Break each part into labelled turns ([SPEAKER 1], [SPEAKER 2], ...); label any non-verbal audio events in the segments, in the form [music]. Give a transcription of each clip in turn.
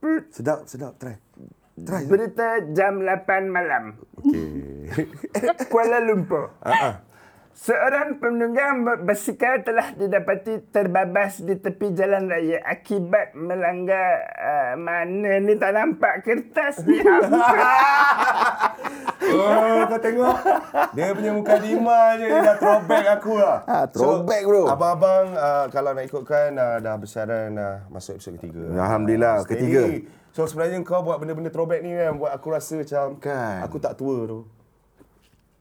[SPEAKER 1] Perut
[SPEAKER 2] Sedap, sedap. Try. Try.
[SPEAKER 1] Berita jam 8 malam
[SPEAKER 2] Okey.
[SPEAKER 1] [laughs] Kuala Lumpur Seorang penunggang berbasikal telah didapati terbabas di tepi jalan raya akibat melanggar uh, mana ni tak nampak kertas
[SPEAKER 3] [laughs]
[SPEAKER 1] ni.
[SPEAKER 3] Oh, kau tengok. Dia punya muka lima je. Dia dah throwback aku lah.
[SPEAKER 2] Ah, throwback, bro.
[SPEAKER 3] Abang-abang uh, kalau nak ikutkan uh, dah besaran uh, masuk episod ketiga.
[SPEAKER 2] Alhamdulillah,
[SPEAKER 3] Steady.
[SPEAKER 2] ketiga.
[SPEAKER 3] So sebenarnya kau buat benda-benda throwback ni kan buat aku rasa macam
[SPEAKER 2] Kan.
[SPEAKER 3] aku tak tua tu.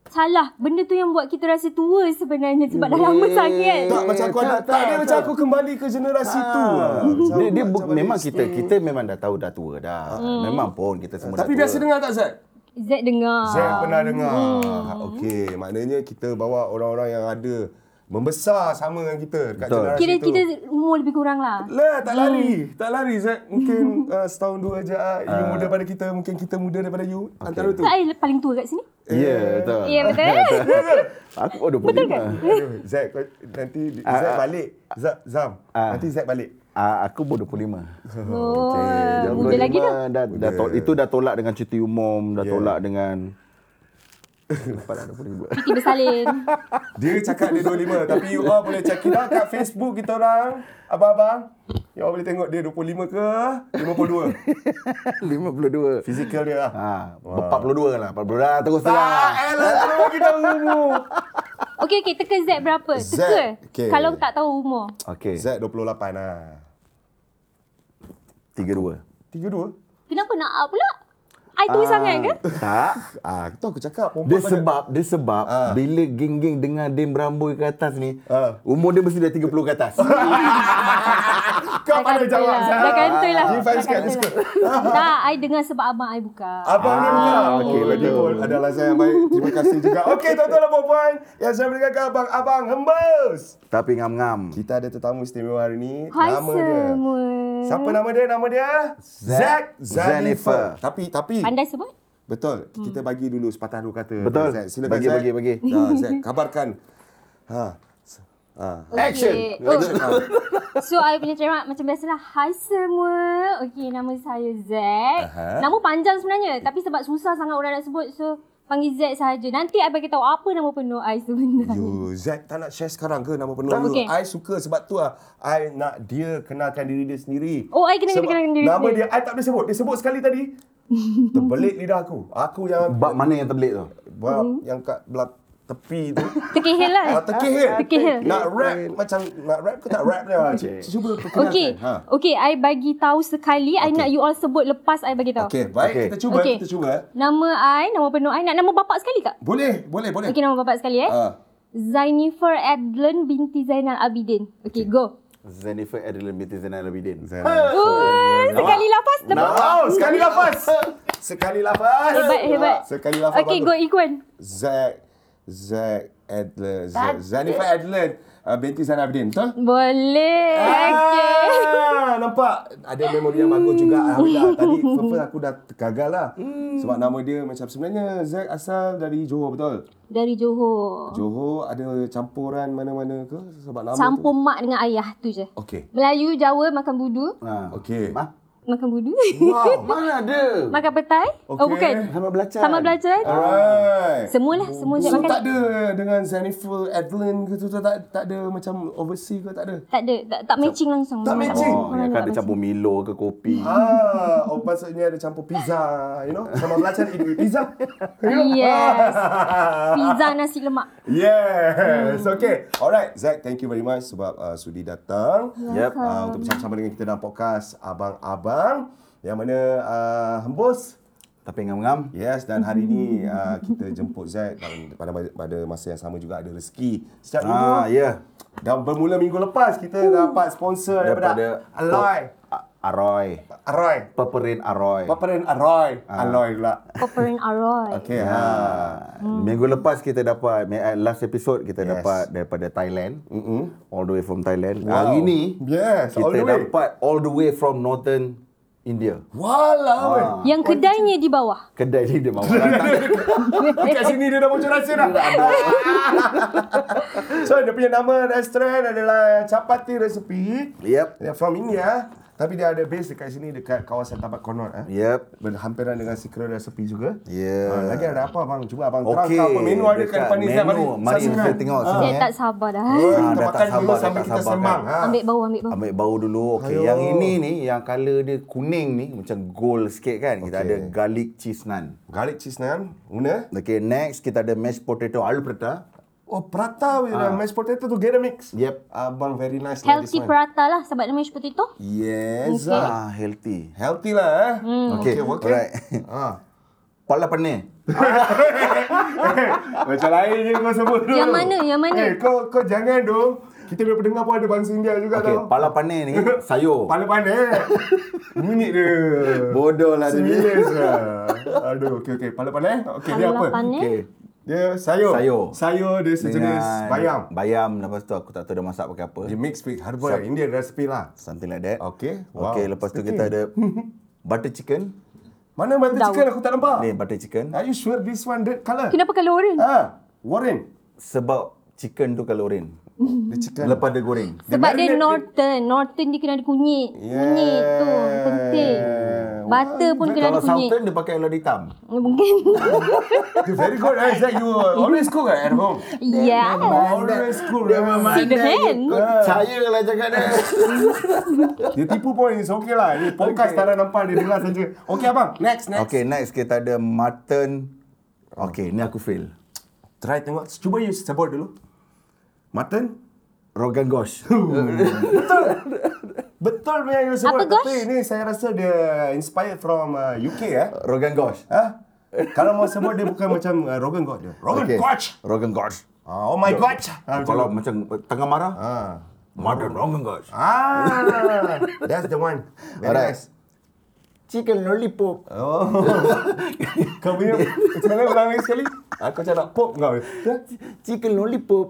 [SPEAKER 4] Salah. Benda tu yang buat kita rasa tua sebenarnya sebab dah lama sangat.
[SPEAKER 3] Tak macam kau
[SPEAKER 2] tak,
[SPEAKER 3] Eh, tak, tak,
[SPEAKER 2] tak,
[SPEAKER 3] dia
[SPEAKER 2] tak.
[SPEAKER 3] macam aku kembali ke generasi tu lah.
[SPEAKER 2] Ah.
[SPEAKER 3] Macam
[SPEAKER 2] Dia, dia bu-
[SPEAKER 3] aku macam
[SPEAKER 2] memang
[SPEAKER 3] balik
[SPEAKER 2] kita
[SPEAKER 3] sikit.
[SPEAKER 2] kita memang dah tahu dah tua dah.
[SPEAKER 4] Hmm.
[SPEAKER 2] Memang pun kita semua
[SPEAKER 3] Tapi
[SPEAKER 2] dah
[SPEAKER 3] biasa
[SPEAKER 2] tua.
[SPEAKER 3] dengar tak Hmm. Zat?
[SPEAKER 4] Z dengar.
[SPEAKER 3] Saya pernah dengar. Okey, maknanya kita bawa orang-orang yang ada membesar sama dengan kita dekat
[SPEAKER 2] Betul.
[SPEAKER 3] generasi
[SPEAKER 4] Kira
[SPEAKER 3] tu.
[SPEAKER 4] kita umur lebih kurang lah.
[SPEAKER 3] Lah, tak lari. Tak lari, Zat. Mungkin uh, setahun dua je. Uh, you muda daripada kita, mungkin kita muda daripada you. Okay. Antara tu.
[SPEAKER 4] Tak saya paling tua kat sini.
[SPEAKER 2] Ya, yeah, betul.
[SPEAKER 4] Ya kan? betul.
[SPEAKER 2] Aku oh 25. Betul
[SPEAKER 3] Aduh, Zat, kau, nanti uh, Zat balik. Zat, Zam.
[SPEAKER 2] Ah.
[SPEAKER 3] nanti Zat balik.
[SPEAKER 2] Ah, aku pun 25.
[SPEAKER 4] Oh,
[SPEAKER 2] Dah
[SPEAKER 4] muda lagi dah.
[SPEAKER 2] lah. Dah, dah tol- itu dah tolak dengan cuti umum, dah
[SPEAKER 3] Ya.
[SPEAKER 2] tolak dengan Lepas dah [laughs] 25.
[SPEAKER 4] Tiba salin.
[SPEAKER 3] Dia cakap dia [laughs] 25 tapi you all boleh check it out kat Facebook kita orang. Abang-abang, you all boleh tengok dia 25 ke
[SPEAKER 2] 52.
[SPEAKER 3] 52. Fizikal dia lah.
[SPEAKER 2] Ha, 42 lah. 42 dah terus terang.
[SPEAKER 3] Ah, elah terus kita umur.
[SPEAKER 4] Okey okey teka Z berapa?
[SPEAKER 3] Z,
[SPEAKER 4] Teka.
[SPEAKER 3] okey.
[SPEAKER 4] Kalau tak tahu umur.
[SPEAKER 2] Okey.
[SPEAKER 3] Zat 28 lah.
[SPEAKER 2] 32.
[SPEAKER 3] 32?
[SPEAKER 4] Kenapa nak up pula? I tua sangat
[SPEAKER 2] [laughs]
[SPEAKER 4] ke?
[SPEAKER 2] Tak.
[SPEAKER 3] Ah, tu aku cakap
[SPEAKER 2] Dia
[SPEAKER 3] perempuan pada-
[SPEAKER 2] sebab dia sebab
[SPEAKER 3] Ah.
[SPEAKER 2] bila geng-geng dengar dia beramboi ke atas ni,
[SPEAKER 3] Ah.
[SPEAKER 2] umur dia mesti dah 30 ke atas. [laughs]
[SPEAKER 3] Kau
[SPEAKER 4] Dah
[SPEAKER 3] pandai
[SPEAKER 4] kantoi
[SPEAKER 3] jawab
[SPEAKER 4] lah.
[SPEAKER 3] Zat.
[SPEAKER 4] Dah kantoi lah.
[SPEAKER 3] Dia faham
[SPEAKER 4] Dah
[SPEAKER 3] sikit,
[SPEAKER 4] kantoi
[SPEAKER 3] dia
[SPEAKER 4] lah. Tak, I dengar sebab abang I buka.
[SPEAKER 3] Abang ni bukan.
[SPEAKER 2] Ah, okey,
[SPEAKER 3] Lagi
[SPEAKER 2] betul.
[SPEAKER 3] pun adalah saya yang baik. Terima kasih juga. Okey, tuan-tuan dan puan-puan. Yang saya berikan abang, Abang Hembus.
[SPEAKER 2] Tapi ngam-ngam.
[SPEAKER 3] Kita ada tetamu istimewa hari ni.
[SPEAKER 4] Hai
[SPEAKER 3] nama dia.
[SPEAKER 4] semua.
[SPEAKER 3] Siapa nama dia? Nama dia? Zack Zanifer.
[SPEAKER 2] Zanifer.
[SPEAKER 3] Tapi, tapi.
[SPEAKER 4] Pandai Hmm. sebut?
[SPEAKER 3] Betul. Kita bagi dulu sepatah dua kata.
[SPEAKER 2] Betul.
[SPEAKER 3] Zack. Silakan
[SPEAKER 2] Bagi,
[SPEAKER 3] Zack.
[SPEAKER 2] bagi, bagi.
[SPEAKER 3] Dah, Zack. Kabarkan. Ha. Ha.
[SPEAKER 2] Action.
[SPEAKER 4] Oh,
[SPEAKER 2] [laughs]
[SPEAKER 4] so, I punya trademark macam biasalah. Hai semua. Okey, nama saya Z.
[SPEAKER 3] Aha.
[SPEAKER 4] Nama panjang sebenarnya. Tapi sebab susah sangat orang nak sebut. So, panggil Z sahaja. Nanti I bagi tahu apa nama penuh I sebenarnya.
[SPEAKER 3] You, Zack tak nak share sekarang ke nama penuh
[SPEAKER 4] Tak,
[SPEAKER 3] you?
[SPEAKER 4] okey.
[SPEAKER 3] I suka sebab tu lah. I nak dia kenalkan diri dia sendiri.
[SPEAKER 4] Oh, I kena
[SPEAKER 3] Sebab
[SPEAKER 4] kenalkan diri
[SPEAKER 3] Nama
[SPEAKER 4] sendiri.
[SPEAKER 3] dia, I tak boleh sebut. Dia sebut sekali
[SPEAKER 4] [laughs]
[SPEAKER 3] tadi. Terbelit lidah aku. Aku yang
[SPEAKER 2] Bab mana yang terbelit tu?
[SPEAKER 4] Hmm.
[SPEAKER 3] bab yang kat belak tepi tu.
[SPEAKER 4] Terkehil lah.
[SPEAKER 3] Ah,
[SPEAKER 4] [laughs]
[SPEAKER 3] terkehil.
[SPEAKER 4] Terkehil.
[SPEAKER 3] Nak rap macam nak rap ke tak rap dia? Cuba perkenalkan.
[SPEAKER 4] Okey.
[SPEAKER 3] Ha.
[SPEAKER 4] Okey, I bagi tahu sekali. I nak you all sebut lepas I bagi tahu.
[SPEAKER 3] Okey, baik
[SPEAKER 2] Okey.
[SPEAKER 3] kita cuba,
[SPEAKER 4] Okey.
[SPEAKER 3] kita cuba. eh.
[SPEAKER 4] Nama I, nama penuh I. Nak nama bapak sekali tak?
[SPEAKER 3] Boleh, boleh, boleh.
[SPEAKER 4] Okey, nama bapak sekali eh.
[SPEAKER 3] Ah.
[SPEAKER 4] Zainifer Adlan binti Zainal Abidin. Okey, go.
[SPEAKER 2] Zanifer Adeline binti Zainal Abidin.
[SPEAKER 4] Ui, sekali lepas. lepas.
[SPEAKER 3] Wow, sekali
[SPEAKER 4] [laughs]
[SPEAKER 3] lafaz. Sekali lafaz.
[SPEAKER 4] Hebat, hebat.
[SPEAKER 3] Sekali lafaz.
[SPEAKER 4] Okey,
[SPEAKER 3] bagus.
[SPEAKER 4] go Ikwan.
[SPEAKER 3] Zack Zack Adler Zack Zanifah Adler uh, binti Zainal Abidin betul?
[SPEAKER 4] Boleh. Okey.
[SPEAKER 3] Ah, nampak ada memori yang bagus juga
[SPEAKER 4] Hmm.
[SPEAKER 3] alhamdulillah. Tadi first aku dah gagal lah. Sebab nama dia macam sebenarnya Zack asal dari Johor betul?
[SPEAKER 4] Dari Johor.
[SPEAKER 3] Johor ada campuran mana-mana ke sebab nama tu?
[SPEAKER 4] Campur mak dengan ayah tu je.
[SPEAKER 3] Okey.
[SPEAKER 4] Melayu, Jawa, makan budu.
[SPEAKER 2] Ha.
[SPEAKER 3] Okey.
[SPEAKER 2] Ma?
[SPEAKER 4] Makan budu. [laughs]
[SPEAKER 3] Wow.
[SPEAKER 2] Mana ada?
[SPEAKER 4] makan petai. Oh,
[SPEAKER 3] Okey.
[SPEAKER 4] bukan.
[SPEAKER 2] Sama belacan.
[SPEAKER 4] Sama belajar.
[SPEAKER 3] Alright.
[SPEAKER 4] Semualah, Ah. semua kan- je
[SPEAKER 3] So
[SPEAKER 4] makan.
[SPEAKER 3] tak ada dengan Zanifah Adlin ke tu tak tak ada macam overseas ke tak ada?
[SPEAKER 4] Tak ada. Tak, tak matching langsung.
[SPEAKER 3] Tak matching?
[SPEAKER 2] Oh, yang kan ada campur Milo ke kopi.
[SPEAKER 3] Ah, oh maksudnya ada campur pizza, you know? Sama belacan eat with pizza. [laughs]
[SPEAKER 4] Yes. Pizza nasi lemak.
[SPEAKER 3] yes. Okay. Alright, Zack, thank you very much sebab uh, sudi datang.
[SPEAKER 2] Yep.
[SPEAKER 3] Uh, untuk bersama-sama dengan kita dalam podcast Abang-Abang yang mana uh, hembus
[SPEAKER 2] Tapi ngam-ngam.
[SPEAKER 3] Yes dan hari ini uh, kita jemput Zack dan pada pada masa yang sama juga ada rezeki. Setiap minggu
[SPEAKER 2] Ah, ya.
[SPEAKER 3] dan bermula minggu lepas kita dapat sponsor daripada,
[SPEAKER 2] Daripada
[SPEAKER 3] Alloy.
[SPEAKER 2] A- Aroy.
[SPEAKER 3] Aroy.
[SPEAKER 2] Peperin Aroy.
[SPEAKER 3] Paparan Aroy. Alloy pula.
[SPEAKER 4] Copper and Aroy.
[SPEAKER 3] Ah. Okay.
[SPEAKER 2] Ya.
[SPEAKER 3] Ha.
[SPEAKER 2] Hmm. Minggu lepas kita dapat me- uh, last episode kita
[SPEAKER 3] Yes.
[SPEAKER 2] yes. dapat daripada Thailand. Mm-hmm. All the way from Thailand. Wow. Hari ni
[SPEAKER 3] Yes, all
[SPEAKER 2] kita
[SPEAKER 3] the way.
[SPEAKER 2] dapat all the way from northern India.
[SPEAKER 3] Walau.
[SPEAKER 2] Ah.
[SPEAKER 3] eh.
[SPEAKER 4] Yang kedainya di bawah.
[SPEAKER 2] Kedai ni dia
[SPEAKER 3] [laughs]
[SPEAKER 2] bawa. Tak ada-
[SPEAKER 3] Dekat sini dia dah muncul rasa dah. so dia punya nama restoran adalah Chapati Recipe.
[SPEAKER 2] yep.
[SPEAKER 3] Dia from India. Tapi dia ada base dekat sini dekat kawasan Tabat Konot eh.
[SPEAKER 2] Yep.
[SPEAKER 3] Berhampiran dengan Secret Recipe juga.
[SPEAKER 2] Ya.
[SPEAKER 3] Ah, lagi ada apa bang? Cuba abang terang
[SPEAKER 2] Okey,
[SPEAKER 3] okay. apa menu ada
[SPEAKER 2] dekat
[SPEAKER 3] kat depan ni Zab,
[SPEAKER 2] menu. Mari
[SPEAKER 3] saksikan.
[SPEAKER 2] kita tengok
[SPEAKER 3] Ah.
[SPEAKER 2] sama
[SPEAKER 4] Saya
[SPEAKER 2] eh.
[SPEAKER 4] tak sabar dah.
[SPEAKER 3] Eh,
[SPEAKER 2] Ah,
[SPEAKER 3] kita
[SPEAKER 2] dah tak
[SPEAKER 3] makan dulu
[SPEAKER 2] sabar, dah
[SPEAKER 3] sambil
[SPEAKER 2] tak
[SPEAKER 3] kita
[SPEAKER 2] sabar,
[SPEAKER 3] sembang.
[SPEAKER 2] kan?
[SPEAKER 3] Ha.
[SPEAKER 4] Ambil bau, ambil bau.
[SPEAKER 2] Ambil bau dulu. Okey, yang ini ni yang color dia kuning ni macam gold sikit kan. Kita
[SPEAKER 3] Okey.
[SPEAKER 2] ada garlic cheese naan.
[SPEAKER 3] Garlic cheese naan, una.
[SPEAKER 2] Okay, next kita ada mashed potato alu prata.
[SPEAKER 3] Oh, prata with
[SPEAKER 2] uh,
[SPEAKER 3] ah. mashed potato together mix.
[SPEAKER 2] Yep.
[SPEAKER 3] Abang very nice lah this one.
[SPEAKER 4] Healthy prata lah sebab nama seperti tu.
[SPEAKER 3] Yes.
[SPEAKER 4] Okay.
[SPEAKER 3] ah.
[SPEAKER 2] Ah, healthy.
[SPEAKER 3] Healthy lah eh. Mm.
[SPEAKER 2] Okay,
[SPEAKER 3] okay.
[SPEAKER 2] alright. [laughs]
[SPEAKER 3] Ah.
[SPEAKER 2] Pala panih.
[SPEAKER 3] [laughs] Macam lain je kau sebut dulu.
[SPEAKER 4] Yang mana? Yang mana?
[SPEAKER 3] Eh, kau kau jangan dong. Kita punya pendengar pun ada bangsa India juga
[SPEAKER 2] Okay,
[SPEAKER 3] tau.
[SPEAKER 2] pala panih
[SPEAKER 3] [laughs]
[SPEAKER 2] ni sayur.
[SPEAKER 3] Ya, Pala pandai. Minit dia.
[SPEAKER 2] Bodoh lah dia.
[SPEAKER 3] Serius lah. Aduh, okey okey. Pala pandai. Okey, dia apa?
[SPEAKER 4] Pala panih.
[SPEAKER 2] Okay.
[SPEAKER 3] Dia sayur.
[SPEAKER 2] Sayur.
[SPEAKER 3] Sayur dia sejenis
[SPEAKER 2] Dengan
[SPEAKER 3] bayam.
[SPEAKER 2] Bayam lepas tu aku tak tahu dia masak pakai apa.
[SPEAKER 3] Dia mix with herbal Indian recipe lah.
[SPEAKER 2] Something like that.
[SPEAKER 3] Okay, wow.
[SPEAKER 2] Okay, lepas tu kita [laughs] ada butter chicken.
[SPEAKER 3] Mana butter
[SPEAKER 4] Daun.
[SPEAKER 3] chicken aku tak nampak.
[SPEAKER 2] Ni butter chicken.
[SPEAKER 3] Are you sure this one red colour?
[SPEAKER 4] Kenapa kalau orang?
[SPEAKER 3] Ah, Warren.
[SPEAKER 2] Sebab chicken tu kalorin.
[SPEAKER 3] The chicken.
[SPEAKER 2] Lepas dia goreng.
[SPEAKER 4] Sebab
[SPEAKER 3] marinate
[SPEAKER 4] dia
[SPEAKER 3] dia-
[SPEAKER 4] northern. Northern dia kena ada kunyit. Kunyit tu penting. Butter pun kena ada
[SPEAKER 2] Kalau
[SPEAKER 4] kunyit.
[SPEAKER 2] Southern dia pakai lor hitam.
[SPEAKER 4] [laughs] Mungkin.
[SPEAKER 3] You very good, eh? Zak, you always cook eh, at home.
[SPEAKER 4] ya.
[SPEAKER 3] Always cook. Dia memang.
[SPEAKER 4] See the hand.
[SPEAKER 3] Ah.
[SPEAKER 2] Saya lah cakap dia.
[SPEAKER 3] Dia tipu pun, it's okay lah. Dia podcast tak ada nampak, dia dengar saja. Okay, abang. Next, next.
[SPEAKER 2] okay, next kita ada mutton. Okay, ni aku fail.
[SPEAKER 3] Try tengok. Cuba you sebut dulu. Mutton?
[SPEAKER 2] Rogan [laughs] Gosh.
[SPEAKER 3] Betul punya you sebut.
[SPEAKER 4] Apa, Gosh?
[SPEAKER 3] Tapi ni saya rasa dia inspired from uh, UK eh.
[SPEAKER 2] Rogan Gosh.
[SPEAKER 3] Ha? Kalau mau sebut dia bukan macam uh, Rogan God dia. Rogan
[SPEAKER 2] Okay.
[SPEAKER 3] God.
[SPEAKER 2] Rogan Gosh.
[SPEAKER 3] Ah, oh my God. Ah, macam
[SPEAKER 2] Kalau
[SPEAKER 3] tu.
[SPEAKER 2] macam tengah marah,
[SPEAKER 3] ah.
[SPEAKER 2] mutton Rogan Gosh.
[SPEAKER 3] Ah, that's the one. Very
[SPEAKER 2] Alright.
[SPEAKER 3] nice. Oh.
[SPEAKER 2] Chicken lollipop.
[SPEAKER 3] [laughs] Kau punya macam mana ulang lagi sekali?
[SPEAKER 2] Ah,
[SPEAKER 3] Aku macam nak pop kau.
[SPEAKER 2] Chicken lollipop.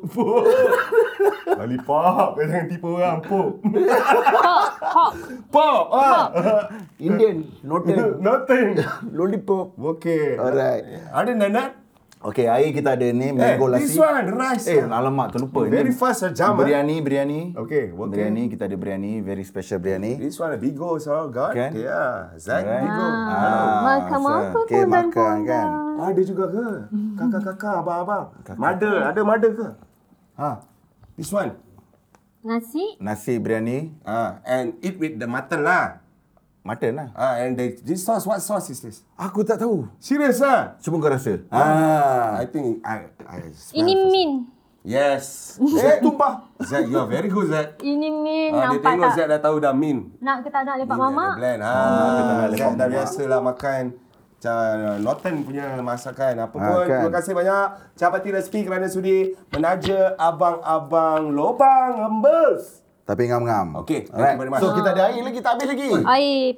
[SPEAKER 3] Lollipop. Kau jangan tipu orang. Pop.
[SPEAKER 4] Hawk. Hawk.
[SPEAKER 3] Pop. Ah.
[SPEAKER 2] Indian. Northern.
[SPEAKER 3] [laughs] Nothing.
[SPEAKER 2] lollipop.
[SPEAKER 3] Okay.
[SPEAKER 2] Alright.
[SPEAKER 3] Ada nanat?
[SPEAKER 2] Okay, air kita ada ni mango
[SPEAKER 3] Eh,
[SPEAKER 2] lassi.
[SPEAKER 3] this one. Rice.
[SPEAKER 2] Eh, alamak terlupa. Ni
[SPEAKER 3] Very fast jam. eh.
[SPEAKER 2] Biryani, biryani.
[SPEAKER 3] Okay, okay.
[SPEAKER 2] Biryani, kita ada biryani. Very special biryani.
[SPEAKER 3] This one a big goes, oh God.
[SPEAKER 2] Kan?
[SPEAKER 3] Yeah. Zack, big go.
[SPEAKER 4] Makan
[SPEAKER 2] so,
[SPEAKER 4] apa
[SPEAKER 2] okay,
[SPEAKER 4] pun dan
[SPEAKER 2] makan
[SPEAKER 4] pun
[SPEAKER 2] kan.
[SPEAKER 3] Ah. Ada juga ke? Kakak-kakak, abang-abang. Mother, ada mother ke? Ha. This one.
[SPEAKER 4] Nasi.
[SPEAKER 2] Nasi biryani,
[SPEAKER 3] Ah, and eat with the mutton lah.
[SPEAKER 2] mutton lah.
[SPEAKER 3] Ah, and the, this sauce, what sauce is this?
[SPEAKER 2] Aku tak tahu.
[SPEAKER 3] Serious ah?
[SPEAKER 2] Cuba kau rasa. Ah.
[SPEAKER 3] I think I I smell
[SPEAKER 4] Ini
[SPEAKER 3] first.
[SPEAKER 4] min.
[SPEAKER 3] Yes. eh, tumpah. Zack, you are very good, Zack.
[SPEAKER 4] Ini min.
[SPEAKER 3] Ah, dia
[SPEAKER 4] Nampak
[SPEAKER 3] tengok
[SPEAKER 4] tak?
[SPEAKER 3] Zack dah tahu dah min.
[SPEAKER 4] Nak ke tak nak lepak
[SPEAKER 3] Min ada
[SPEAKER 4] mamak?
[SPEAKER 3] blend. Ha,
[SPEAKER 2] nak lepak
[SPEAKER 3] Zack dah
[SPEAKER 2] mamak.
[SPEAKER 3] biasa lah makan macam uh, Norton punya masakan. Apa
[SPEAKER 2] Ah,
[SPEAKER 3] pun,
[SPEAKER 2] kan.
[SPEAKER 3] terima kasih banyak. Capati Resipi kerana sudi menaja abang-abang lobang hembes.
[SPEAKER 2] Tapi ngam-ngam.
[SPEAKER 3] Okay, thank you
[SPEAKER 2] Alright.
[SPEAKER 3] very much.
[SPEAKER 2] So kita ada air lagi, tak habis lagi.
[SPEAKER 4] Air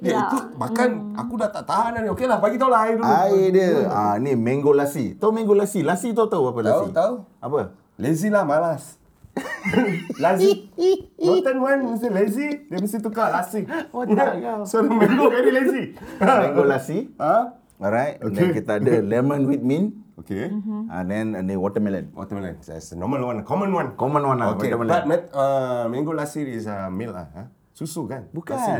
[SPEAKER 3] Ya,
[SPEAKER 4] pula.
[SPEAKER 3] itu makan aku dah tak tahan dah ni. Okey lah, bagi tahu lah air dulu.
[SPEAKER 2] Air dia. Ah ni mango lassi. Tahu mango lassi? Lassi tahu tahu apa lassi?
[SPEAKER 3] tahu. [laughs]
[SPEAKER 2] Apa?
[SPEAKER 3] Lazy lah, malas.
[SPEAKER 2] [laughs]
[SPEAKER 3] lazy. Norton one mesti lazy, dia mesti tukar lah, lasi.
[SPEAKER 2] Oh,
[SPEAKER 3] [laughs]
[SPEAKER 2] tak kau.
[SPEAKER 3] so, the mango very lazy.
[SPEAKER 2] mango lassi.
[SPEAKER 3] ha?
[SPEAKER 2] Alright. Okay. Then kita ada lemon with mint.
[SPEAKER 3] Okay.
[SPEAKER 4] Hmm.
[SPEAKER 2] And then ni watermelon.
[SPEAKER 3] Watermelon. That's the normal one, common one.
[SPEAKER 2] Common one lah
[SPEAKER 3] Okay,
[SPEAKER 2] watermelon.
[SPEAKER 3] but met, uh, mango lassi is uh, milk lah. Ha? Susu kan?
[SPEAKER 2] Bukan.
[SPEAKER 3] Lassi.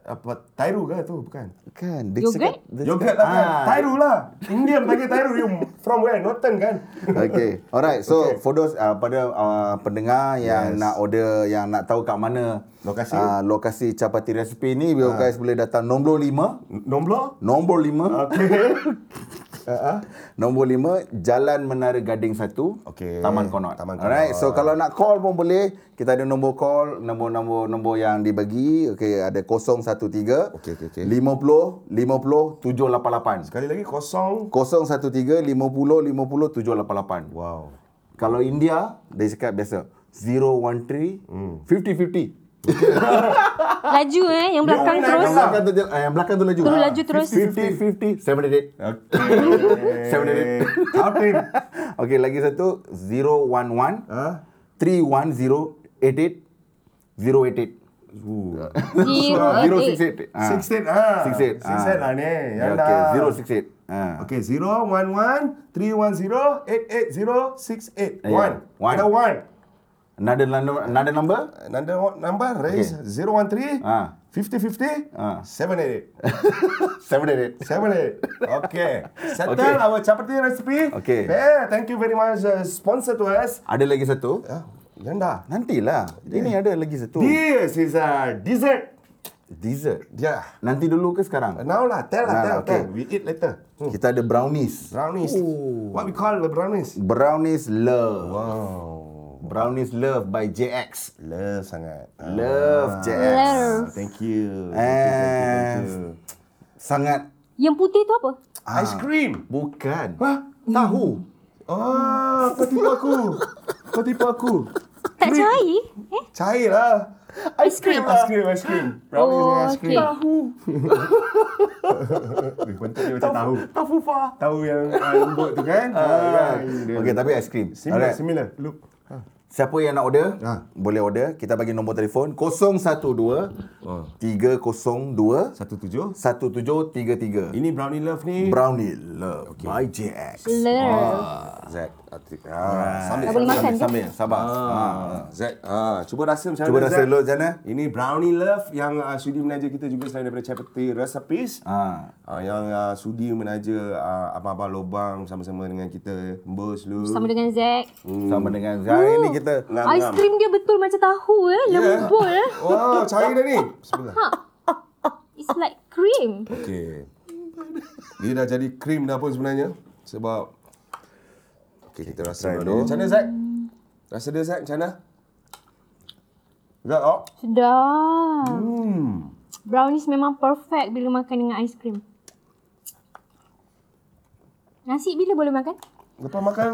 [SPEAKER 3] Apa, tairu ke tu? Bukan.
[SPEAKER 2] Kan, dia
[SPEAKER 4] Yogurt?
[SPEAKER 2] cakap- dia
[SPEAKER 3] Yogurt
[SPEAKER 2] cakap-
[SPEAKER 3] lah kan?
[SPEAKER 2] Ah.
[SPEAKER 3] Tairu lah. Indian panggil tairu. You from where? Norton kan?
[SPEAKER 2] Okay. Alright. So okay. for those uh, pada uh, pendengar yang yes.
[SPEAKER 3] Yes.
[SPEAKER 2] nak order yang nak tahu kat mana
[SPEAKER 3] Lokasi?
[SPEAKER 2] uh,
[SPEAKER 3] Ah.
[SPEAKER 2] lokasi capati resipi ni you guys boleh datang nombor 5,
[SPEAKER 3] Nombor?
[SPEAKER 2] nombor
[SPEAKER 3] Ah.
[SPEAKER 2] 5, uh.
[SPEAKER 3] Okay.
[SPEAKER 2] nombor 5 Jalan Menara Gading 1,
[SPEAKER 3] Okey.
[SPEAKER 2] Taman Konot.
[SPEAKER 3] Taman Konot.
[SPEAKER 2] Alright. So kalau nak call pun boleh. Kita ada nombor call, nombor-nombor nombor yang dibagi. Okay, ada 013
[SPEAKER 3] Okey, okey,
[SPEAKER 2] 50 50
[SPEAKER 3] okey.
[SPEAKER 2] 788.
[SPEAKER 3] Sekali lagi kosong.
[SPEAKER 2] 013 50 50 788.
[SPEAKER 3] Wow.
[SPEAKER 2] Kalau India, dia cakap biasa. 013,
[SPEAKER 3] Hmm.
[SPEAKER 2] 50-50.
[SPEAKER 4] Laju eh. Yang belakang
[SPEAKER 3] orang
[SPEAKER 4] terus.
[SPEAKER 2] Yang belakang tu, je- eh, yang belakang tu laju.
[SPEAKER 4] Terus laju terus.
[SPEAKER 2] 50-50, 78.
[SPEAKER 3] Okay.
[SPEAKER 2] Seven minute.
[SPEAKER 3] Counting.
[SPEAKER 2] Okay, lagi satu. 011,
[SPEAKER 3] Ha?
[SPEAKER 2] 310, 88, 088. [laughs]
[SPEAKER 4] Zero eight eight.
[SPEAKER 2] 068. Ah.
[SPEAKER 3] Six eight. Ha.
[SPEAKER 2] 68.
[SPEAKER 3] Six eight lah ni. Yang
[SPEAKER 2] Okay,
[SPEAKER 3] dah.
[SPEAKER 2] 068. Ah.
[SPEAKER 3] Okay, zero one one three one zero eight eight zero six eight one.
[SPEAKER 2] One.
[SPEAKER 3] Ada one.
[SPEAKER 2] Another number, another number?
[SPEAKER 3] Another one- number is
[SPEAKER 2] Okay.
[SPEAKER 3] 013
[SPEAKER 2] Ah.
[SPEAKER 3] 5050
[SPEAKER 2] Ah.
[SPEAKER 3] 788.
[SPEAKER 2] 788.
[SPEAKER 3] 788. Okay. Settle
[SPEAKER 2] Okay.
[SPEAKER 3] our chapati recipe.
[SPEAKER 2] Okay.
[SPEAKER 3] Yeah, thank you very much uh, sponsor to us.
[SPEAKER 2] Ada lagi satu.
[SPEAKER 3] Ah, Janda.
[SPEAKER 2] Nantilah. Ini ada lagi satu.
[SPEAKER 3] This is a dessert.
[SPEAKER 2] Dessert.
[SPEAKER 3] Yeah.
[SPEAKER 2] Nanti dulu ke sekarang?
[SPEAKER 3] Now lah, tell lah,
[SPEAKER 2] Now
[SPEAKER 3] tell,
[SPEAKER 2] lah, okay.
[SPEAKER 3] tell. We eat later. Hmm.
[SPEAKER 2] Kita ada brownies.
[SPEAKER 3] Brownies. What we call the brownies?
[SPEAKER 2] Brownies Love.
[SPEAKER 3] Wow.
[SPEAKER 2] Brownies Love by JX.
[SPEAKER 3] Love sangat. Ah,
[SPEAKER 2] Love JX.
[SPEAKER 4] Love.
[SPEAKER 3] Thank you. Thank you, thank you, thank
[SPEAKER 2] And
[SPEAKER 3] you.
[SPEAKER 2] sangat
[SPEAKER 4] Yang putih tu apa?
[SPEAKER 3] Ice cream.
[SPEAKER 2] bukan.
[SPEAKER 3] Hah?
[SPEAKER 2] Tahu.
[SPEAKER 3] Ah, kau tipu [laughs] aku. Kau tipu aku.
[SPEAKER 4] Tak cair? Eh?
[SPEAKER 3] Cair lah.
[SPEAKER 4] Ice cream
[SPEAKER 3] Ice
[SPEAKER 4] lah.
[SPEAKER 3] cream, ice cream. Brownies dengan ice cream.
[SPEAKER 4] Oh, okay.
[SPEAKER 3] Eh, Bentuk dia macam tahu.
[SPEAKER 2] Tahu fa.
[SPEAKER 3] Tahu yang ah, lembut tu kan? Ah, dia-
[SPEAKER 2] Okay, tapi ice cream.
[SPEAKER 3] Similar,
[SPEAKER 2] Alright.
[SPEAKER 3] similar. Look.
[SPEAKER 2] Siapa yang nak order,
[SPEAKER 3] Ha.
[SPEAKER 2] boleh order. Kita bagi nombor telefon 012 302
[SPEAKER 3] 17.
[SPEAKER 2] 1733.
[SPEAKER 3] Ini brownie love ni.
[SPEAKER 2] Brownie Love okay. by JX.
[SPEAKER 4] Love.
[SPEAKER 2] Ah,
[SPEAKER 3] Zack. Ah, sambil,
[SPEAKER 4] Tak boleh makan ke?
[SPEAKER 2] Sambil, sabar.
[SPEAKER 3] Ah, Zack. Ah, cuba rasa macam
[SPEAKER 2] Cuba
[SPEAKER 3] mana,
[SPEAKER 2] rasa
[SPEAKER 3] Zack?
[SPEAKER 2] dulu macam mana.
[SPEAKER 3] Ini brownie love yang uh, sudi menaja kita juga selain daripada chapati recipes.
[SPEAKER 2] Ah.
[SPEAKER 3] Uh, yang uh, sudi menaja uh, abang-abang lobang sama-sama dengan kita Mbos lu.
[SPEAKER 4] Sama dengan Zack.
[SPEAKER 2] Sama dengan hari ni kita
[SPEAKER 3] Ngam,
[SPEAKER 4] Ice
[SPEAKER 3] ngam.
[SPEAKER 4] cream dia betul macam tahu eh. Lembut eh.
[SPEAKER 3] Ya. Wow, cair dah ni. Bismillah.
[SPEAKER 4] It's like cream.
[SPEAKER 3] Okey. Dia dah jadi krim dah pun sebenarnya sebab Okey, kita rasa
[SPEAKER 2] try
[SPEAKER 3] dulu.
[SPEAKER 2] dulu.
[SPEAKER 3] Macam mana Zack? Rasa dia Zack macam mana? Zack, oh.
[SPEAKER 4] Sedap.
[SPEAKER 3] Hmm.
[SPEAKER 4] Brownies memang perfect bila makan dengan ice cream. Nasi bila boleh makan?
[SPEAKER 3] Lepas makan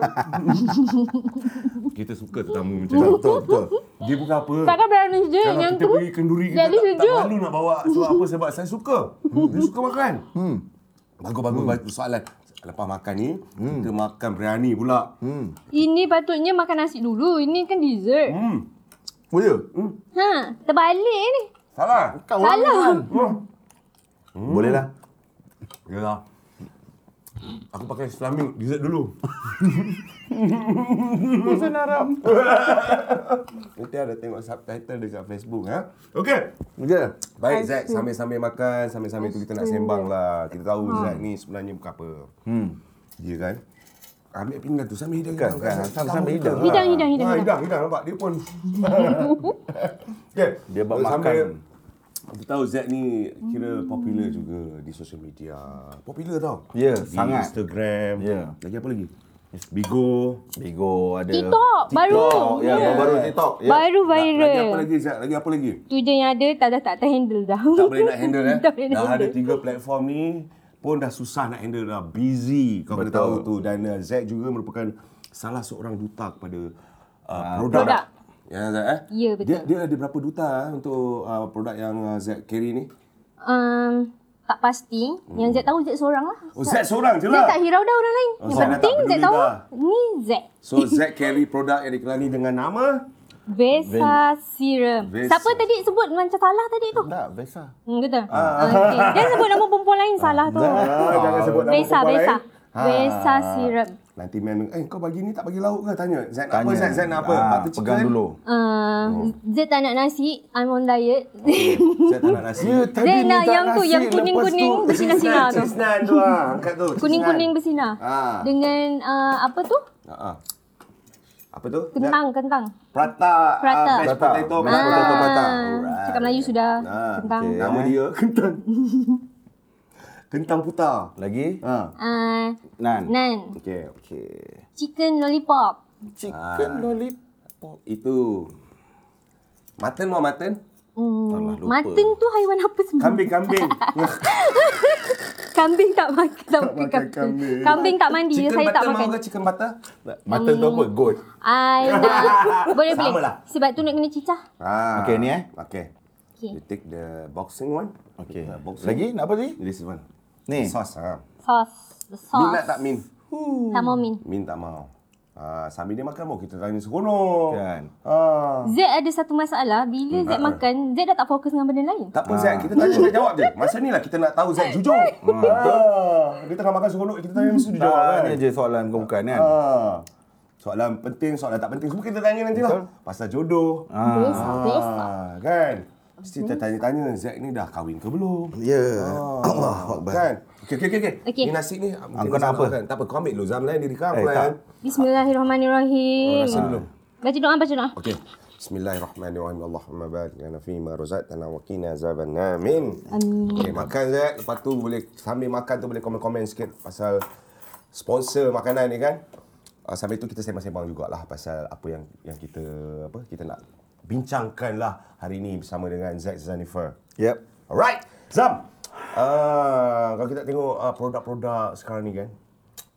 [SPEAKER 3] [laughs] Kita suka tetamu macam
[SPEAKER 2] betul
[SPEAKER 3] ni
[SPEAKER 2] betul. betul.
[SPEAKER 3] Dia bukan apa
[SPEAKER 4] Takkan brownies je
[SPEAKER 3] Kalau
[SPEAKER 4] kan, yang
[SPEAKER 3] kita
[SPEAKER 4] tu.
[SPEAKER 3] pergi kenduri kita
[SPEAKER 4] Jadi
[SPEAKER 3] tak, tak
[SPEAKER 4] sejuk.
[SPEAKER 3] malu nak bawa Sebab apa? Sebab saya suka Dia suka makan hmm. Bagus, bagus, bagus soalan Lepas makan ni Kita makan biryani pula hmm.
[SPEAKER 4] Ini patutnya makan nasi dulu. Ini kan dessert.
[SPEAKER 3] hmm.
[SPEAKER 2] Oh ya.
[SPEAKER 4] Ha, terbalik ni.
[SPEAKER 3] Salah
[SPEAKER 2] Kau
[SPEAKER 4] Salah.
[SPEAKER 2] Hmm. Boleh lah.
[SPEAKER 3] Yalah Aku pakai Islamic dessert dulu
[SPEAKER 2] Masa naram.
[SPEAKER 3] Nanti ada tengok subtitle dekat Facebook ha? Okay
[SPEAKER 2] Ya.
[SPEAKER 3] Baik Zack, sambil-sambil makan, sambil-sambil tu kita nak sembang lah. Kita tahu hmm. Zack ni sebenarnya bukan apa. Hmm. Ya kan? Ambil pinggan tu sambil hidang.
[SPEAKER 2] Bukan, bukan.
[SPEAKER 3] Zack.
[SPEAKER 2] Sambil-
[SPEAKER 3] Tahu
[SPEAKER 2] sambil
[SPEAKER 3] kita.
[SPEAKER 2] hidang
[SPEAKER 4] lah. Hidang, hidang, hidang,
[SPEAKER 3] Ah, hidang, hidang. Nampak dia pun. okay.
[SPEAKER 2] Dia buat
[SPEAKER 3] Sambil-
[SPEAKER 2] makan.
[SPEAKER 3] Kita tahu Zack ni kira popular juga di social media. Popular tau.
[SPEAKER 2] Ya,
[SPEAKER 3] Di
[SPEAKER 2] sangat.
[SPEAKER 3] Instagram.
[SPEAKER 2] Ya.
[SPEAKER 3] Lagi apa lagi? Bigo.
[SPEAKER 2] Bigo ada.
[SPEAKER 4] TikTok, baru.
[SPEAKER 2] Ya,
[SPEAKER 4] Ya.
[SPEAKER 2] baru TikTok. Ya.
[SPEAKER 4] Baru
[SPEAKER 3] Lagi apa
[SPEAKER 4] viral.
[SPEAKER 3] lagi Zack? Lagi apa
[SPEAKER 4] [laughs]
[SPEAKER 3] lagi?
[SPEAKER 4] Tu je yang ada tak dah tak terhandle dah.
[SPEAKER 3] tak boleh nak handle eh.
[SPEAKER 4] [laughs] tak boleh nak
[SPEAKER 3] dah ada
[SPEAKER 4] handle.
[SPEAKER 3] tiga platform ni pun dah susah nak handle dah busy kau kena
[SPEAKER 2] Betul.
[SPEAKER 3] tahu tu dan uh, Zack juga merupakan salah seorang duta kepada uh, produk.
[SPEAKER 4] Ah, produk.
[SPEAKER 3] Ya Zack eh?
[SPEAKER 4] Ya, betul.
[SPEAKER 3] Dia dia ada berapa duta eh, untuk uh, produk yang uh, Zack carry ni?
[SPEAKER 4] Um, tak pasti. Yang Zack tahu Zack seorang lah.
[SPEAKER 3] Hmm. Oh Zack seorang je
[SPEAKER 4] Zack
[SPEAKER 3] lah.
[SPEAKER 4] tak hirau dah orang lain.
[SPEAKER 3] Oh,
[SPEAKER 4] Yang
[SPEAKER 3] Zack dah tak
[SPEAKER 4] penting Zack
[SPEAKER 3] peduli
[SPEAKER 4] tahu
[SPEAKER 3] dah.
[SPEAKER 4] ni Zack.
[SPEAKER 3] So Zack carry produk yang dikenali dengan nama
[SPEAKER 4] Vesa Serum.
[SPEAKER 3] Vesa.
[SPEAKER 4] Siapa tadi sebut macam salah tadi tu?
[SPEAKER 2] Tak, biasa.
[SPEAKER 4] Hmm, kata. Ah. Okay. Dia sebut nama perempuan lain salah tu.
[SPEAKER 3] Ah, jangan sebut nama
[SPEAKER 4] Vesa,
[SPEAKER 3] perempuan
[SPEAKER 4] Vesa.
[SPEAKER 3] lain. Ah.
[SPEAKER 4] Vesa Serum.
[SPEAKER 3] Nanti men, eh kau bagi ni tak bagi lauk ke? Tanya. Zack nak
[SPEAKER 2] Tanya.
[SPEAKER 3] apa? Zack, Zack nak apa?
[SPEAKER 2] Ah,
[SPEAKER 3] Butter chicken?
[SPEAKER 2] pegang dulu.
[SPEAKER 3] Oh.
[SPEAKER 4] Uh, Zack tak nak nasi. I'm on
[SPEAKER 3] [laughs]
[SPEAKER 4] diet.
[SPEAKER 3] Zack Eh, tak nak nasi.
[SPEAKER 2] Ya,
[SPEAKER 4] Zack nak yang tu, yang kuning-kuning bersinar-sinar tu.
[SPEAKER 3] Cesnan tu ah. Angkat tu.
[SPEAKER 4] Kuning-kuning
[SPEAKER 3] cesnan.
[SPEAKER 4] bersinar.
[SPEAKER 3] Ah.
[SPEAKER 4] Dengan uh, apa tu?
[SPEAKER 3] Ah. ah. Apa tu?
[SPEAKER 4] Kentang, kentang.
[SPEAKER 3] Prata.
[SPEAKER 4] Prata.
[SPEAKER 3] Uh, mashed
[SPEAKER 2] Prata.
[SPEAKER 3] potato.
[SPEAKER 2] Mashed
[SPEAKER 3] prata.
[SPEAKER 2] potato prata.
[SPEAKER 3] Alright.
[SPEAKER 4] Cakap Melayu sudah.
[SPEAKER 3] Ah,
[SPEAKER 4] kentang.
[SPEAKER 2] okay.
[SPEAKER 3] Nama dia kentang. [laughs] kentang putar.
[SPEAKER 2] Lagi?
[SPEAKER 3] Ha.
[SPEAKER 4] Uh,
[SPEAKER 2] Nan.
[SPEAKER 4] nan.
[SPEAKER 3] Okey.
[SPEAKER 2] Okey.
[SPEAKER 4] Chicken lollipop.
[SPEAKER 2] Chicken
[SPEAKER 3] Ah.
[SPEAKER 2] lollipop.
[SPEAKER 3] Itu. Mutton mau mutton?
[SPEAKER 4] Hmm,
[SPEAKER 2] lupa.
[SPEAKER 4] mutton tu haiwan apa sebenarnya? [laughs]
[SPEAKER 3] Kambing-kambing.
[SPEAKER 4] Kambing tak makan
[SPEAKER 3] [laughs]
[SPEAKER 4] tak makan
[SPEAKER 3] makan
[SPEAKER 4] kambing.
[SPEAKER 3] kambing.
[SPEAKER 4] kambing. tak mandi ya, saya tak makan.
[SPEAKER 3] Chicken butter mau ke chicken butter?
[SPEAKER 2] Mata tu apa? Goat.
[SPEAKER 4] I nak
[SPEAKER 3] [laughs]
[SPEAKER 4] boleh
[SPEAKER 3] Sama
[SPEAKER 4] boleh.
[SPEAKER 3] lah.
[SPEAKER 4] Sebab tu nak kena cicah.
[SPEAKER 3] Ah.
[SPEAKER 2] Okey, ni, eh?
[SPEAKER 3] Okey. You
[SPEAKER 4] Okay.
[SPEAKER 3] take the boxing one.
[SPEAKER 2] Okey.
[SPEAKER 3] The boxing.
[SPEAKER 2] Lagi nak apa lagi?
[SPEAKER 3] This one.
[SPEAKER 2] Ni.
[SPEAKER 3] Sauce. Ha.
[SPEAKER 4] Sauce. The
[SPEAKER 3] Min
[SPEAKER 4] sauce.
[SPEAKER 3] nak tak min?
[SPEAKER 4] Tak mau min.
[SPEAKER 3] Min tak mau. Ha, sambil dia makan pun kita tanya seronok.
[SPEAKER 2] Kan.
[SPEAKER 3] Ha.
[SPEAKER 4] Z ada satu masalah bila
[SPEAKER 3] Hmm,
[SPEAKER 4] Z makan, Z dah tak fokus dengan benda lain.
[SPEAKER 3] Tak apa
[SPEAKER 2] Ah.
[SPEAKER 3] Zack, kita tanya nak jawab je. Masa ni lah kita nak tahu Zack jujur. Ah. Ha. Dia tengah makan seronok, kita tanya mesti dia jawab
[SPEAKER 2] Tanya
[SPEAKER 3] kan.
[SPEAKER 2] je soalan bukan-bukan kan?
[SPEAKER 3] Ha. So Soalan penting, soalan tak penting. Semua kita tanya nanti lah. Pasal jodoh.
[SPEAKER 2] Ah.
[SPEAKER 4] Besar, besar. Mhm.
[SPEAKER 3] Ah, kan? Mesti tertanya-tanya Zack ni dah kahwin ke belum?
[SPEAKER 2] Ya. Allah
[SPEAKER 3] Ah,
[SPEAKER 2] Akbar.
[SPEAKER 3] kan? Okey, okey, okey. Okay.
[SPEAKER 4] Okey.
[SPEAKER 3] Ni nasi ni. ah, mungkin
[SPEAKER 2] kau nak
[SPEAKER 3] Zam
[SPEAKER 2] apa?
[SPEAKER 3] Kan? Tak apa, kau ambil dulu. Zam lain diri kau.
[SPEAKER 2] Eh,
[SPEAKER 3] aku lain.
[SPEAKER 2] tak.
[SPEAKER 3] Oh,
[SPEAKER 4] Bismillahirrahmanirrahim.
[SPEAKER 3] Rasa Oh. dulu.
[SPEAKER 4] Baca doa, baca doa.
[SPEAKER 3] Okey. Bismillahirrahmanirrahim. Allahumma barik lana fi ma razaqtana wa qina azaban amin.
[SPEAKER 4] Amin.
[SPEAKER 3] Okey, makan Zack. Lepas tu boleh sambil makan tu boleh komen-komen sikit pasal sponsor makanan ni kan. Uh, sambil tu kita sembang-sembang jugalah pasal apa yang yang kita apa kita nak bincangkan lah hari ni bersama dengan Zack Zanifer.
[SPEAKER 2] Yep.
[SPEAKER 3] Alright, Zam. Uh, kalau kita tengok uh, produk-produk sekarang ni kan,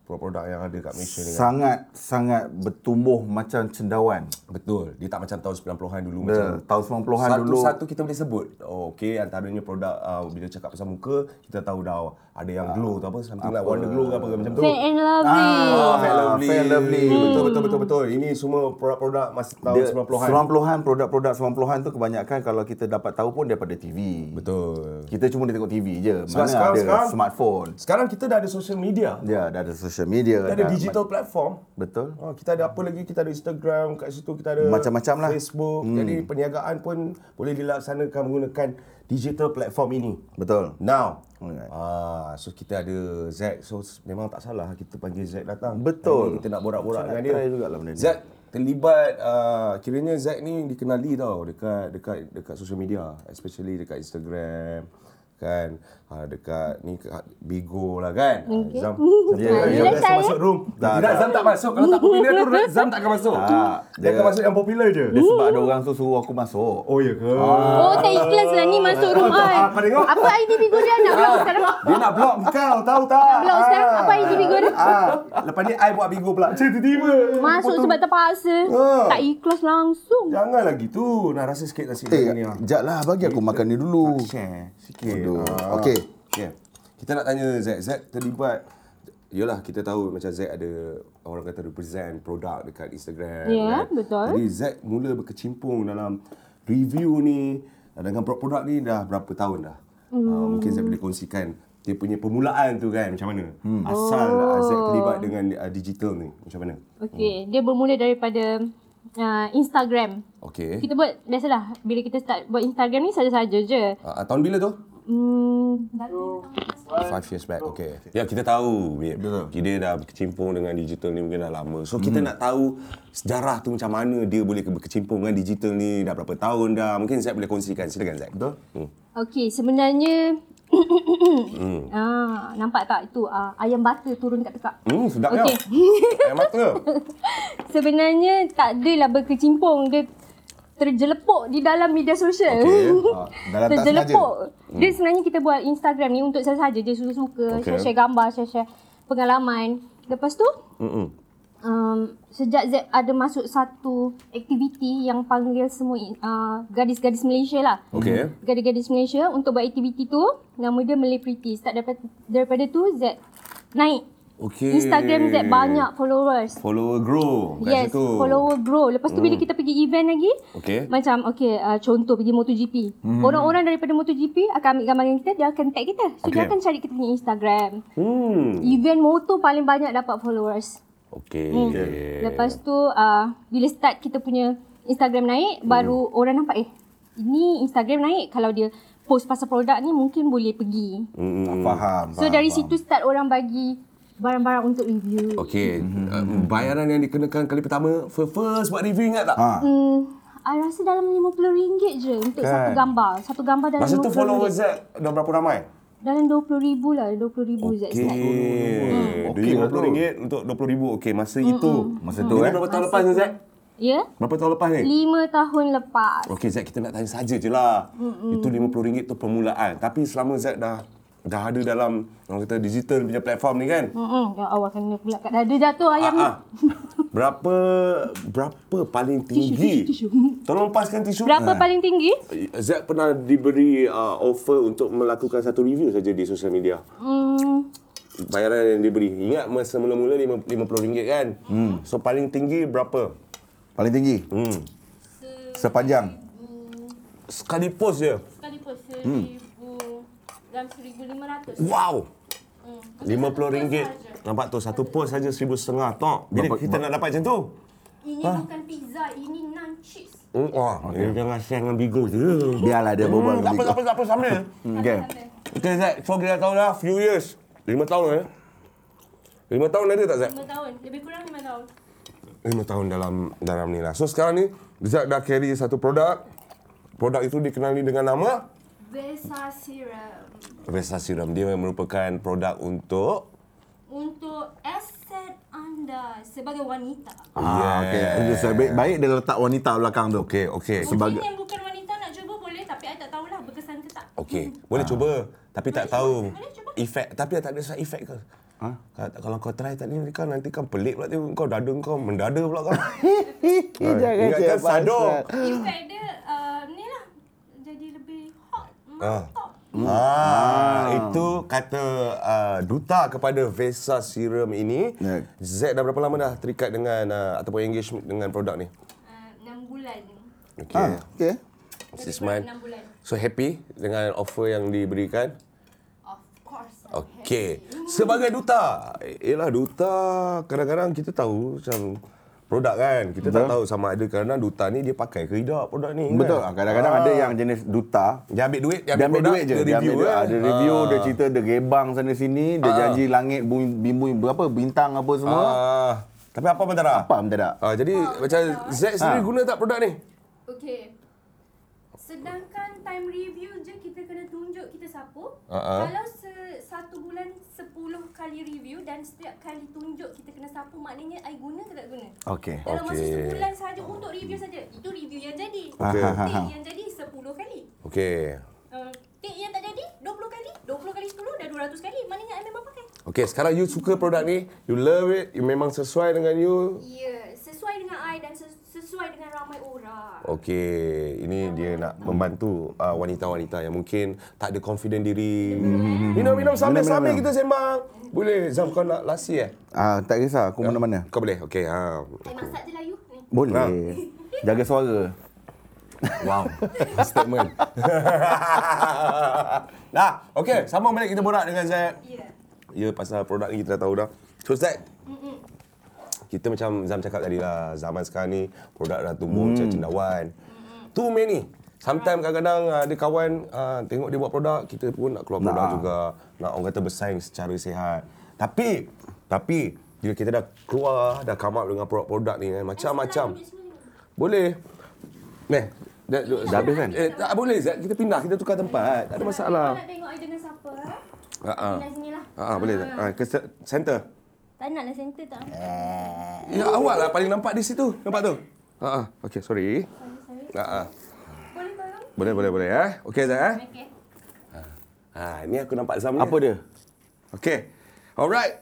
[SPEAKER 3] produk-produk yang ada kat Malaysia ni kan.
[SPEAKER 2] Sangat sangat bertumbuh macam cendawan.
[SPEAKER 3] Betul. Dia tak macam tahun 90-an dulu macam
[SPEAKER 2] Dia, tahun 90-an
[SPEAKER 3] satu,
[SPEAKER 2] dulu.
[SPEAKER 3] Satu kita boleh sebut. Oh, okay, antaranya produk uh, bila cakap pasal muka, kita tahu dah ada
[SPEAKER 2] Ah.
[SPEAKER 3] yang glow tu apa, something like wonder glow ke apa ke, macam tu.
[SPEAKER 4] Fair and Hmm. lovely.
[SPEAKER 3] Ah, Fair
[SPEAKER 2] Ah,
[SPEAKER 3] Lovely.
[SPEAKER 2] Fair Lovely.
[SPEAKER 3] Betul, betul, betul, betul. Ini semua produk-produk masa tahun
[SPEAKER 2] Dia,
[SPEAKER 3] 90-an.
[SPEAKER 2] 90-an, produk-produk 90-an tu kebanyakan kalau kita dapat tahu pun daripada TV.
[SPEAKER 3] Betul.
[SPEAKER 2] Kita cuma dia tengok TV je.
[SPEAKER 3] Sebab
[SPEAKER 2] Mana
[SPEAKER 3] sekarang-
[SPEAKER 2] ada
[SPEAKER 3] sekarang-
[SPEAKER 2] smartphone.
[SPEAKER 3] Sekarang kita dah ada social media.
[SPEAKER 2] Ya, dah ada social media.
[SPEAKER 3] Kita ada
[SPEAKER 2] dah-
[SPEAKER 3] digital platform.
[SPEAKER 2] Betul.
[SPEAKER 3] Oh, kita ada apa lagi? Kita ada Instagram, kat situ kita ada
[SPEAKER 2] Macam-macam lah.
[SPEAKER 3] Facebook. Hmm. Jadi perniagaan pun boleh dilaksanakan menggunakan digital platform ini.
[SPEAKER 2] Betul.
[SPEAKER 3] Now.
[SPEAKER 2] Alright.
[SPEAKER 3] Ah, so kita ada Zack. So s- memang tak salah kita panggil Zack datang.
[SPEAKER 2] Betul.
[SPEAKER 3] Hari ni Kita nak borak-borak
[SPEAKER 2] Saya
[SPEAKER 3] dengan
[SPEAKER 2] nak
[SPEAKER 3] dia.
[SPEAKER 2] try jugalah benda ni.
[SPEAKER 3] Zack terlibat uh, kiranya Zack ni dikenali tau dekat dekat dekat social media, especially dekat Instagram kan uh, dekat ni kat Bigo lah kan okay. Zam,
[SPEAKER 2] Ya,
[SPEAKER 3] Zam tak-
[SPEAKER 2] ya.
[SPEAKER 3] Zam tak
[SPEAKER 4] Saya-
[SPEAKER 3] masuk room
[SPEAKER 2] Tak,
[SPEAKER 3] Tidak,
[SPEAKER 2] tak.
[SPEAKER 3] Zam tak masuk Kalau tak popular tu Zam tak akan masuk
[SPEAKER 2] Tak.
[SPEAKER 3] Dia akan
[SPEAKER 2] Dia-
[SPEAKER 3] masuk yang popular je
[SPEAKER 2] Dia sebab ada orang tu suruh aku masuk.
[SPEAKER 3] Oh ya ke?
[SPEAKER 4] Oh, tak ikhlas lah ni masuk room on.
[SPEAKER 3] Ah, kau tengok. Ah.
[SPEAKER 4] Apa IDP kau dia nak block sekarang?
[SPEAKER 3] Dia nak block kau tahu tak? Nak
[SPEAKER 4] block sekarang? Apa IDP kau dia?
[SPEAKER 3] Ah, lepas ni I buat bigo pula. Macam tiba-tiba.
[SPEAKER 4] Masuk sebab terpaksa.
[SPEAKER 3] Ah.
[SPEAKER 4] Tak ikhlas langsung.
[SPEAKER 3] Janganlah gitu. Nak rasa sikit nasi
[SPEAKER 2] Eh,
[SPEAKER 3] goreng ni. ah.
[SPEAKER 2] jap lah bagi aku makan ni dulu.
[SPEAKER 3] Share sikit.
[SPEAKER 2] Aduh.
[SPEAKER 3] Ah.
[SPEAKER 2] Okey.
[SPEAKER 3] Okay. Kita nak tanya Zack. Zack terlibat Yelah kita tahu macam Zack ada orang kata represent produk dekat Instagram. kan?
[SPEAKER 4] Ya, betul.
[SPEAKER 3] Jadi Zack mula berkecimpung dalam review ni dengan produk-produk ni dah berapa tahun dah. Hmm. Uh, mungkin Zack boleh kongsikan dia punya permulaan tu kan macam mana. Hmm. Asal oh. Zack terlibat dengan uh, digital ni macam mana.
[SPEAKER 4] Okey, dia bermula daripada uh, Instagram.
[SPEAKER 3] Okey.
[SPEAKER 4] Kita buat biasalah bila kita start buat Instagram ni saja-saja je.
[SPEAKER 3] Uh, tahun bila tu?
[SPEAKER 4] Hmm,
[SPEAKER 3] Five years back, okay. Ya, kita tahu. babe. Dia dah berkecimpung dengan digital ni mungkin dah lama. So, kita nak tahu sejarah tu macam mana dia boleh ke- berkecimpung dengan digital ni. Dah berapa tahun dah. Mungkin Zack boleh kongsikan. Silakan, Zack. Betul. Hmm.
[SPEAKER 4] okey sebenarnya [coughs] ah, nampak tak itu ah, ayam butter turun kat tekak.
[SPEAKER 3] Hmm, sedap
[SPEAKER 4] Okey.
[SPEAKER 3] ya. Ayam
[SPEAKER 4] [laughs]
[SPEAKER 3] mata.
[SPEAKER 4] Sebenarnya tak adalah berkecimpung dia terjelepuk di dalam media sosial. [laughs]
[SPEAKER 3] Okey.
[SPEAKER 2] Ah, dalam tak
[SPEAKER 4] terjelepuk. Dia sebenarnya kita buat Instagram ni untuk saja-saja je suka-suka,
[SPEAKER 3] Hmm. Okey.
[SPEAKER 4] share-share gambar, share-share pengalaman. Lepas tu
[SPEAKER 3] Mm-mm.
[SPEAKER 4] um, sejak Z ada masuk satu aktiviti yang panggil semua uh, gadis-gadis Malaysia lah.
[SPEAKER 3] Okey.
[SPEAKER 4] Gadis-gadis Malaysia untuk buat aktiviti tu nama dia Malay Pretty. Start daripada, daripada tu Z naik.
[SPEAKER 3] Okey.
[SPEAKER 4] Instagram Z banyak followers.
[SPEAKER 3] Follower grow kat
[SPEAKER 4] yes,
[SPEAKER 3] situ. Hmm.
[SPEAKER 4] follower grow. Lepas tu bila kita pergi event lagi,
[SPEAKER 3] Okey. Hmm.
[SPEAKER 4] macam okay, uh, contoh pergi MotoGP. Orang-orang daripada MotoGP akan ambil gambar dengan kita, dia akan tag kita. So dia
[SPEAKER 3] Okey.
[SPEAKER 4] akan cari kita punya Instagram.
[SPEAKER 3] Hmm.
[SPEAKER 4] Event motor paling banyak dapat followers.
[SPEAKER 3] Okey.
[SPEAKER 4] Hmm. Lepas tu uh, bila start kita punya Instagram naik baru
[SPEAKER 3] Hmm.
[SPEAKER 4] orang nampak eh ini Instagram naik kalau dia post pasal produk ni mungkin boleh pergi.
[SPEAKER 3] Hmm.
[SPEAKER 2] Tak faham.
[SPEAKER 4] So
[SPEAKER 2] faham,
[SPEAKER 4] dari
[SPEAKER 2] faham.
[SPEAKER 4] situ start orang bagi barang-barang untuk review.
[SPEAKER 3] Okey, uh, bayaran yang dikenakan kali pertama, first, first buat review ingat tak?
[SPEAKER 2] Ha.
[SPEAKER 4] Hmm, I rasa dalam RM50 je untuk
[SPEAKER 2] Kan.
[SPEAKER 4] satu gambar. Satu gambar dalam
[SPEAKER 3] Masa tu
[SPEAKER 4] RM20.
[SPEAKER 3] follower Zack dah berapa ramai?
[SPEAKER 4] dalam RM20,000 lah. RM20,000 okay. Zack start.
[SPEAKER 3] Hmm, Okey. Duit
[SPEAKER 2] Okey lah tu.
[SPEAKER 3] RM50 untuk RM20,000. Okey, masa
[SPEAKER 4] Hmm,
[SPEAKER 3] itu.
[SPEAKER 2] Masa tu,
[SPEAKER 3] Ini
[SPEAKER 2] eh.
[SPEAKER 3] berapa tahun lepas ni, Zack?
[SPEAKER 4] Ya?
[SPEAKER 3] Berapa tahun lepas ni?
[SPEAKER 4] Lima tahun lepas.
[SPEAKER 3] Okey, Zack, kita nak tanya saja je lah.
[SPEAKER 4] Hmm,
[SPEAKER 3] Itu RM50 tu permulaan. Tapi selama Zack dah dah ada dalam orang kata digital punya platform ni kan.
[SPEAKER 4] Hmm, ya Allah kena pula kat dada jatuh ayam ni.
[SPEAKER 3] Ah, ah. Berapa berapa paling tinggi?
[SPEAKER 4] tisu, tisu.
[SPEAKER 3] Tolong paskan tisu. Ah.
[SPEAKER 4] Berapa paling tinggi?
[SPEAKER 3] Zack pernah diberi uh, offer untuk melakukan satu review saja di social media.
[SPEAKER 4] Hmm,
[SPEAKER 3] bayaran yang diberi. Ingat masa mula-mula RM50 kan? Hmm. So paling tinggi berapa?
[SPEAKER 2] Paling tinggi
[SPEAKER 3] Hmm.
[SPEAKER 2] sepanjang.
[SPEAKER 3] Sekali post je. Hmm.
[SPEAKER 5] Sekali pun seribu dalam seribu lima ratus.
[SPEAKER 3] Wow.
[SPEAKER 4] Hmm.
[SPEAKER 3] RM50 Nampak tu Satu post saja RM1,500 Tok Bila
[SPEAKER 2] Berapa-
[SPEAKER 3] kita nak dapat macam tu
[SPEAKER 4] Ini
[SPEAKER 3] Ah.
[SPEAKER 4] bukan pizza, ini non cheese.
[SPEAKER 3] Oh, wah, okay. jangan share dengan Bigo je.
[SPEAKER 2] Biarlah dia berbual
[SPEAKER 3] Hmm, tak apa,
[SPEAKER 2] dengan
[SPEAKER 3] tak apa, tak apa, sambil.
[SPEAKER 4] Hmm.
[SPEAKER 2] Okay.
[SPEAKER 3] Okay, Zek, so kita dah tahu dah, few years. Lima tahun eh. Lima tahun ada tak, Zek?
[SPEAKER 4] 5 tahun, lebih kurang 5 tahun.
[SPEAKER 3] Lima tahun dalam dalam ni lah. So sekarang ni, Zek dah carry satu produk. Produk itu dikenali dengan nama
[SPEAKER 4] Vesa Serum
[SPEAKER 3] Vesa Serum. Dia merupakan produk untuk
[SPEAKER 4] untuk aset anda sebagai wanita.
[SPEAKER 2] Ah, okay. Dia Baik, baik dia letak wanita belakang tu.
[SPEAKER 3] Okay, okay. So,
[SPEAKER 2] Sebagai-
[SPEAKER 4] Mungkin yang bukan wanita nak cuba boleh tapi I tak tahulah berkesan ke tak.
[SPEAKER 3] okay, boleh cuba. Tapi tak
[SPEAKER 4] Boleh
[SPEAKER 3] tahu
[SPEAKER 4] cuba, boleh cuba.
[SPEAKER 3] efek. Tapi tak ada side effect ke? Ha? Kalau kau try tak ni, kau nanti kau pelik pula tu. Kau dada kau mendada pula kau.
[SPEAKER 2] [laughs] Jangan
[SPEAKER 3] Ingatkan Ha, Sado.
[SPEAKER 4] Effect dia uh, ni lah jadi lebih hot,
[SPEAKER 3] Ah.
[SPEAKER 4] mantap.
[SPEAKER 2] Hmm.
[SPEAKER 3] Ah, itu kata uh, duta kepada Vesa Serum ini.
[SPEAKER 2] Ya.
[SPEAKER 3] Z dah berapa lama dah terikat dengan uh, ataupun engage dengan produk ni?
[SPEAKER 4] Uh, 6 bulan.
[SPEAKER 3] Okay.
[SPEAKER 2] Okay.
[SPEAKER 3] Mrs.
[SPEAKER 4] Lebih kurang
[SPEAKER 3] Man.
[SPEAKER 4] enam bulan.
[SPEAKER 3] So happy dengan offer yang diberikan?
[SPEAKER 4] Of course.
[SPEAKER 3] Okey. Sebagai duta, ialah duta kadang-kadang kita tahu macam produk kan. Kita tak tahu sama ada kerana duta ni dia pakai ke tidak produk ni.
[SPEAKER 2] Betul. Ah,
[SPEAKER 3] Kan?
[SPEAKER 2] Kadang-kadang ada yang jenis duta.
[SPEAKER 3] Dia ambil duit, dia
[SPEAKER 2] Dia
[SPEAKER 3] ambil,
[SPEAKER 2] ambil
[SPEAKER 3] produk,
[SPEAKER 2] duit je.
[SPEAKER 3] dia
[SPEAKER 2] Dia
[SPEAKER 3] review.
[SPEAKER 2] ambil duit.
[SPEAKER 3] kan?
[SPEAKER 2] Ada review,
[SPEAKER 3] Ah.
[SPEAKER 2] dia cerita, dia gebang sana sini. Dia janji langit, bumi, bumi, berapa, bintang apa semua.
[SPEAKER 3] Ah, tapi apa Mentara?
[SPEAKER 2] Faham tak tak?
[SPEAKER 3] Ah, jadi macam Z
[SPEAKER 2] Ah.
[SPEAKER 3] sendiri guna tak produk ni?
[SPEAKER 4] Okey. Sedangkan time review je kita kena tunjuk kita siapa.
[SPEAKER 3] Ah, ah.
[SPEAKER 4] Kalau se- satu bulan 10 kali review dan setiap kali tunjuk kita kena sapu maknanya I guna ke tak guna?
[SPEAKER 2] Okay.
[SPEAKER 4] Dalam masa
[SPEAKER 3] Okey.
[SPEAKER 4] sebulan sahaja untuk review saja. Itu review yang jadi.
[SPEAKER 3] Okey.
[SPEAKER 4] Tick yang jadi 10 kali.
[SPEAKER 3] Okey.
[SPEAKER 4] Uh, tick yang tak jadi 20 kali. 20 kali 10 dah 200 kali. Maknanya I memang pakai.
[SPEAKER 3] Okey, sekarang you suka produk ni, you love it, you memang sesuai dengan you.
[SPEAKER 4] Ya, yeah, sesuai dengan I dan ses- sesuai dengan ramai orang.
[SPEAKER 3] Okey, ini dia nak membantu uh, wanita-wanita yang mungkin tak ada confident diri. Minum-minum sambil-sambil
[SPEAKER 2] Minum, minum, minum.
[SPEAKER 3] kita sembang. Boleh, Zam kau nak lasi eh?
[SPEAKER 2] Ah, tak kisah.
[SPEAKER 3] Ya.
[SPEAKER 2] Aku mana-mana.
[SPEAKER 3] Kau boleh? Okey, ha.
[SPEAKER 4] I masak je lah you. Ni.
[SPEAKER 3] Ah.
[SPEAKER 2] Boleh. Jaga suara.
[SPEAKER 3] Wow, statement. [laughs] nah, okey, sama balik kita borak dengan Zaid.
[SPEAKER 4] Ya. Yeah.
[SPEAKER 3] Ya pasal produk ni kita dah tahu dah. So Zack, kita macam Zam cakap tadi lah, zaman sekarang ni produk dah tumbuh macam cendawan. Too many. Sometimes kadang-kadang ah, ada kawan ah, tengok dia buat produk, kita pun nak keluar produk
[SPEAKER 2] Nah.
[SPEAKER 3] juga. Nak orang kata bersaing secara sihat. Tapi, tapi bila kita dah keluar, dah come up dengan produk-produk ni kan, macam-macam. Boleh. Neh, dah,
[SPEAKER 2] Dah habis kan?
[SPEAKER 3] Eh, tak boleh Zack, kita pindah, kita tukar tempat. Tak ada masalah.
[SPEAKER 4] Nak tengok I dengan siapa? eh?
[SPEAKER 3] Ha ah.
[SPEAKER 4] Pindah sini lah.
[SPEAKER 3] Ha ah, boleh Zack. Ah, ke se- center.
[SPEAKER 4] Tak nak lah center tak.
[SPEAKER 3] Ya awak lah paling nampak di situ. Nampak tu? Ha ah. Okey, sorry.
[SPEAKER 4] Sorry.
[SPEAKER 3] Ha ah.
[SPEAKER 4] Boleh tolong?
[SPEAKER 3] Boleh boleh boleh eh. Okey Zat eh.
[SPEAKER 4] Okey.
[SPEAKER 3] Ha ni aku nampak Zam ni.
[SPEAKER 2] Apa dia?
[SPEAKER 3] Okey. Alright.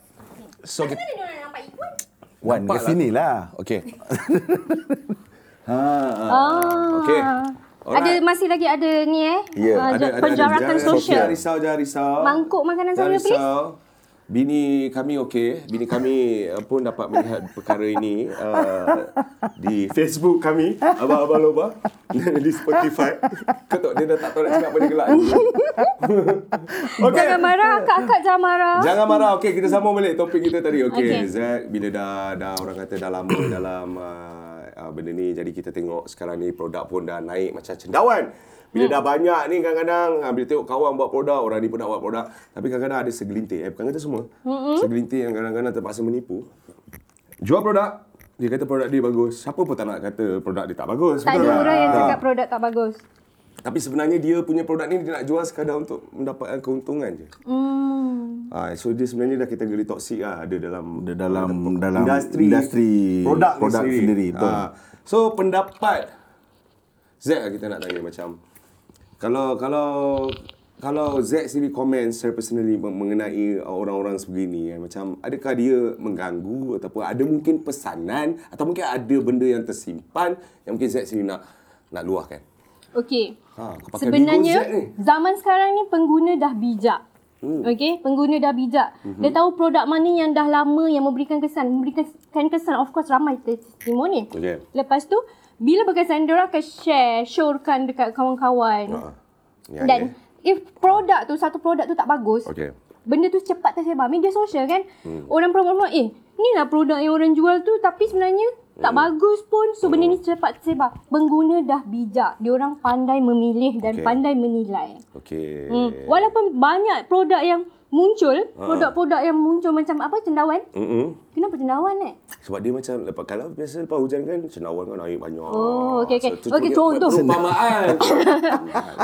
[SPEAKER 3] So
[SPEAKER 4] Mana
[SPEAKER 3] kita
[SPEAKER 4] dia orang nampak ikut?
[SPEAKER 2] Wan,
[SPEAKER 3] Nampak
[SPEAKER 2] ke sini lah.
[SPEAKER 3] Okey.
[SPEAKER 2] Ha.
[SPEAKER 4] Ah.
[SPEAKER 3] Okey. Alright.
[SPEAKER 4] Ada masih lagi ada ni eh.
[SPEAKER 2] Ya,
[SPEAKER 4] Ah,
[SPEAKER 3] ada- ada-
[SPEAKER 4] penjarakan
[SPEAKER 3] ada-
[SPEAKER 4] sosial.
[SPEAKER 2] Jangan risau, jangan risau.
[SPEAKER 4] Mangkuk makanan saya,
[SPEAKER 3] Jangan risau. Bini kami okey. Bini kami uh, pun dapat melihat perkara ini uh, di Facebook kami. Abang-abang loba. [laughs] di Spotify. Kau tahu dia dah tak tahu nak cakap apa dia gelak.
[SPEAKER 4] Okay. Jangan marah, akak-akak jangan marah.
[SPEAKER 3] Jangan marah. Okey, kita sambung balik topik kita tadi. Okey, okay.
[SPEAKER 4] Okey.
[SPEAKER 3] Zack bila dah dah orang kata dah lama [clears throat] dalam uh, uh, benda ni jadi kita tengok sekarang ni produk pun dah naik macam cendawan. Bila hmm. dah banyak ni kadang-kadang ah, bila tengok kawan buat produk, orang ni pun nak buat produk. Tapi kadang-kadang ada segelintir. Eh, bukan kata semua. Mm-hmm. Segelintir yang kadang-kadang terpaksa menipu. Jual produk, dia kata produk dia bagus. Siapa pun tak nak kata produk dia tak bagus.
[SPEAKER 4] Tak ada
[SPEAKER 3] Betul tak?
[SPEAKER 4] orang yang
[SPEAKER 3] Ah.
[SPEAKER 4] cakap produk tak bagus.
[SPEAKER 3] Tapi sebenarnya dia punya produk ni dia nak jual sekadar untuk mendapatkan keuntungan je.
[SPEAKER 4] Hmm.
[SPEAKER 3] Ah, so dia sebenarnya dah kategori toksik lah ada dalam
[SPEAKER 2] Dia dalam dalam
[SPEAKER 3] industri,
[SPEAKER 2] industri
[SPEAKER 3] produk,
[SPEAKER 2] produk
[SPEAKER 3] ni sendiri.
[SPEAKER 2] sendiri, betul.
[SPEAKER 3] Ah, so pendapat Z lah kita nak tanya macam kalau kalau kalau Z sendiri komen secara personally meng- mengenai orang-orang sebegini kan, macam adakah dia mengganggu ataupun ada mungkin pesanan atau mungkin ada benda yang tersimpan yang mungkin Z sendiri nak nak luahkan.
[SPEAKER 4] Okey.
[SPEAKER 3] Ha, kau pakai
[SPEAKER 4] Sebenarnya
[SPEAKER 3] Bigo Z ni.
[SPEAKER 4] zaman sekarang ni pengguna dah bijak. Hmm. Okey, pengguna dah bijak.
[SPEAKER 3] Mhm.
[SPEAKER 4] Mm-hmm. Dia tahu produk mana yang dah lama yang memberikan kesan, memberikan kan kesan of course ramai testimoni.
[SPEAKER 3] Okey.
[SPEAKER 4] Lepas tu bila berkesan dia akan share, showkan dekat kawan-kawan.
[SPEAKER 3] Ha. Ya,
[SPEAKER 4] Dan if produk tu satu produk tu tak bagus,
[SPEAKER 3] Okey.
[SPEAKER 4] benda tu cepat tersebar. Media sosial kan. Hmm. Orang promote-promote, eh, ni lah produk yang orang jual tu tapi sebenarnya tak
[SPEAKER 3] Hmm.
[SPEAKER 4] bagus pun. So, benda ni cepat tersebar. Pengguna dah bijak. Diorang pandai memilih
[SPEAKER 3] Okey.
[SPEAKER 4] dan okay. pandai menilai.
[SPEAKER 3] Okey. Ha.
[SPEAKER 4] Hmm. Walaupun banyak produk yang muncul, produk-produk yang muncul macam apa, cendawan.
[SPEAKER 3] Mm-mm.
[SPEAKER 4] Kenapa cendawan eh?
[SPEAKER 3] Sebab dia macam lepas kalau biasa lepas hujan kan cendawan kan air banyak.
[SPEAKER 4] Oh, okey, okey.
[SPEAKER 3] tu- tu
[SPEAKER 4] Okey,
[SPEAKER 3] dia
[SPEAKER 4] contoh. [coughs]
[SPEAKER 5] Perumpamaan.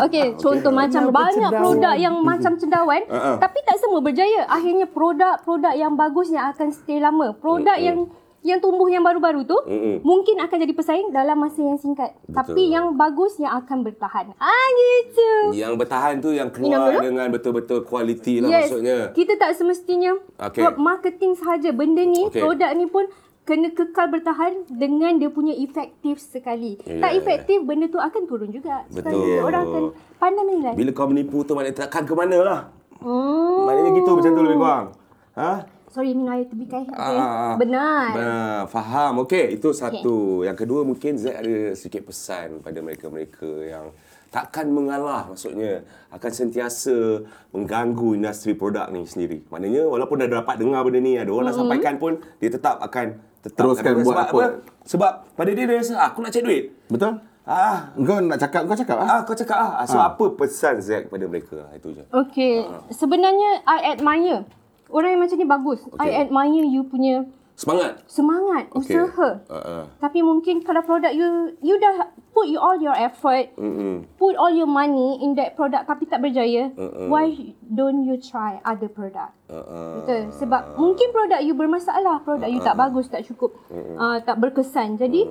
[SPEAKER 4] Okey, contoh macam banyak produk yang
[SPEAKER 5] Mhm.
[SPEAKER 4] macam cendawan
[SPEAKER 5] Uh-huh.
[SPEAKER 4] tapi tak semua berjaya. Akhirnya produk-produk yang bagus yang akan stay lama. Produk
[SPEAKER 5] Mhm.
[SPEAKER 4] yang yang tumbuh yang baru-baru tu mungkin akan jadi pesaing dalam masa yang singkat. Tapi yang bagus yang akan bertahan. Ah gitu.
[SPEAKER 5] yang bertahan tu yang
[SPEAKER 4] Minum
[SPEAKER 5] keluar
[SPEAKER 4] dulu.
[SPEAKER 5] dengan betul-betul kualiti lah
[SPEAKER 4] yes.
[SPEAKER 5] maksudnya.
[SPEAKER 4] Kita tak semestinya
[SPEAKER 5] Okey.
[SPEAKER 4] buat marketing sahaja. Benda ni,
[SPEAKER 5] Okey.
[SPEAKER 4] okay. produk ni pun kena kekal bertahan dengan dia punya efektif sekali.
[SPEAKER 5] Ya.
[SPEAKER 4] Tak efektif, benda tu akan turun juga. Sekali
[SPEAKER 5] Betul.
[SPEAKER 4] Orang akan pandai menilai.
[SPEAKER 5] Bila kau menipu tu maknanya takkan ke mana lah.
[SPEAKER 4] Hmm.
[SPEAKER 3] Maknanya gitu macam tu lebih kurang. Ha?
[SPEAKER 4] Sorry Mina I terbikai. Okay.
[SPEAKER 5] Ah, ah, ah.
[SPEAKER 4] Benar.
[SPEAKER 5] Benar. Faham. Okey, itu satu. Yang kedua mungkin Z ada sedikit pesan pada mereka-mereka yang takkan mengalah maksudnya akan sentiasa mengganggu industri produk ni sendiri. Maknanya walaupun dah dapat dengar benda ni
[SPEAKER 4] Hmm.
[SPEAKER 5] ada orang mm-hmm. nak sampaikan pun dia tetap akan tetap
[SPEAKER 2] Teruskan
[SPEAKER 5] akan-
[SPEAKER 2] buat
[SPEAKER 5] sebab
[SPEAKER 2] apa?
[SPEAKER 5] Sebab pada dia dia rasa "Ah, aku nak cari duit.
[SPEAKER 2] Betul?
[SPEAKER 5] Ah,
[SPEAKER 2] Kau nak cakap, kau cakap lah.
[SPEAKER 5] ah kau cakap ah. Ah, So apa pesan Z kepada mereka? Ah, Itu je.
[SPEAKER 4] Okay. Sebenarnya I admire. Orang yang macam ni bagus.
[SPEAKER 5] Okey.
[SPEAKER 4] I admire you punya
[SPEAKER 5] Semangat.
[SPEAKER 4] semangat,
[SPEAKER 5] Okey.
[SPEAKER 4] okay. usaha.
[SPEAKER 5] Ah, ah.
[SPEAKER 4] Tapi mungkin kalau produk you you dah put you all your effort, Mm-mm. put all your money in that product tapi tak berjaya, Mm-mm. why don't you try other product?
[SPEAKER 5] Ah,
[SPEAKER 4] Uh-uh. Betul. Sebab mungkin produk you bermasalah, produk you tak bagus, tak cukup, uh, tak berkesan. Jadi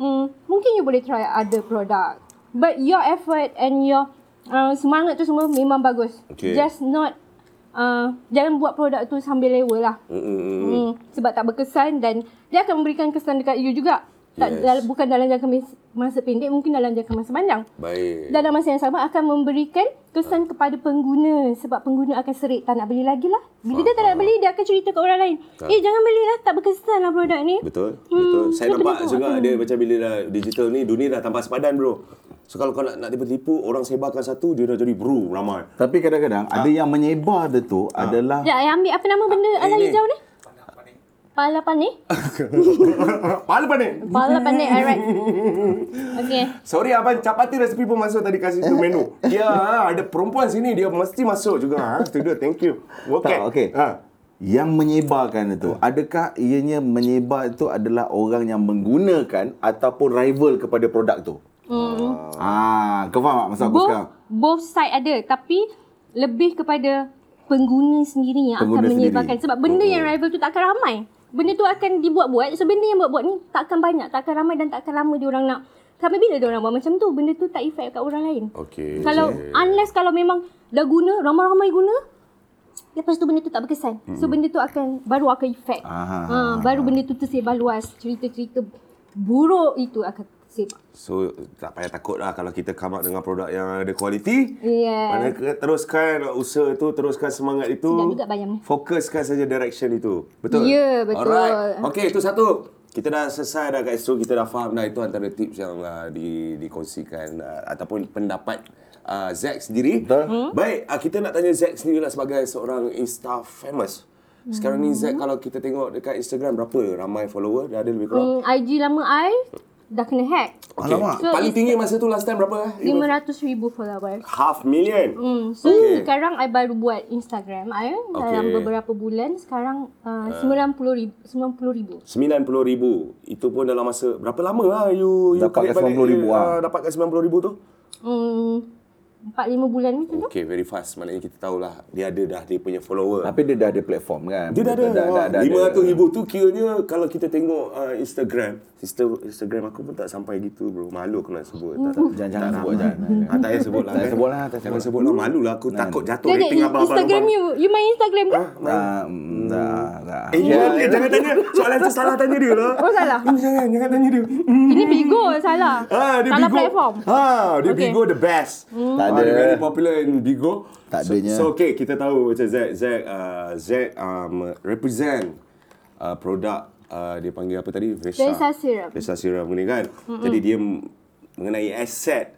[SPEAKER 4] mm, mungkin you boleh try other product. But your effort and your uh, semangat tu semua memang bagus.
[SPEAKER 5] Okey.
[SPEAKER 4] Just not uh, jangan buat produk tu sambil lewa lah.
[SPEAKER 5] Mm, mm, mm.
[SPEAKER 4] Hmm, sebab tak berkesan dan dia akan memberikan kesan dekat you juga. Tak
[SPEAKER 5] Yes.
[SPEAKER 4] dal- bukan dalam jangka mes- masa pendek, mungkin dalam jangka masa panjang.
[SPEAKER 5] Baik.
[SPEAKER 4] Dalam masa yang sama akan memberikan kesan kepada pengguna sebab pengguna akan serik tak nak beli lagi lah. Bila dia tak nak beli, dia akan cerita ke orang lain. Eh, jangan beli lah, tak berkesan lah produk ni.
[SPEAKER 5] Betul, hmm,
[SPEAKER 4] Hmm,
[SPEAKER 5] betul. Saya lah
[SPEAKER 4] dia
[SPEAKER 5] nampak
[SPEAKER 4] beli tu.
[SPEAKER 5] juga dia macam bila dah digital ni dunia dah tambah sepadan bro. So kalau kau nak nak tipu-tipu orang sebarkan satu dia dah jadi bro ramai.
[SPEAKER 3] [laughs]
[SPEAKER 2] Tapi kadang-kadang
[SPEAKER 3] Ah.
[SPEAKER 2] ada yang menyebar dia tu adalah
[SPEAKER 4] Ya, I ambil apa nama benda
[SPEAKER 5] Eh,
[SPEAKER 4] anak
[SPEAKER 5] ni.
[SPEAKER 4] hijau ni? Pala panik.
[SPEAKER 3] Pala panik.
[SPEAKER 4] Pala panik, alright. Okay.
[SPEAKER 3] Sorry abang capati resipi pun masuk tadi kasih tu menu.
[SPEAKER 5] [laughs]
[SPEAKER 3] Ya, ada perempuan sini dia mesti masuk juga. Ha, tu dia. Thank you. Okay.
[SPEAKER 2] Tak, okey.
[SPEAKER 3] Ha.
[SPEAKER 2] yang menyebarkan itu.
[SPEAKER 3] Hmm.
[SPEAKER 2] Adakah ianya menyebar itu adalah orang yang menggunakan ataupun rival kepada produk tu? Hmm. Ah, kau faham tak maksud aku
[SPEAKER 4] both,
[SPEAKER 2] sekarang?
[SPEAKER 4] both side ada tapi lebih kepada pengguna sendiri yang
[SPEAKER 2] Pengguna
[SPEAKER 4] pengguna akan
[SPEAKER 2] sendiri.
[SPEAKER 4] menyebarkan sebab benda yang rival tu tak akan ramai. Benda tu akan dibuat-buat. So benda yang buat-buat ni tak akan banyak, tak akan ramai dan tak akan lama diorang nak. Sampai bila diorang buat macam tu, benda tu tak efek kat orang lain.
[SPEAKER 5] Okey.
[SPEAKER 4] Kalau unless kalau memang dah guna, ramai-ramai guna, lepas tu benda tu tak berkesan. So benda tu akan baru akan efek.
[SPEAKER 2] Aha.
[SPEAKER 4] Ha, baru benda tu tersebar luas. Cerita-cerita buruk itu akan tersebar.
[SPEAKER 3] So tak payah takut lah kalau kita come up dengan produk yang ada kualiti.
[SPEAKER 4] Yes.
[SPEAKER 3] Mana ke- teruskan usaha tu, teruskan semangat itu.
[SPEAKER 4] Sedap juga bayam ni.
[SPEAKER 3] Fokuskan saja direction itu. Betul?
[SPEAKER 4] Ya, betul.
[SPEAKER 5] Alright. Okey, itu satu. Kita dah selesai dah guys. So kita dah faham dah itu antara tips yang uh, di dikongsikan uh, ataupun pendapat uh, Zack sendiri. Betul. Hmm? Baik, uh, kita nak tanya Zack sendiri lah sebagai seorang Insta famous. Sekarang ni
[SPEAKER 4] Hmm.
[SPEAKER 5] Zack kalau kita tengok dekat Instagram berapa ramai follower? Dah ada lebih kurang?
[SPEAKER 4] Hmm, IG lama I dah kena hack.
[SPEAKER 5] Okay.
[SPEAKER 2] Alamak.
[SPEAKER 4] So,
[SPEAKER 5] Paling
[SPEAKER 4] it's-
[SPEAKER 5] tinggi masa tu last time berapa? eh? You know?
[SPEAKER 4] 500 ribu followers.
[SPEAKER 5] Half million.
[SPEAKER 4] Hmm, so
[SPEAKER 5] Okay.
[SPEAKER 4] okay. sekarang I baru buat Instagram I dalam
[SPEAKER 5] Okay.
[SPEAKER 4] beberapa bulan sekarang uh, 90 ribu 90 ribu.
[SPEAKER 5] 90,000. Itu pun dalam masa berapa lama lah you, you
[SPEAKER 2] Dapatkan
[SPEAKER 5] collect
[SPEAKER 2] 90,000
[SPEAKER 5] balik, you,
[SPEAKER 2] ah.
[SPEAKER 5] ah, Dapatkan 90,000 tu?
[SPEAKER 4] Hmm 4 5 bulan macam
[SPEAKER 3] Oh,
[SPEAKER 4] tu.
[SPEAKER 5] Okay, very fast. Maknanya kita tahulah dia ada dah dia punya follower.
[SPEAKER 2] Tapi dia dah ada platform kan?
[SPEAKER 5] Dia dah ada. Lima
[SPEAKER 2] ada.
[SPEAKER 5] ratus ribu tu kiranya kalau kita tengok uh, Instagram. Sister, Instagram aku pun tak sampai gitu bro. Malu aku nak sebut. Tak, tak,
[SPEAKER 2] Jangan-
[SPEAKER 5] tak
[SPEAKER 2] jangan
[SPEAKER 5] nak.
[SPEAKER 2] sebut, jangan.
[SPEAKER 5] Ah,
[SPEAKER 3] Hmm.
[SPEAKER 5] tak payah sebut lah.
[SPEAKER 2] Tak
[SPEAKER 5] kan?
[SPEAKER 2] sebut lah, tak
[SPEAKER 5] Jangan
[SPEAKER 2] sebut.
[SPEAKER 5] sebut lah. Malu lah aku takut jatuh
[SPEAKER 4] Jangan
[SPEAKER 5] rating abang-abang.
[SPEAKER 4] Instagram you you main Instagram ke?
[SPEAKER 2] Ah, mm, dah, dah.
[SPEAKER 3] Eh,
[SPEAKER 5] Ya,
[SPEAKER 3] yeah. dia, jangan tanya. Soalan tu salah tanya dia lah.
[SPEAKER 4] Oh salah.
[SPEAKER 3] Jangan, jangan tanya dia.
[SPEAKER 4] Ini Bigo salah.
[SPEAKER 3] Ah, dia
[SPEAKER 4] salah
[SPEAKER 3] Bigo.
[SPEAKER 4] platform.
[SPEAKER 3] Ha, dia
[SPEAKER 4] Okay. Hmm.
[SPEAKER 3] Bigo the best.
[SPEAKER 2] Tak
[SPEAKER 3] Ah,
[SPEAKER 2] ada.
[SPEAKER 3] Dia very popular in Bigo.
[SPEAKER 2] Tak
[SPEAKER 3] so,
[SPEAKER 2] adanya.
[SPEAKER 3] So okay, kita tahu macam Zack Zack uh, Zack um, represent uh, produk uh, dia panggil apa tadi? Vesa.
[SPEAKER 4] Vesa Serum.
[SPEAKER 3] Vesa Serum ni kan. Mm-hmm. Jadi dia m- mengenai aset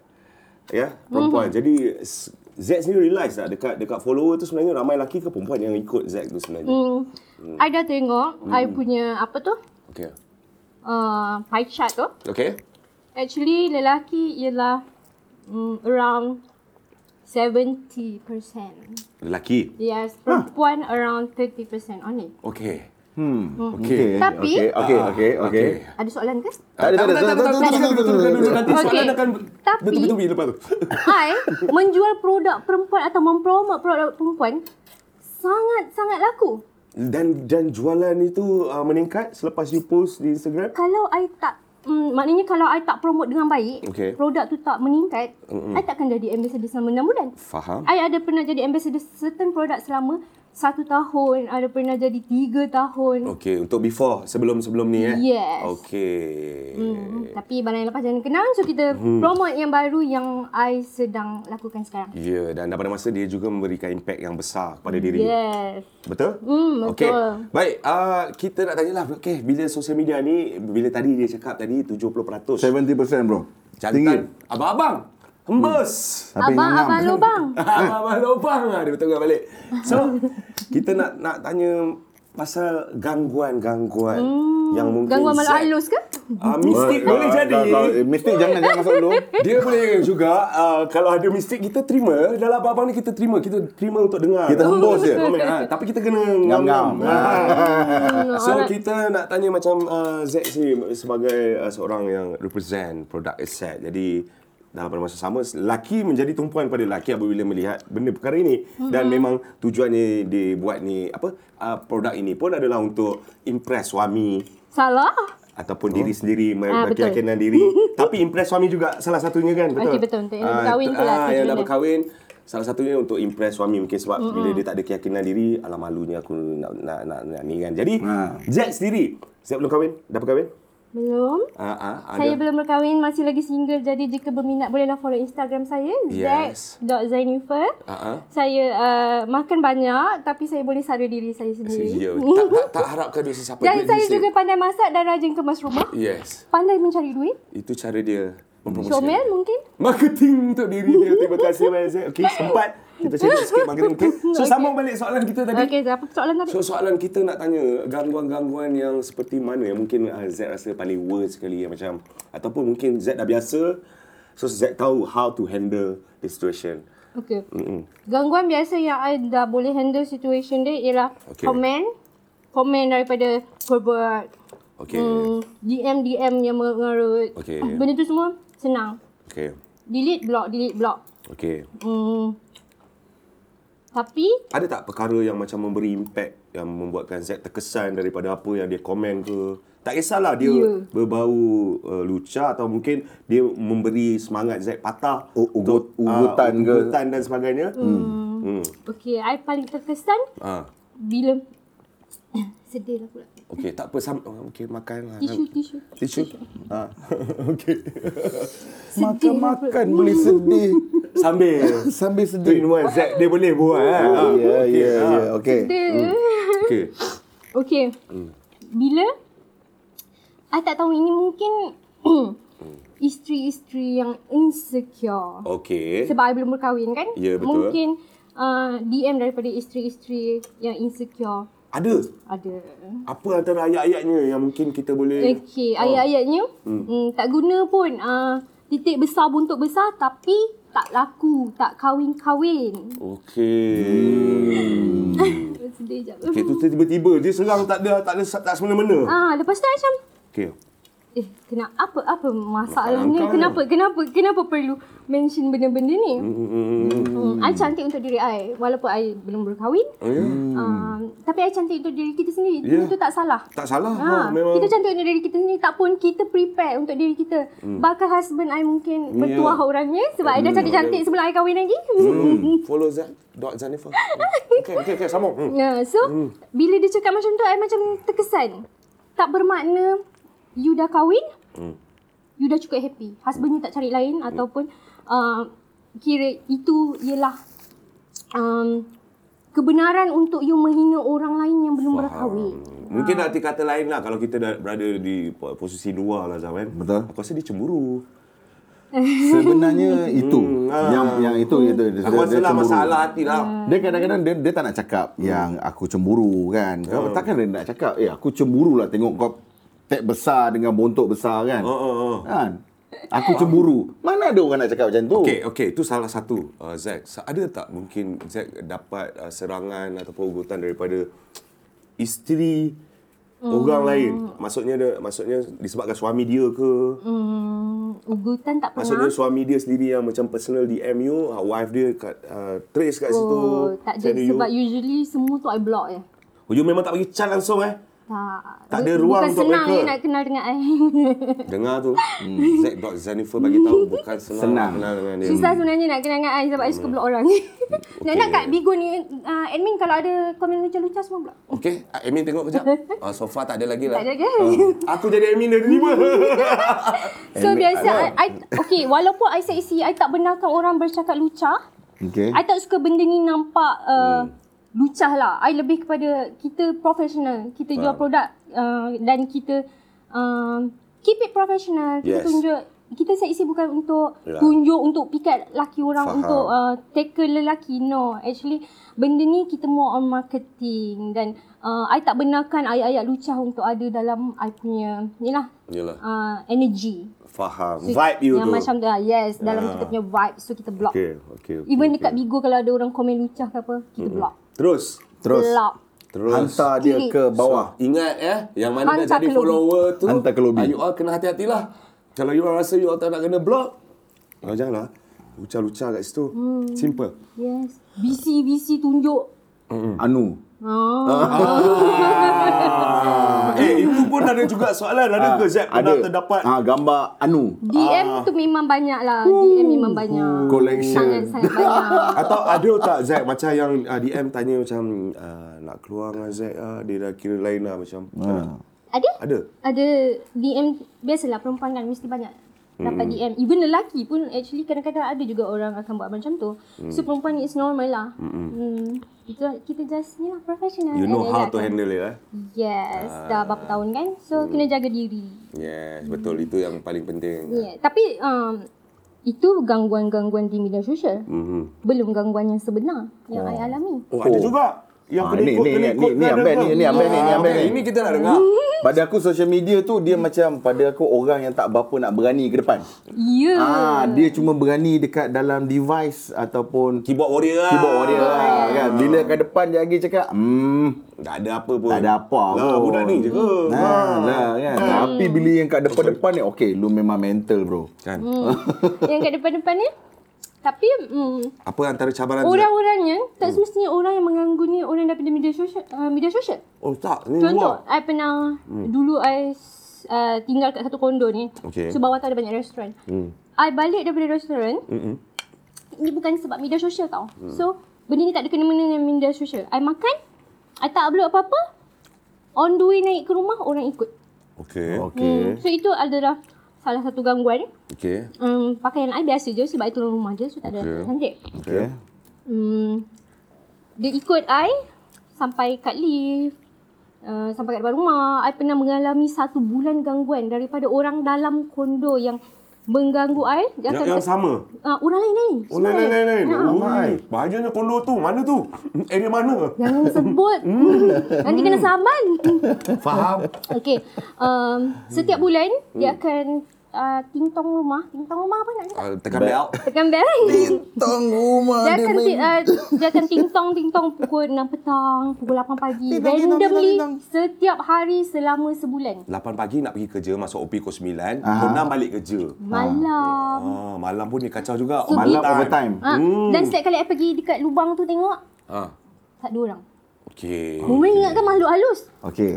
[SPEAKER 3] ya perempuan. Mm-hmm. Jadi s- Zack sendiri realise tak dekat dekat follower tu sebenarnya ramai lelaki ke perempuan yang ikut Zack tu sebenarnya.
[SPEAKER 4] Hmm. I dah tengok I punya apa tu?
[SPEAKER 3] Okay.
[SPEAKER 4] Uh, pie chart tu.
[SPEAKER 3] Okay.
[SPEAKER 4] Actually lelaki ialah mm, around 70%.
[SPEAKER 3] Lelaki.
[SPEAKER 4] Yes, perempuan around 30% only.
[SPEAKER 3] Okay.
[SPEAKER 2] Hmm.
[SPEAKER 3] Okay.
[SPEAKER 2] Okey,
[SPEAKER 4] Tapi
[SPEAKER 2] okey,
[SPEAKER 3] Ah.
[SPEAKER 2] okey, okey.
[SPEAKER 4] ada soalan ke?
[SPEAKER 2] Tak ada, tak ada, tak ada, tak ada, tak ada, tak ada, tak ada.
[SPEAKER 3] Nanti soalan
[SPEAKER 4] Okey.
[SPEAKER 3] akan
[SPEAKER 4] Tapi-
[SPEAKER 3] betul-betul lepas tu.
[SPEAKER 4] I menjual produk perempuan atau mempromot produk perempuan sangat-sangat laku.
[SPEAKER 3] [laughs] Dan dan jualan itu uh, meningkat selepas you post di Instagram?
[SPEAKER 4] Kalau I tak Mm, maknanya kalau I tak promote dengan baik,
[SPEAKER 3] Okey.
[SPEAKER 4] produk tu tak meningkat, mm I takkan jadi ambassador selama 6 bulan.
[SPEAKER 3] Faham.
[SPEAKER 4] I ada pernah jadi ambassador certain produk selama 1 tahun, ada pernah jadi 3 tahun.
[SPEAKER 3] Okay, untuk before sebelum-sebelum ni eh.
[SPEAKER 4] Yes.
[SPEAKER 3] Okay.
[SPEAKER 4] Mm, tapi barang yang lepas jangan kenang, so kita
[SPEAKER 3] Hmm.
[SPEAKER 4] promote yang baru yang I sedang lakukan sekarang.
[SPEAKER 3] Ya, yeah, dan daripada masa dia juga memberikan impact yang besar kepada diri.
[SPEAKER 4] Yes.
[SPEAKER 3] Betul?
[SPEAKER 4] Hmm,
[SPEAKER 3] Okey.
[SPEAKER 4] betul.
[SPEAKER 3] Baik, uh, kita nak tanyalah okey, bila sosial media ni bila tadi dia cakap tadi 70%
[SPEAKER 2] 70% bro. Tinggi.
[SPEAKER 3] jantan abang-abang hembus.
[SPEAKER 2] Apa yang
[SPEAKER 4] abang,
[SPEAKER 2] ngam?
[SPEAKER 3] [laughs]
[SPEAKER 4] abang lubang.
[SPEAKER 3] Abang-abang Ah, lubang lah dia betul balik. So, kita nak nak tanya pasal gangguan-gangguan hmm, yang mungkin
[SPEAKER 4] Gangguan malu
[SPEAKER 3] Zack-
[SPEAKER 4] halus
[SPEAKER 3] [laughs]
[SPEAKER 4] ke?
[SPEAKER 3] Ah, mistik boleh jadi.
[SPEAKER 2] eh, Mistik jangan jangan masuk dulu.
[SPEAKER 3] Dia boleh juga uh, kalau ada mistake kita terima dalam abang-abang ni kita terima kita terima untuk dengar.
[SPEAKER 2] Kita
[SPEAKER 4] Oh,
[SPEAKER 2] hembus je.
[SPEAKER 3] Komen, ha, tapi kita kena
[SPEAKER 2] Ngam-ngam.
[SPEAKER 3] ngam-ngam. Ha. so
[SPEAKER 4] alright.
[SPEAKER 3] kita nak tanya macam uh, Zack sendiri sebagai uh, seorang yang represent produk asset. Jadi dalam pada masa sama lelaki menjadi tumpuan pada lelaki apabila melihat benda perkara ini dan memang tujuannya dibuat ni apa uh, produk ini pun adalah untuk impress suami
[SPEAKER 4] Salah.
[SPEAKER 3] ataupun diri sendiri ah,
[SPEAKER 4] Ah, betul.
[SPEAKER 3] keyakinan
[SPEAKER 4] [laughs]
[SPEAKER 3] diri tapi impress suami juga salah satunya kan betul
[SPEAKER 4] Okey, betul. Untuk yang dah
[SPEAKER 3] Ah,
[SPEAKER 4] berkahwin tu lah
[SPEAKER 3] ah, yang dah
[SPEAKER 4] tujuannya.
[SPEAKER 3] berkahwin salah satunya untuk impress suami mungkin sebab mm-hmm. bila dia tak ada keyakinan diri alah malunya aku nak nak nak, nak ni kan jadi
[SPEAKER 2] Ah.
[SPEAKER 3] Jack sendiri Zack belum kahwin dah berkahwin
[SPEAKER 4] Belum.
[SPEAKER 3] ah ah ada
[SPEAKER 4] Saya belum berkahwin, masih lagi single. Jadi jika berminat bolehlah follow Instagram saya
[SPEAKER 3] Yes.
[SPEAKER 4] zack.zainifer.
[SPEAKER 3] Ah, ah.
[SPEAKER 4] Saya uh, makan banyak tapi saya boleh sara diri saya sendiri. [laughs]
[SPEAKER 3] Ya, tak, tak, tak harapkan dosa siapa Duit
[SPEAKER 4] Dan saya
[SPEAKER 3] dia
[SPEAKER 4] juga
[SPEAKER 3] sendiri.
[SPEAKER 4] pandai masak dan rajin kemas rumah.
[SPEAKER 3] Yes
[SPEAKER 4] Pandai mencari duit.
[SPEAKER 3] Itu cara dia mempromosikan
[SPEAKER 4] Comel mungkin.
[SPEAKER 3] Marketing untuk diri dia Terima kasih banyak Zack Okay sempat Kita share sikit marketing okay?
[SPEAKER 4] [laughs]
[SPEAKER 3] So sambung balik soalan kita tadi
[SPEAKER 4] Okey, apa soalan tadi?
[SPEAKER 3] So soalan kita nak tanya gangguan-gangguan yang seperti mana yang mungkin uh, Z rasa paling worst sekali yang macam ataupun mungkin Z dah biasa so Z tahu how to handle the situation.
[SPEAKER 4] Okey. Gangguan biasa yang I dah boleh handle situation dia ialah
[SPEAKER 3] Okey.
[SPEAKER 4] komen. Komen daripada perbuat.
[SPEAKER 3] Okay.
[SPEAKER 4] Hmm, DM-DM yang mengarut.
[SPEAKER 3] Okey.
[SPEAKER 4] Ah, Benda tu semua senang.
[SPEAKER 3] Okay.
[SPEAKER 4] Delete block, delete block.
[SPEAKER 3] Okay.
[SPEAKER 4] Hmm. Tapi
[SPEAKER 3] Ada tak perkara yang macam memberi impact yang membuatkan Z terkesan daripada apa yang dia komen ke? Tak kisahlah dia
[SPEAKER 4] Ya.
[SPEAKER 3] yeah. berbau uh, lucah atau mungkin dia memberi semangat Z patah
[SPEAKER 2] U- ugut-
[SPEAKER 3] untuk, ah,
[SPEAKER 2] ugutan ke?
[SPEAKER 3] ugutan dan sebagainya. Hmm. hmm.
[SPEAKER 4] okay, I paling terkesan
[SPEAKER 3] Ah.
[SPEAKER 4] bila [coughs] sedih lah pula.
[SPEAKER 3] Okey, tak apa. Sam- okey, makan lah.
[SPEAKER 4] Tisu, tisu. Ah.
[SPEAKER 3] Tisu. Ha. [laughs] Okey.
[SPEAKER 4] Sedih lah pula.
[SPEAKER 2] Makan-makan boleh sedih.
[SPEAKER 3] Sambil
[SPEAKER 2] Sambil
[SPEAKER 3] tu in
[SPEAKER 2] sedih.
[SPEAKER 3] one Z [laughs] dia boleh buat eh.
[SPEAKER 4] Oh,
[SPEAKER 3] Ha.
[SPEAKER 2] Ya,
[SPEAKER 3] Okey,
[SPEAKER 2] ya,
[SPEAKER 3] ha.
[SPEAKER 2] ya. Okey.
[SPEAKER 4] Sedih. [coughs]
[SPEAKER 3] Okey.
[SPEAKER 4] Okey.
[SPEAKER 3] Hmm.
[SPEAKER 4] Bila I tak tahu ini mungkin
[SPEAKER 3] Hmm.
[SPEAKER 4] [coughs] isteri-isteri yang insecure.
[SPEAKER 3] Okey.
[SPEAKER 4] Sebab I belum berkahwin kan?
[SPEAKER 3] Ya, betul.
[SPEAKER 4] Mungkin uh, DM daripada isteri-isteri yang insecure
[SPEAKER 3] Ada
[SPEAKER 4] ada.
[SPEAKER 3] apa antara ayat-ayatnya yang mungkin kita boleh
[SPEAKER 4] Okey, ayat-ayatnya hmm. Hmm, tak guna pun uh, titik besar buntut besar tapi tak laku, tak kahwin-kahwin.
[SPEAKER 3] Okey.
[SPEAKER 4] Sedih jap.
[SPEAKER 3] Hmm. Okey, tu tiba-tiba dia serang tak ada tak ada tak semena-mena.
[SPEAKER 4] Ah, lepas tu I macam
[SPEAKER 3] Okey.
[SPEAKER 4] eh kena apa apa masalahnya?
[SPEAKER 3] Masalah kau.
[SPEAKER 4] Kenapa kenapa kenapa perlu mention benda-benda ni? Hmm, I cantik untuk diri I walaupun I belum berkahwin. Hmm. Uh, tapi I cantik untuk diri kita sendiri.
[SPEAKER 3] Ya.
[SPEAKER 4] Yeah. Itu tak salah.
[SPEAKER 3] Tak salah. Ha,
[SPEAKER 4] Ha,
[SPEAKER 3] memang.
[SPEAKER 4] kita cantik untuk diri kita sendiri tak pun kita prepare untuk diri kita. Hmm. Bakal husband I mungkin bertuah
[SPEAKER 3] Yeah.
[SPEAKER 4] orangnya sebab I dah cantik-cantik sebelum I kahwin lagi. Hmm.
[SPEAKER 3] Follow Z. Dot Zanifer. Okey, okey, okey, sambung. Hmm.
[SPEAKER 4] [laughs] Ya, so bila dia cakap macam tu I macam terkesan. Tak bermakna you dah kahwin. Hmm. You dah cukup happy. Husband you tak cari lain ataupun uh, kira itu ialah um, kebenaran untuk you menghina orang lain yang belum berkahwin.
[SPEAKER 3] Mungkin ha. arti kata lain lah kalau kita dah berada di po- posisi dua lah Zam kan.
[SPEAKER 2] Betul.
[SPEAKER 3] Aku rasa dia cemburu.
[SPEAKER 4] [laughs]
[SPEAKER 2] Sebenarnya itu yang yang itu itu dia,
[SPEAKER 3] Hmm, ah. Aku rasa lah
[SPEAKER 2] cemburu.
[SPEAKER 3] masalah hati lah.
[SPEAKER 4] Hmm.
[SPEAKER 2] Dia kadang-kadang dia, dia tak nak cakap yang aku cemburu
[SPEAKER 3] Oh.
[SPEAKER 2] kan. Kau takkan dia nak cakap, "Eh, aku cemburu lah tengok kau tek besar dengan bontot besar kan."
[SPEAKER 3] Oh,
[SPEAKER 2] Kan? Aku cemburu. Mana ada orang nak cakap macam tu?
[SPEAKER 3] Okey, okey, itu salah satu uh, Zack. Sa- Ada tak mungkin Zack dapat uh, serangan ataupun ugutan daripada isteri
[SPEAKER 4] Hmm.
[SPEAKER 3] orang lain? Maksudnya dia, maksudnya disebabkan suami dia ke?
[SPEAKER 4] Hmm, ugutan tak pernah.
[SPEAKER 3] Maksudnya suami dia sendiri yang macam personal DM you, uh, wife dia kat, uh, trace kat situ.
[SPEAKER 4] oh, tak ada
[SPEAKER 3] send you.
[SPEAKER 4] sebab usually semua tu I block je.
[SPEAKER 3] Oh, you memang tak bagi chance langsung
[SPEAKER 4] [laughs]
[SPEAKER 3] eh?
[SPEAKER 4] Tak.
[SPEAKER 3] Tak ada ruang
[SPEAKER 4] Bukan
[SPEAKER 3] untuk
[SPEAKER 4] senang
[SPEAKER 3] mereka.
[SPEAKER 4] je nak kenal dengan I. [laughs]
[SPEAKER 3] Dengar tu. Hmm. Zack dot Jennifer bagi tahu bukan senang,
[SPEAKER 2] Senang.
[SPEAKER 3] nak kenal dengan dia.
[SPEAKER 4] Susah sebenarnya nak kenal dengan I sebab I suka block orang. [laughs] Nak nak kat Bigo ni uh, admin kalau ada komen lucah-lucah semua block.
[SPEAKER 3] Okey, ah, Amin tengok
[SPEAKER 4] [laughs]
[SPEAKER 3] kejap. Uh, so far tak ada lagi lah.
[SPEAKER 4] Tak ada ke?
[SPEAKER 3] Aku jadi Amin dah terima.
[SPEAKER 4] [laughs]
[SPEAKER 3] [laughs]
[SPEAKER 4] So biasa I, I okay walaupun I seksi I tak benarkan orang bercakap lucah.
[SPEAKER 2] Okey.
[SPEAKER 4] I tak suka benda ni nampak uh,
[SPEAKER 3] Hmm.
[SPEAKER 4] lucah lah. I lebih kepada kita professional. Kita jual produk uh, dan kita um, keep it professional. Kita
[SPEAKER 3] Yes.
[SPEAKER 4] tunjuk kita seksi bukan untuk
[SPEAKER 3] Yalah.
[SPEAKER 4] tunjuk untuk pikat laki orang
[SPEAKER 3] Faham.
[SPEAKER 4] untuk uh, tackle lelaki. No, actually benda ni kita more on marketing dan uh, I tak benarkan ayat-ayat lucah untuk ada dalam I punya ni lah
[SPEAKER 3] Yalah.
[SPEAKER 4] uh, energy.
[SPEAKER 3] Faham. Ya.
[SPEAKER 4] So,
[SPEAKER 3] Vibe you tu.
[SPEAKER 4] yang
[SPEAKER 3] Ya.
[SPEAKER 4] macam tu. ah, yes, dalam kita punya vibe so kita block.
[SPEAKER 3] Okey, okey. okey,
[SPEAKER 4] Even
[SPEAKER 3] okey.
[SPEAKER 4] dekat Bigo kalau ada orang komen lucah ke apa, kita block.
[SPEAKER 3] Terus.
[SPEAKER 2] Terus
[SPEAKER 4] Block.
[SPEAKER 3] Terus.
[SPEAKER 2] hantar dia ke bawah.
[SPEAKER 3] Ingat ya, yang mana dah
[SPEAKER 4] Hantar
[SPEAKER 3] jadi
[SPEAKER 4] ke lobby.
[SPEAKER 3] follower tu.
[SPEAKER 2] Hantar ke lobby.
[SPEAKER 3] ah, You all kena hati-hatilah. Kalau you all rasa you all tak nak kena block, oh, janganlah. Lucah-lucah kat situ.
[SPEAKER 4] Hmm.
[SPEAKER 3] Simple.
[SPEAKER 4] Yes. BC BC tunjuk.
[SPEAKER 3] Hmm.
[SPEAKER 2] Anu.
[SPEAKER 4] Ah.
[SPEAKER 3] eh, itu pun ada juga soalan. Ada ke Zack pernah terdapat?
[SPEAKER 2] Ah, gambar anu.
[SPEAKER 4] DM tu memang banyak lah. DM memang banyak.
[SPEAKER 2] Collection.
[SPEAKER 4] Sangat-sangat banyak.
[SPEAKER 3] [laughs] Atau ada tak Zack macam yang uh, DM tanya macam uh, nak keluar dengan Zack ah, dia dah kira lain lah macam. tak
[SPEAKER 2] Hmm.
[SPEAKER 3] nak.
[SPEAKER 4] Ada?
[SPEAKER 3] Ada.
[SPEAKER 4] Ada DM, biasalah perempuan kan mesti banyak dapat DM. Even lelaki pun actually kadang-kadang ada juga orang akan buat macam tu.
[SPEAKER 3] Mm.
[SPEAKER 4] So perempuan is normal lah. Hmm. Kita, kita just ni lah professional.
[SPEAKER 3] You know
[SPEAKER 4] And
[SPEAKER 3] how
[SPEAKER 4] elak
[SPEAKER 3] to
[SPEAKER 4] kan.
[SPEAKER 3] handle Ah. it eh.
[SPEAKER 4] Yes, dah berapa tahun kan. So kena jaga diri.
[SPEAKER 3] Yes, betul itu yang paling penting.
[SPEAKER 4] Yeah, tapi um, itu gangguan-gangguan di media sosial. Mm-hmm. Belum gangguan yang sebenar yang saya alami.
[SPEAKER 3] Mhm. Oh, ada juga. Yang
[SPEAKER 2] Ah,
[SPEAKER 3] kena
[SPEAKER 2] ni,
[SPEAKER 3] ikut,
[SPEAKER 2] ni,
[SPEAKER 3] kena
[SPEAKER 2] ni,
[SPEAKER 3] ikut
[SPEAKER 2] ni,
[SPEAKER 3] kan
[SPEAKER 2] Abel
[SPEAKER 3] ada
[SPEAKER 2] ni,
[SPEAKER 3] kan?
[SPEAKER 2] ni, Abel ni, ni,
[SPEAKER 3] Ah,
[SPEAKER 2] Abel
[SPEAKER 3] okey,
[SPEAKER 2] ni.
[SPEAKER 3] Ini kita nak dengar.
[SPEAKER 2] Pada aku social media tu dia macam pada aku orang yang tak berapa nak berani ke depan.
[SPEAKER 4] Ya.
[SPEAKER 2] Ah, dia cuma berani dekat dalam device ataupun
[SPEAKER 3] Keyboard Ah. warrior lah.
[SPEAKER 2] keyboard warrior lah, kan. Bila kat depan dia lagi cakap, hmm,
[SPEAKER 3] Tak ada apa pun.
[SPEAKER 2] tak ada apa
[SPEAKER 3] Lah,
[SPEAKER 2] pun.
[SPEAKER 3] budak ni je ke?
[SPEAKER 2] Nah, lah kan.
[SPEAKER 3] Hmm.
[SPEAKER 2] Tapi bila yang kat depan-depan ni, okay, lu memang mental bro.
[SPEAKER 3] Kan?
[SPEAKER 4] [laughs] yang kat depan-depan ni. Tapi mm,
[SPEAKER 3] Apa antara cabaran
[SPEAKER 4] Oh,
[SPEAKER 3] Zack?
[SPEAKER 4] orang-orangnya tak semestinya orang yang mengganggu ni orang daripada media sosial. Uh, media sosial.
[SPEAKER 3] Oh tak, ni luar.
[SPEAKER 4] Contoh, I pernah dulu I uh, tinggal kat satu kondo ni.
[SPEAKER 3] Okey.
[SPEAKER 4] So bawah tu ada banyak restoran. Hmm. I balik daripada restoran. Mm-mm. Hmm. Ini bukan sebab media sosial tau. So benda ni tak ada kena-mena dengan media sosial. I makan, I tak upload apa-apa. On the way naik ke rumah orang ikut. Hmm.
[SPEAKER 3] Okey.
[SPEAKER 2] Okay.
[SPEAKER 4] So itu adalah salah satu gangguan.
[SPEAKER 3] Okey.
[SPEAKER 4] Um, pakaian I biasa je sebab I turun rumah je so tak ada okay. cantik.
[SPEAKER 2] Okay.
[SPEAKER 4] Hmm, dia ikut I sampai kat lift. Uh, sampai kat depan rumah. I pernah mengalami satu bulan gangguan daripada orang dalam kondo yang mengganggu I. Dia
[SPEAKER 3] Yang, yang sama.
[SPEAKER 4] Uh, orang lain lain.
[SPEAKER 3] Oh, lain, lain, lain, lain. Oh, bahayanya kondo tu. Mana tu? [laughs] Area mana?
[SPEAKER 4] Jangan sebut.
[SPEAKER 3] [laughs] Hmm.
[SPEAKER 4] [laughs] Nanti kena saman. [laughs]
[SPEAKER 3] Faham.
[SPEAKER 4] Okey. Um, setiap bulan
[SPEAKER 3] Hmm.
[SPEAKER 4] dia akan uh, tingtong rumah. Tingtong rumah apa nak cakap?
[SPEAKER 3] Uh, tekan bell.
[SPEAKER 4] Tekan bel.
[SPEAKER 2] Tang rumah
[SPEAKER 4] Dia
[SPEAKER 2] dia
[SPEAKER 4] akan ti,
[SPEAKER 2] main.
[SPEAKER 4] uh, dia akan ting tong ting tong pukul 6 petang, pukul 8 pagi.
[SPEAKER 2] Ting-tong, ting-tong,
[SPEAKER 4] randomly
[SPEAKER 2] ting-tong,
[SPEAKER 4] setiap hari selama sebulan.
[SPEAKER 3] 8 pagi nak pergi kerja, masuk OP pukul 9, pukul 6 balik kerja.
[SPEAKER 4] Malam.
[SPEAKER 3] Ah, malam pun dia kacau juga.
[SPEAKER 4] So,
[SPEAKER 2] Malam overtime.
[SPEAKER 4] Ha,
[SPEAKER 3] Hmm.
[SPEAKER 4] dan setiap kali saya pergi dekat lubang tu tengok,
[SPEAKER 3] Ah,
[SPEAKER 4] tak ada orang.
[SPEAKER 3] okey.
[SPEAKER 4] Orang ingatkan makhluk halus.
[SPEAKER 2] Okay.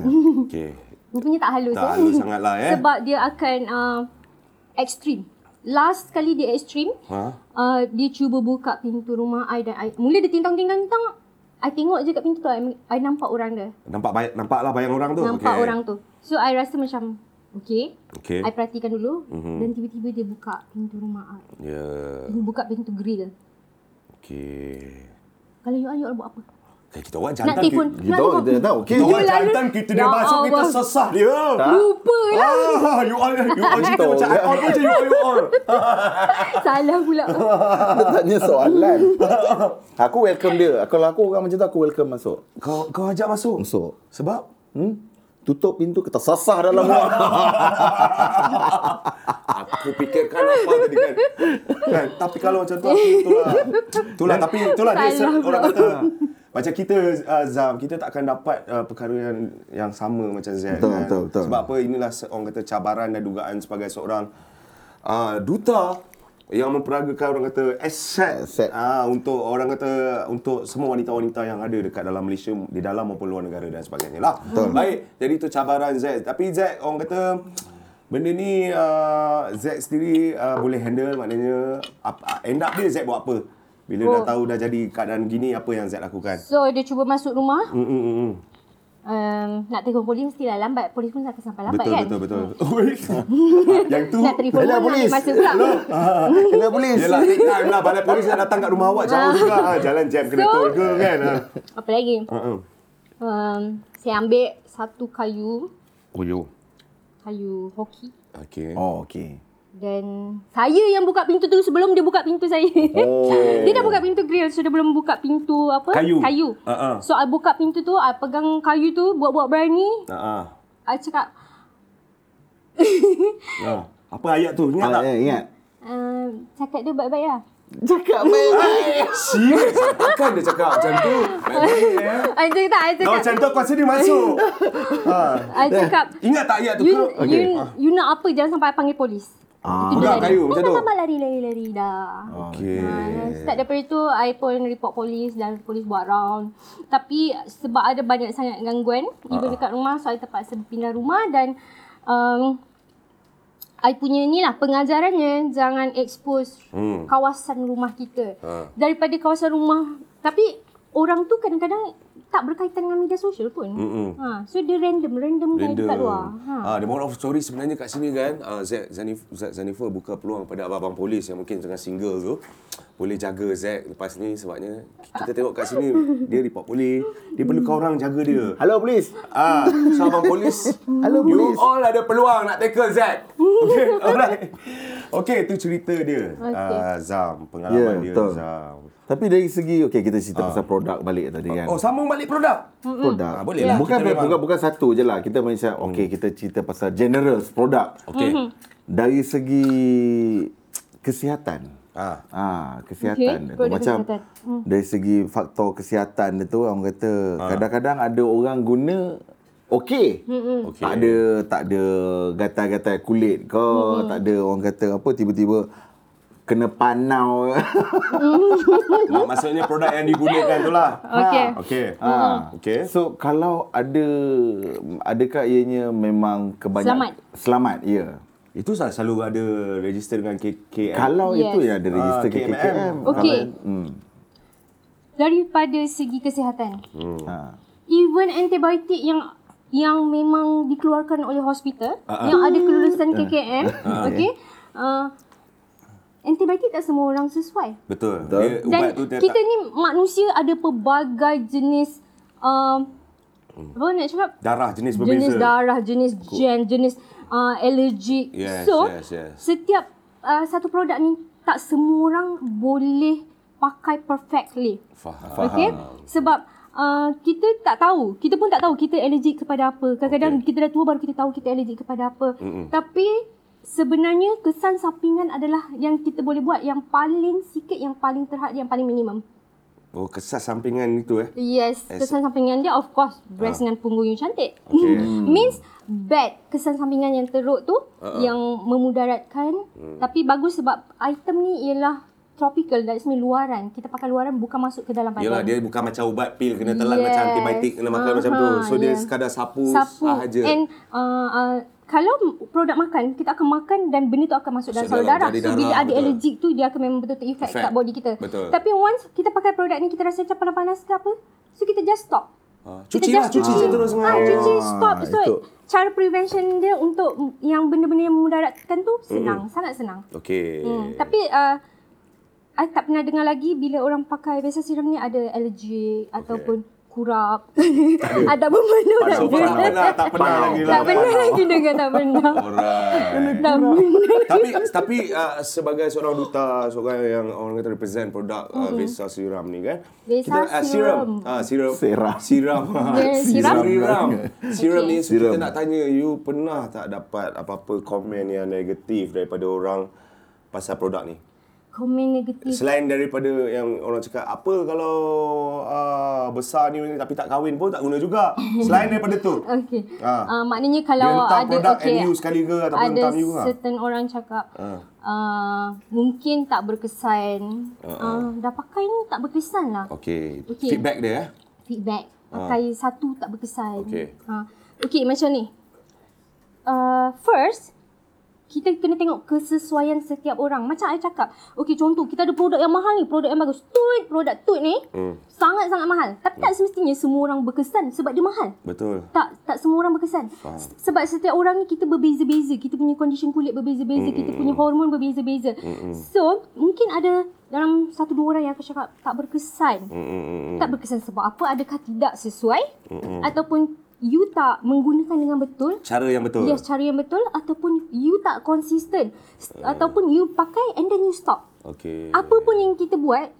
[SPEAKER 3] Okey.
[SPEAKER 4] Rupanya tak halus.
[SPEAKER 3] Tak halus
[SPEAKER 4] [laughs]
[SPEAKER 3] sangatlah, eh.
[SPEAKER 4] Sebab dia akan uh, ekstrim. Last kali dia ekstrim,
[SPEAKER 3] Ha?
[SPEAKER 4] uh, dia cuba buka pintu rumah I dan I. Mula dia tintang tintang tintang. I tengok je kat pintu tu, I, I nampak orang dia.
[SPEAKER 3] Nampak bay- nampaklah bayang orang tu.
[SPEAKER 4] Nampak
[SPEAKER 3] Okey.
[SPEAKER 4] orang tu. So I rasa macam okay.
[SPEAKER 3] Okey.
[SPEAKER 4] I perhatikan dulu mm-hmm. dan tiba-tiba dia buka pintu rumah I.
[SPEAKER 3] Ya. Yeah.
[SPEAKER 4] Dia buka pintu grill.
[SPEAKER 3] Okey.
[SPEAKER 4] Kalau you all, you all buat apa?
[SPEAKER 3] Eh, kita orang
[SPEAKER 4] Nak
[SPEAKER 3] jantan
[SPEAKER 4] telefon.
[SPEAKER 3] kita,
[SPEAKER 2] Kita orang dia tahu. Okay.
[SPEAKER 3] kita orang
[SPEAKER 4] You lalu-
[SPEAKER 3] jantan kita dia
[SPEAKER 4] Ya
[SPEAKER 3] masuk kita
[SPEAKER 4] Allah.
[SPEAKER 3] sesah dia.
[SPEAKER 4] Lupa lah.
[SPEAKER 3] Ah, you all you all cerita
[SPEAKER 2] Betul.
[SPEAKER 3] macam I all macam you all you all.
[SPEAKER 4] [laughs] Salah pula.
[SPEAKER 2] Dia tanya
[SPEAKER 3] [laughs]
[SPEAKER 2] soalan. aku welcome dia. Kalau aku orang macam tu, aku welcome masuk.
[SPEAKER 3] Kau kau ajak masuk.
[SPEAKER 2] Masuk.
[SPEAKER 3] Sebab
[SPEAKER 2] Hmm? Tutup pintu, kita sasah dalam
[SPEAKER 3] [laughs]
[SPEAKER 2] ruang.
[SPEAKER 3] aku fikirkan apa tadi kan. kan? Tapi kalau macam tu aku itulah. Itulah tapi itulah dia
[SPEAKER 4] Salah
[SPEAKER 3] ser-
[SPEAKER 4] pula.
[SPEAKER 3] orang kata. Macam kita uh, Zam, kita tak akan dapat uh, perkara yang yang sama macam Zain.
[SPEAKER 2] Betul,
[SPEAKER 3] kan?
[SPEAKER 2] betul, betul.
[SPEAKER 3] Sebab apa inilah se- orang kata cabaran dan dugaan sebagai seorang uh, duta yang memperagakan orang kata aset,
[SPEAKER 2] Aset.
[SPEAKER 3] Ah, untuk orang kata untuk semua wanita-wanita yang ada dekat dalam Malaysia di dalam maupun luar negara dan sebagainya lah. Betul. Baik, jadi itu cabaran Z. Tapi Z orang kata benda ni uh, Z sendiri uh, boleh handle maknanya apa, end up dia Z buat apa? Bila oh. dah
[SPEAKER 4] Oh.
[SPEAKER 3] tahu dah jadi keadaan gini apa yang Z lakukan?
[SPEAKER 4] So dia cuba masuk rumah.
[SPEAKER 3] Mm mm mm. mm.
[SPEAKER 4] Um, nak telefon polis mestilah lambat. Polis pun akan sampai lambat
[SPEAKER 3] Betul,
[SPEAKER 4] kan?
[SPEAKER 3] betul [laughs] betul yang tu
[SPEAKER 4] Nak telefon
[SPEAKER 2] Yelah,
[SPEAKER 4] mana ambil
[SPEAKER 2] polis.
[SPEAKER 4] masa pula.
[SPEAKER 2] Kena polis.
[SPEAKER 3] Yelah, take time lah. Balai polis yang datang kat rumah awak jauh juga. Ah, Jalan jam kena
[SPEAKER 4] So-
[SPEAKER 3] tol ke kan? [laughs] Ah.
[SPEAKER 4] Apa lagi?
[SPEAKER 3] Ah, ah.
[SPEAKER 4] Um, saya ambil satu kayu.
[SPEAKER 3] Oh, yo.
[SPEAKER 4] Kayu hoki.
[SPEAKER 3] Okay.
[SPEAKER 2] Oh, okay.
[SPEAKER 4] Dan saya yang buka pintu tu sebelum dia buka pintu saya.
[SPEAKER 3] Oh.
[SPEAKER 4] [laughs] dia dah buka pintu grill so dia belum buka pintu apa?
[SPEAKER 3] Kayu.
[SPEAKER 4] Kayu.
[SPEAKER 3] Ah, ah.
[SPEAKER 4] So I buka pintu tu, I pegang kayu tu buat-buat berani.
[SPEAKER 3] Ah, ah.
[SPEAKER 4] I cakap
[SPEAKER 3] Ah. Apa ayat tu? Ingat
[SPEAKER 2] Ah,
[SPEAKER 3] tak?
[SPEAKER 2] ya, ingat.
[SPEAKER 4] um, cakap dia baik-baik lah.
[SPEAKER 2] Cakap
[SPEAKER 3] [laughs]
[SPEAKER 2] baik-baik.
[SPEAKER 3] Serius? Takkan dia cakap macam tu? Baik-baik, eh.
[SPEAKER 4] I cakap tak, I
[SPEAKER 3] Kalau
[SPEAKER 4] cakap.
[SPEAKER 3] macam tu aku rasa dia masuk. ha.
[SPEAKER 4] I cakap
[SPEAKER 3] Ingat tak ayat tu?
[SPEAKER 4] You,
[SPEAKER 3] Kau-
[SPEAKER 4] you, you nak apa jangan sampai I panggil polis.
[SPEAKER 2] Ah.
[SPEAKER 4] Itu dia
[SPEAKER 3] Pegang
[SPEAKER 4] lari.
[SPEAKER 3] kayu macam
[SPEAKER 4] Dia
[SPEAKER 3] tu?
[SPEAKER 4] tambah lari-lari-lari dah.
[SPEAKER 3] Okay.
[SPEAKER 4] Ah, Start daripada tu, I pun report polis dan polis buat round. Tapi sebab ada banyak sangat gangguan, even dekat rumah, so I terpaksa pindah rumah dan um, I punya ni lah pengajarannya jangan expose hmm. kawasan rumah kita. Ha. Daripada kawasan rumah, tapi orang tu kadang-kadang tak berkaitan dengan media sosial pun. Ha, so dia random, random, random. dekat luar. Ha.
[SPEAKER 3] Ah, the moral of story sebenarnya kat sini kan, ah, Zack Zanif, Zack Zanifer buka peluang pada abang-abang polis yang mungkin tengah single tu. Boleh jaga Zack lepas ni sebabnya kita tengok kat sini dia report polis, dia perlu kau orang jaga dia.
[SPEAKER 2] Hello, polis.
[SPEAKER 3] Ah, so abang polis.
[SPEAKER 2] Hello,
[SPEAKER 3] you
[SPEAKER 2] polis.
[SPEAKER 3] all ada peluang nak tackle Zack.
[SPEAKER 4] [laughs]
[SPEAKER 3] Okay, alright. Okay, tu cerita dia. Okay. Ah, Zam,
[SPEAKER 2] Ya,
[SPEAKER 3] pengalaman yeah, dia
[SPEAKER 2] betul.
[SPEAKER 3] Zam.
[SPEAKER 2] Tapi dari segi, okay, kita cerita pasal produk balik tadi kan.
[SPEAKER 3] Oh, sambung balik produk.
[SPEAKER 2] produk.
[SPEAKER 3] Ah, boleh lah.
[SPEAKER 2] Bukan,
[SPEAKER 3] Kita memang- Hmm.
[SPEAKER 2] bukan, bukan satu je lah. Kita macam, okay, kita cerita pasal general produk.
[SPEAKER 3] Okay.
[SPEAKER 4] Hmm.
[SPEAKER 2] Dari segi kesihatan.
[SPEAKER 3] Ah.
[SPEAKER 2] Ah, kesihatan okay,
[SPEAKER 4] Okey, produk
[SPEAKER 2] macam
[SPEAKER 4] kesihatan. Hmm.
[SPEAKER 2] kesihatan. dari segi faktor kesihatan dia tu orang kata
[SPEAKER 3] Ah.
[SPEAKER 2] kadang-kadang ada orang guna okey.
[SPEAKER 3] Okey.
[SPEAKER 2] Tak ada tak ada gatal-gatal kulit ke, tak ada orang kata apa tiba-tiba kena panau. [laughs]
[SPEAKER 3] Mak- Maksudnya produk yang digunakan tu lah.
[SPEAKER 4] Okay.
[SPEAKER 3] Ha, okay. Ha.
[SPEAKER 4] Ah.
[SPEAKER 2] ha.
[SPEAKER 4] Hmm.
[SPEAKER 3] Okay.
[SPEAKER 2] So kalau ada adakah ianya memang kebanyakan selamat ya. Yeah.
[SPEAKER 3] Itu sel- selalu ada register dengan KKM.
[SPEAKER 2] Kalau
[SPEAKER 4] Yes.
[SPEAKER 2] itu yang ada
[SPEAKER 3] Ah,
[SPEAKER 2] register
[SPEAKER 3] KMM.
[SPEAKER 2] KKM.
[SPEAKER 4] Okey.
[SPEAKER 2] Kalau- Hmm.
[SPEAKER 4] Daripada segi kesihatan.
[SPEAKER 2] Ha.
[SPEAKER 4] even antibiotik yang yang memang dikeluarkan oleh hospital
[SPEAKER 3] Ah,
[SPEAKER 4] uh-uh. yang ada kelulusan KKM uh-huh. okey uh, antibiotik tak semua orang sesuai
[SPEAKER 3] Betul.
[SPEAKER 2] Betul.
[SPEAKER 3] Dia, ubat
[SPEAKER 4] dan
[SPEAKER 3] tu dia
[SPEAKER 4] kita
[SPEAKER 3] tak,
[SPEAKER 4] ni manusia ada pelbagai jenis um, apa nak cakap
[SPEAKER 3] darah jenis berbeza.
[SPEAKER 4] jenis darah jenis gen jenis uh, allergic
[SPEAKER 3] Yes,
[SPEAKER 4] so
[SPEAKER 3] yes, yes.
[SPEAKER 4] setiap uh, satu produk ni tak semua orang boleh pakai perfectly
[SPEAKER 3] Faham.
[SPEAKER 4] Okay? Sebab uh, kita tak tahu. Kita pun tak tahu kita allergic kepada apa. Kadang-kadang okay. kita dah tua baru kita tahu kita allergic kepada apa. Mm-mm. Tapi sebenarnya kesan sampingan adalah yang kita boleh buat yang paling sikit, yang paling terhad, yang paling minimum.
[SPEAKER 3] Oh, kesat sampingan itu eh.
[SPEAKER 4] Yes,
[SPEAKER 3] As- Ah.
[SPEAKER 4] kesan sampingan dia of course breast dengan punggung you cantik.
[SPEAKER 3] Okay.
[SPEAKER 4] [laughs] Means bad kesan sampingan yang teruk tu uh-uh. yang memudaratkan.
[SPEAKER 3] Hmm.
[SPEAKER 4] Tapi bagus sebab item ni ialah tropical dan sebenarnya luaran. Kita pakai luaran bukan masuk ke dalam badan.
[SPEAKER 3] Yelah, dia bukan macam ubat pil kena telan
[SPEAKER 4] Yes.
[SPEAKER 3] macam antibiotik kena makan
[SPEAKER 4] Aha,
[SPEAKER 3] macam tu. So, dia
[SPEAKER 4] yeah.
[SPEAKER 3] sekadar sapu,
[SPEAKER 4] sapu
[SPEAKER 3] sahaja.
[SPEAKER 4] and uh, uh, kalau produk makan kita akan makan dan benda tu akan masuk dalam
[SPEAKER 3] Masuk
[SPEAKER 4] saluran
[SPEAKER 3] dalam
[SPEAKER 4] darah
[SPEAKER 3] jadi
[SPEAKER 4] so
[SPEAKER 3] darah,
[SPEAKER 4] bila ada
[SPEAKER 3] betul.
[SPEAKER 4] allergic tu dia akan memang betul-betul effect,
[SPEAKER 3] Effect.
[SPEAKER 4] kat body kita
[SPEAKER 3] Betul.
[SPEAKER 4] tapi once kita pakai produk ni kita rasa macam panas-panas ke apa so kita just stop
[SPEAKER 3] Ah,
[SPEAKER 4] Kita
[SPEAKER 3] cuci lah,
[SPEAKER 4] just
[SPEAKER 3] cuci je terus dengan
[SPEAKER 4] ah,
[SPEAKER 3] air.
[SPEAKER 4] cuci stop so
[SPEAKER 2] itu.
[SPEAKER 4] cara prevention dia untuk yang benda-benda yang memudaratkan tu senang sangat senang
[SPEAKER 3] Okay.
[SPEAKER 4] Hmm, tapi uh, I tak pernah dengar lagi bila orang pakai biasa serum ni ada allergy okay. ataupun kurap. [laughs] ada bermenu tak
[SPEAKER 3] So, far tak pernah, tak pernah lagi lah.
[SPEAKER 4] Tak pernah lagi dengan tak pernah.
[SPEAKER 3] Alright.
[SPEAKER 4] Tak pernah.
[SPEAKER 3] tapi tapi uh, sebagai seorang duta seorang yang orang kata represent produk uh, Vesa Serum ni kan
[SPEAKER 4] Hmm. Vesa
[SPEAKER 3] ah,
[SPEAKER 4] Serum.
[SPEAKER 3] ah Serum
[SPEAKER 2] Seram.
[SPEAKER 4] [laughs]
[SPEAKER 3] Serum
[SPEAKER 4] Yeah, Serum.
[SPEAKER 3] Serum Serum ni so kita
[SPEAKER 2] Serum.
[SPEAKER 3] nak tanya you pernah tak dapat apa-apa komen yang negatif daripada orang pasal produk ni
[SPEAKER 4] Komen negatif.
[SPEAKER 3] Selain daripada yang orang cakap apa kalau uh, besar ni tapi tak kahwin pun tak guna
[SPEAKER 4] [laughs]
[SPEAKER 3] juga. Selain daripada tu.
[SPEAKER 4] Okey.
[SPEAKER 3] Ah.
[SPEAKER 4] Ah. Uh, maknanya
[SPEAKER 3] Dia
[SPEAKER 4] kalau
[SPEAKER 3] hentam
[SPEAKER 4] ada
[SPEAKER 3] produk
[SPEAKER 4] okey,
[SPEAKER 3] and you sekali ke ataupun
[SPEAKER 4] ada
[SPEAKER 3] hentam you Ah. lah?
[SPEAKER 4] certain orang cakap uh. Uh, mungkin tak berkesan.
[SPEAKER 3] Ah,
[SPEAKER 4] Uh, dah pakai ni tak berkesan lah.
[SPEAKER 3] Okey.
[SPEAKER 4] Okey.
[SPEAKER 3] Feedback dia eh.
[SPEAKER 4] Feedback pakai satu tak berkesan.
[SPEAKER 3] Okey.
[SPEAKER 4] Uh, okey macam ni. Uh, first kita kena tengok kesesuaian setiap orang. Macam I cakap, okey contoh kita ada produk yang mahal ni, produk yang bagus. Tut, produk tut ni sangat-sangat mahal. Tapi tak semestinya semua orang berkesan sebab dia mahal.
[SPEAKER 3] Betul.
[SPEAKER 4] Tak, tak semua orang berkesan. Faham. Sebab setiap orang ni kita berbeza-beza. Kita punya condition kulit berbeza-beza. Mm-mm. Kita punya hormon berbeza-beza. Mm-mm. So, mungkin ada dalam satu dua orang yang aku cakap tak berkesan.
[SPEAKER 3] Mm,
[SPEAKER 4] Mm-mm. Tak berkesan sebab apa? Adakah tidak sesuai? Mm-mm. Ataupun you tak menggunakan dengan betul?
[SPEAKER 3] Cara yang betul.
[SPEAKER 4] Yes, cara yang betul. Ataupun you tak konsisten. Uh. Ataupun you pakai and then you stop.
[SPEAKER 3] Okey.
[SPEAKER 4] Apa pun yang kita buat,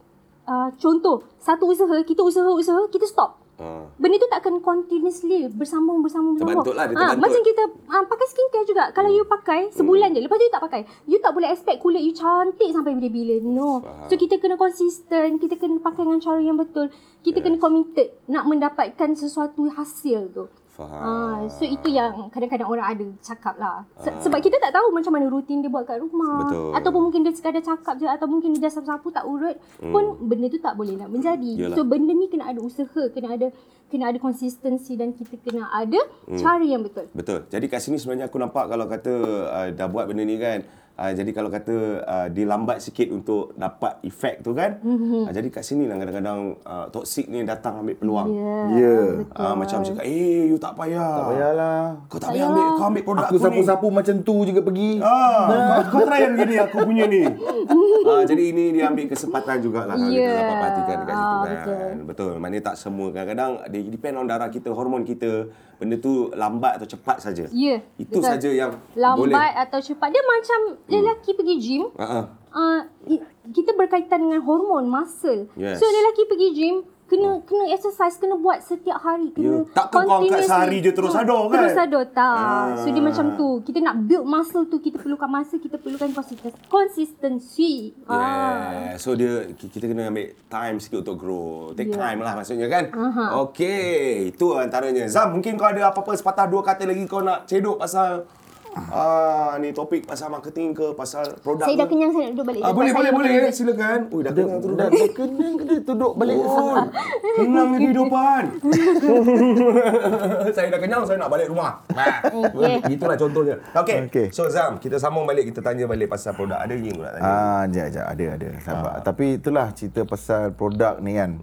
[SPEAKER 4] uh, contoh, satu usaha, kita usaha-usaha, kita stop.
[SPEAKER 3] Ah.
[SPEAKER 4] Benda tu tak akan continuously bersambung bersambung bersambung.
[SPEAKER 3] Terbantut lah, dia
[SPEAKER 4] Ah,
[SPEAKER 3] terbantut.
[SPEAKER 4] macam kita uh, pakai skincare juga. Kalau you pakai sebulan je, lepas tu you tak pakai. You tak boleh expect kulit you cantik sampai bila-bila. No. Faham. So kita kena konsisten, kita kena pakai dengan cara yang betul. Kita yes. kena committed nak mendapatkan sesuatu hasil tu.
[SPEAKER 3] Faham.
[SPEAKER 4] Ah, so itu yang kadang-kadang orang ada cakap lah. Se- Sebab kita tak tahu macam mana rutin dia buat kat rumah.
[SPEAKER 3] Ah. Betul.
[SPEAKER 4] Ataupun mungkin dia sekadar cakap je. Atau mungkin dia dah sapu-sapu tak urut. Hmm. Pun benda tu tak boleh nak menjadi.
[SPEAKER 3] Yalah.
[SPEAKER 4] So benda ni kena ada usaha. Kena ada kena ada konsistensi dan kita kena ada
[SPEAKER 3] Hmm.
[SPEAKER 4] cara yang betul.
[SPEAKER 3] Betul. Jadi kat sini sebenarnya aku nampak kalau kata uh, dah buat benda ni kan. Uh, jadi kalau kata uh, dia lambat sikit untuk dapat efek tu kan. Mm-hmm. Uh, jadi kat sini lah kadang-kadang uh, toksik ni datang ambil peluang.
[SPEAKER 2] Ya.
[SPEAKER 4] betul.
[SPEAKER 3] Uh, macam cakap, eh you tak payah. Tak
[SPEAKER 2] Payahlah.
[SPEAKER 3] Kau tak payah ambil, kau ambil produk
[SPEAKER 2] Oh, Aku sapu-sapu macam tu juga pergi.
[SPEAKER 3] Ah, kau, kau try yang gini aku punya ni. ah, jadi ini dia ambil kesempatan jugalah kalau yeah. kita
[SPEAKER 4] Yeah. Ah,
[SPEAKER 3] dapat perhatikan dekat situ kan.
[SPEAKER 4] Betul.
[SPEAKER 3] Betul. Maknanya tak semua kadang-kadang dia depend on darah kita, hormon kita. Benda tu lambat atau cepat saja.
[SPEAKER 4] Ya,
[SPEAKER 3] Itu
[SPEAKER 4] betul.
[SPEAKER 3] saja yang
[SPEAKER 4] Lambat
[SPEAKER 3] boleh.
[SPEAKER 4] atau cepat. Dia macam lelaki pergi gym.
[SPEAKER 3] Ah, ah.
[SPEAKER 4] uh, i- kita berkaitan dengan hormon muscle.
[SPEAKER 3] Yes. Hmm.
[SPEAKER 4] So lelaki pergi gym kena kena exercise kena buat setiap hari kena
[SPEAKER 3] Ya. Takkan kau angkat
[SPEAKER 4] continuously.
[SPEAKER 3] sehari je terus
[SPEAKER 4] Hmm,
[SPEAKER 3] ada, kan?
[SPEAKER 4] Terus ada tak.
[SPEAKER 3] Ah.
[SPEAKER 4] So dia macam tu. Kita nak build muscle tu kita perlukan muscle, kita perlukan konsisten consistency.
[SPEAKER 3] Yeah.
[SPEAKER 4] Ah.
[SPEAKER 3] So dia ki- kita kena ambil time sikit untuk grow. Take yeah. time lah maksudnya kan. Uh-huh. Okay, itu antaranya. Zam, mungkin kau ada apa-apa sepatah dua kata lagi kau nak cedok pasal ah ni topik pasal marketing ke pasal produk
[SPEAKER 4] Saya dah
[SPEAKER 3] ke?
[SPEAKER 4] kenyang saya nak duduk balik.
[SPEAKER 3] Ah,
[SPEAKER 4] Lepas
[SPEAKER 3] boleh
[SPEAKER 4] saya
[SPEAKER 3] boleh
[SPEAKER 4] nak
[SPEAKER 3] boleh
[SPEAKER 4] duduk balik.
[SPEAKER 3] silakan. Ui dah
[SPEAKER 2] Dia,
[SPEAKER 3] kenyang tu
[SPEAKER 2] dah,
[SPEAKER 3] dah.
[SPEAKER 2] dah kena dia duduk balik.
[SPEAKER 3] Oh, kenyang ni kehidupan. [laughs] saya dah kenyang, saya nak balik rumah.
[SPEAKER 4] Okey.
[SPEAKER 3] Itulah contohnya. Okay.
[SPEAKER 2] Okey.
[SPEAKER 3] So Zam, kita sambung balik kita tanya balik pasal produk. Ada lagi kau nak tanya?
[SPEAKER 2] Ah, jap jap ada ada sabar. Tapi itulah cerita pasal produk ni kan.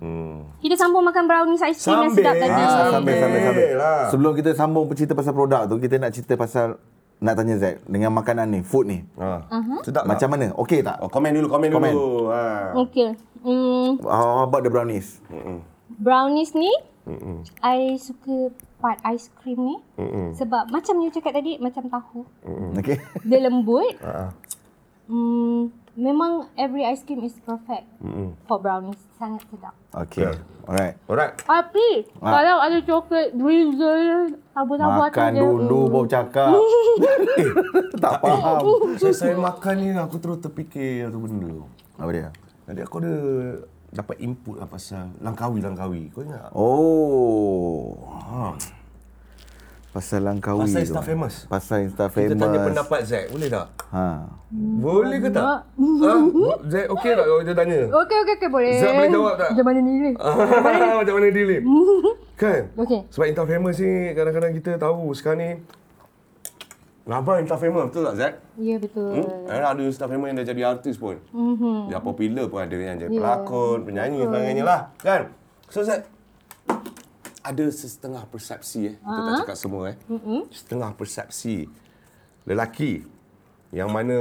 [SPEAKER 4] Kita sambung makan brownies ice cream yang
[SPEAKER 3] Sambil.
[SPEAKER 4] sedap tadi.
[SPEAKER 3] Ah,
[SPEAKER 2] Ah, sambil sambil sambil.
[SPEAKER 3] lah.
[SPEAKER 2] Sebelum kita sambung cerita pasal produk tu, kita nak cerita pasal nak tanya Zack dengan makanan ni, food ni.
[SPEAKER 3] Ah. Sedap
[SPEAKER 2] Macam mana? Okey tak?
[SPEAKER 3] Oh, komen dulu, komen,
[SPEAKER 2] Komen.
[SPEAKER 3] dulu. Ha.
[SPEAKER 4] Okey. Hmm,
[SPEAKER 2] How about the brownies?
[SPEAKER 4] brownies ni Mm-mm. I suka part ice cream ni Mm-mm. sebab macam you cakap tadi macam tahu.
[SPEAKER 2] Okey. [laughs]
[SPEAKER 4] Dia lembut. Hmm, memang every ice cream is perfect mm-hmm. for brownies. Sangat sedap.
[SPEAKER 2] Okey. Alright.
[SPEAKER 3] Alright.
[SPEAKER 4] Tapi
[SPEAKER 2] Ah.
[SPEAKER 4] kalau ada coklat drizzle, sabu-sabu atas Hmm.
[SPEAKER 2] Makan
[SPEAKER 4] dia.
[SPEAKER 2] dulu baru cakap. Eh, tak faham.
[SPEAKER 3] Saya, saya makan ni aku terus terfikir satu benda tu.
[SPEAKER 2] Apa dia?
[SPEAKER 3] Tadi aku ada dapat input lah pasal langkawi-langkawi. Kau ingat?
[SPEAKER 2] Oh.
[SPEAKER 3] Ha.
[SPEAKER 2] Pasal Langkawi tu.
[SPEAKER 3] Pasal Insta famous.
[SPEAKER 2] Pasal Insta famous.
[SPEAKER 3] Kita tanya pendapat Zack, boleh tak?
[SPEAKER 2] Ha.
[SPEAKER 3] Boleh ke tak? Ha? Zack okey tak kalau kita tanya?
[SPEAKER 4] Okey, okey, okey. Boleh.
[SPEAKER 3] Zat boleh jawab tak?
[SPEAKER 4] Macam mana ni? ni?
[SPEAKER 2] Ah.
[SPEAKER 3] [laughs] Macam mana deal ni? Kan?
[SPEAKER 4] Okey.
[SPEAKER 3] Sebab Inta Famous ni kadang-kadang kita tahu sekarang ni Rabang Inta Famous, betul tak Zack?
[SPEAKER 4] Ya, betul.
[SPEAKER 2] Hmm?
[SPEAKER 4] Mhm.
[SPEAKER 3] Kadang Hmm? ada Insta Famous yang dah jadi artis pun mm-hmm. Yang popular pun ada yang jadi
[SPEAKER 4] Ya.
[SPEAKER 3] pelakon, penyanyi dan sebagainya lah Kan? So Zack Ada setengah persepsi eh Kita
[SPEAKER 4] Ha?
[SPEAKER 3] tak cakap semua eh mm-hmm. Setengah persepsi Lelaki Yang mana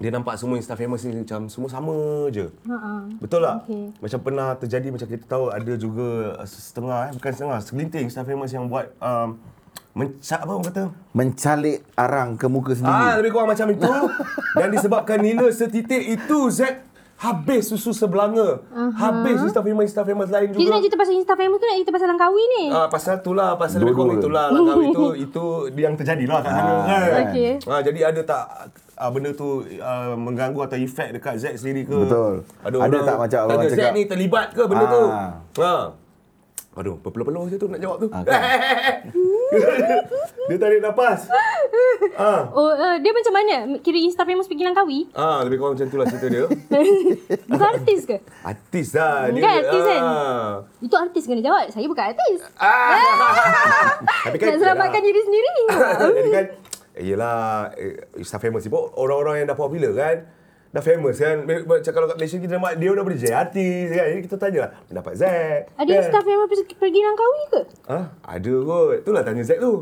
[SPEAKER 3] dia nampak semua Insta famous ni macam semua sama je.
[SPEAKER 4] Ha-ha.
[SPEAKER 3] Betul tak?
[SPEAKER 4] Okey.
[SPEAKER 3] Macam pernah terjadi macam kita tahu ada juga uh, setengah eh bukan setengah segelintir Insta famous yang buat um, mencak apa orang kata?
[SPEAKER 2] Mencalik arang ke muka
[SPEAKER 3] Ah
[SPEAKER 2] sendiri.
[SPEAKER 3] lebih kurang macam
[SPEAKER 2] [laughs]
[SPEAKER 3] itu dan disebabkan nila setitik itu Zack habis susu sebelanga. Uh-huh. Habis Insta famous Insta famous lain juga.
[SPEAKER 4] Kita nak cerita pasal Insta famous tu nak cerita pasal Langkawi ni.
[SPEAKER 3] Ah, pasal tu lah, pasal lebih kurang
[SPEAKER 2] Dua-dua.
[SPEAKER 3] itulah langkau
[SPEAKER 4] [laughs]
[SPEAKER 3] itu itu yang terjadi lah kat sana kan.
[SPEAKER 4] Okey.
[SPEAKER 3] Ah, jadi ada tak ah, benda tu ah, mengganggu atau efek dekat Zack sendiri ke?
[SPEAKER 2] Betul.
[SPEAKER 3] Ada,
[SPEAKER 2] Ada
[SPEAKER 3] orang
[SPEAKER 2] tak macam orang
[SPEAKER 3] tanya, Zack
[SPEAKER 2] cakap-
[SPEAKER 3] ni terlibat ke benda tu?
[SPEAKER 2] Ah.
[SPEAKER 3] Ha. Aduh, berpeluh-peluh je tu nak jawab tu.
[SPEAKER 2] Ah, kan?
[SPEAKER 3] [laughs] Dia tarik nafas. Ah.
[SPEAKER 4] Oh, uh, dia macam mana? Kira Insta famous pergi Langkawi?
[SPEAKER 3] Ah, lebih kurang macam tu lah cerita
[SPEAKER 2] [laughs]
[SPEAKER 3] dia.
[SPEAKER 4] Bukan artis ke?
[SPEAKER 3] Artis lah. Dia,
[SPEAKER 4] Kan, artis kan?
[SPEAKER 3] ah.
[SPEAKER 4] Itu artis kena jawab. Saya bukan artis.
[SPEAKER 3] Ah. [laughs] Tapi
[SPEAKER 4] Nak selamatkan
[SPEAKER 3] [laughs]
[SPEAKER 4] diri sendiri.
[SPEAKER 3] Jadi kan Yelah eh, Ustaz famous ni pun Orang-orang yang dah popular kan Dah famous kan Be- be- Cakap kalau kat Malaysia Kita nampak dia dah boleh jadi artis kan Jadi kita tanya lah Pendapat Zack
[SPEAKER 4] Ada Insta famous pergi, pergi Langkawi ke?
[SPEAKER 3] ha? Kan? Ada kot Itulah tanya Zack tu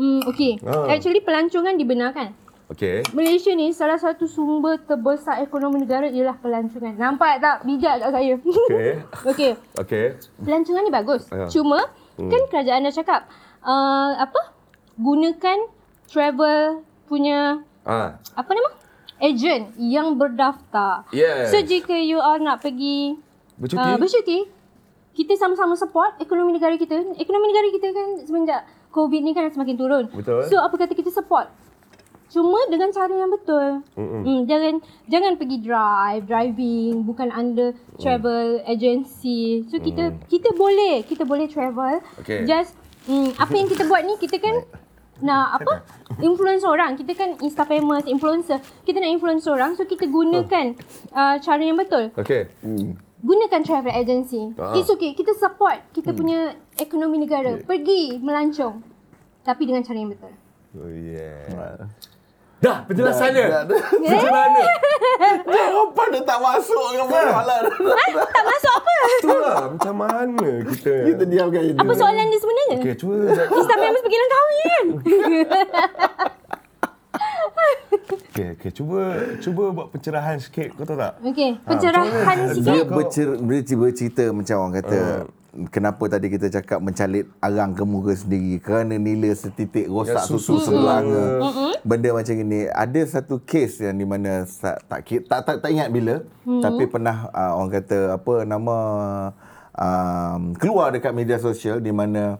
[SPEAKER 4] Hmm, okay.
[SPEAKER 3] Ah.
[SPEAKER 4] Actually pelancongan dibenarkan.
[SPEAKER 3] Okay
[SPEAKER 4] Malaysia ni salah satu sumber terbesar ekonomi negara ialah pelancongan. Nampak tak bijak tak saya?
[SPEAKER 3] Okay.
[SPEAKER 4] [laughs] okay.
[SPEAKER 3] Okay
[SPEAKER 4] Pelancongan ni bagus.
[SPEAKER 3] Ya.
[SPEAKER 4] Cuma kan kerajaan dah cakap uh, apa? Gunakan travel punya
[SPEAKER 3] Ah,
[SPEAKER 4] apa nama? Agent yang berdaftar.
[SPEAKER 3] Yes.
[SPEAKER 4] So jika you all nak pergi
[SPEAKER 3] Bercuti.
[SPEAKER 4] uh, bercuti kita sama-sama support ekonomi negara kita. Ekonomi negara kita kan semenjak COVID ni kan semakin turun.
[SPEAKER 3] Betul.
[SPEAKER 4] So apa kata kita support? Cuma dengan cara yang betul. Mm, jangan jangan pergi drive, driving bukan under
[SPEAKER 3] Mm.
[SPEAKER 4] travel agency. So kita kita boleh, kita boleh travel.
[SPEAKER 3] Okay.
[SPEAKER 4] Just mm, apa yang kita buat ni kita kan nak apa? Influence orang. Kita kan insta famous influencer. Kita nak influence orang so kita gunakan uh, cara yang betul.
[SPEAKER 3] Okay
[SPEAKER 4] Gunakan travel agency.
[SPEAKER 3] Ah. Hmm.
[SPEAKER 4] It's okay. Kita support kita punya ekonomi negara. Pergi melancong. Tapi dengan cara yang betul.
[SPEAKER 3] Oh yeah Dah lah, penjelasannya
[SPEAKER 2] Dah, dah,
[SPEAKER 4] Eh?
[SPEAKER 3] Penjelasannya
[SPEAKER 2] Jawapan dia tak masuk ke persoalan.
[SPEAKER 4] Tak masuk apa?
[SPEAKER 3] Itulah lah, Macam mana kita
[SPEAKER 2] Kita diamkan itu.
[SPEAKER 4] Apa soalan dia sebenarnya?
[SPEAKER 3] Okay cuba Zack
[SPEAKER 4] Insta famous pergi Langkawi
[SPEAKER 3] [laughs]
[SPEAKER 4] kan?
[SPEAKER 3] Okay, okay cuba Cuba buat pencerahan sikit Kau tahu tak
[SPEAKER 4] okay. Pencerahan
[SPEAKER 2] Dia
[SPEAKER 4] sikit.
[SPEAKER 2] bercer, bercerita, bercerita macam orang kata
[SPEAKER 3] Hmm.
[SPEAKER 2] Kenapa tadi kita cakap mencalit arang ke muka sendiri Kerana nila setitik rosak
[SPEAKER 3] Ya, susu Hmm.
[SPEAKER 2] susu, sebelanga
[SPEAKER 4] Hmm.
[SPEAKER 2] Benda macam ini Ada satu kes yang di mana sa- tak, ki- tak, tak, tak ingat bila
[SPEAKER 4] Hmm.
[SPEAKER 2] Tapi pernah uh, orang kata apa nama um, Keluar dekat media sosial di mana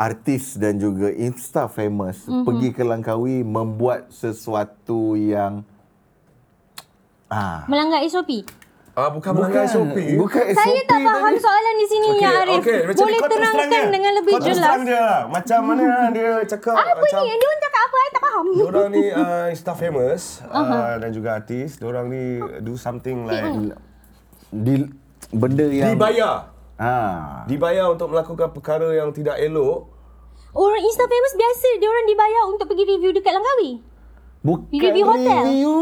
[SPEAKER 2] Artis dan juga insta famous
[SPEAKER 4] Hmm.
[SPEAKER 2] pergi ke Langkawi membuat sesuatu yang ah
[SPEAKER 4] Melanggar SOP.
[SPEAKER 3] Ah, bukan, bukan melanggar SOP
[SPEAKER 2] Bukan SOP
[SPEAKER 4] Saya tak faham
[SPEAKER 2] tadi.
[SPEAKER 4] soalan di sini ya Arif.
[SPEAKER 3] okey. Macam
[SPEAKER 4] Boleh
[SPEAKER 3] ni, kau terus
[SPEAKER 4] terangkan
[SPEAKER 3] terang dia.
[SPEAKER 4] dengan lebih
[SPEAKER 3] kau terus
[SPEAKER 4] jelas.
[SPEAKER 3] terang dia lah. Macam
[SPEAKER 4] [laughs]
[SPEAKER 3] mana dia cakap
[SPEAKER 4] Apa
[SPEAKER 3] macam
[SPEAKER 4] ni? Dia orang cakap apa? Saya tak faham.
[SPEAKER 3] Diorang ni uh, insta famous uh, dan juga artis. Diorang ni do something like
[SPEAKER 2] Di, benda yang
[SPEAKER 3] dibayar.
[SPEAKER 2] ha
[SPEAKER 3] Dibayar untuk melakukan perkara yang tidak elok.
[SPEAKER 4] Orang Insta famous biasa dia orang dibayar untuk pergi review dekat Langkawi.
[SPEAKER 2] bukan
[SPEAKER 4] Review hotel.
[SPEAKER 2] review.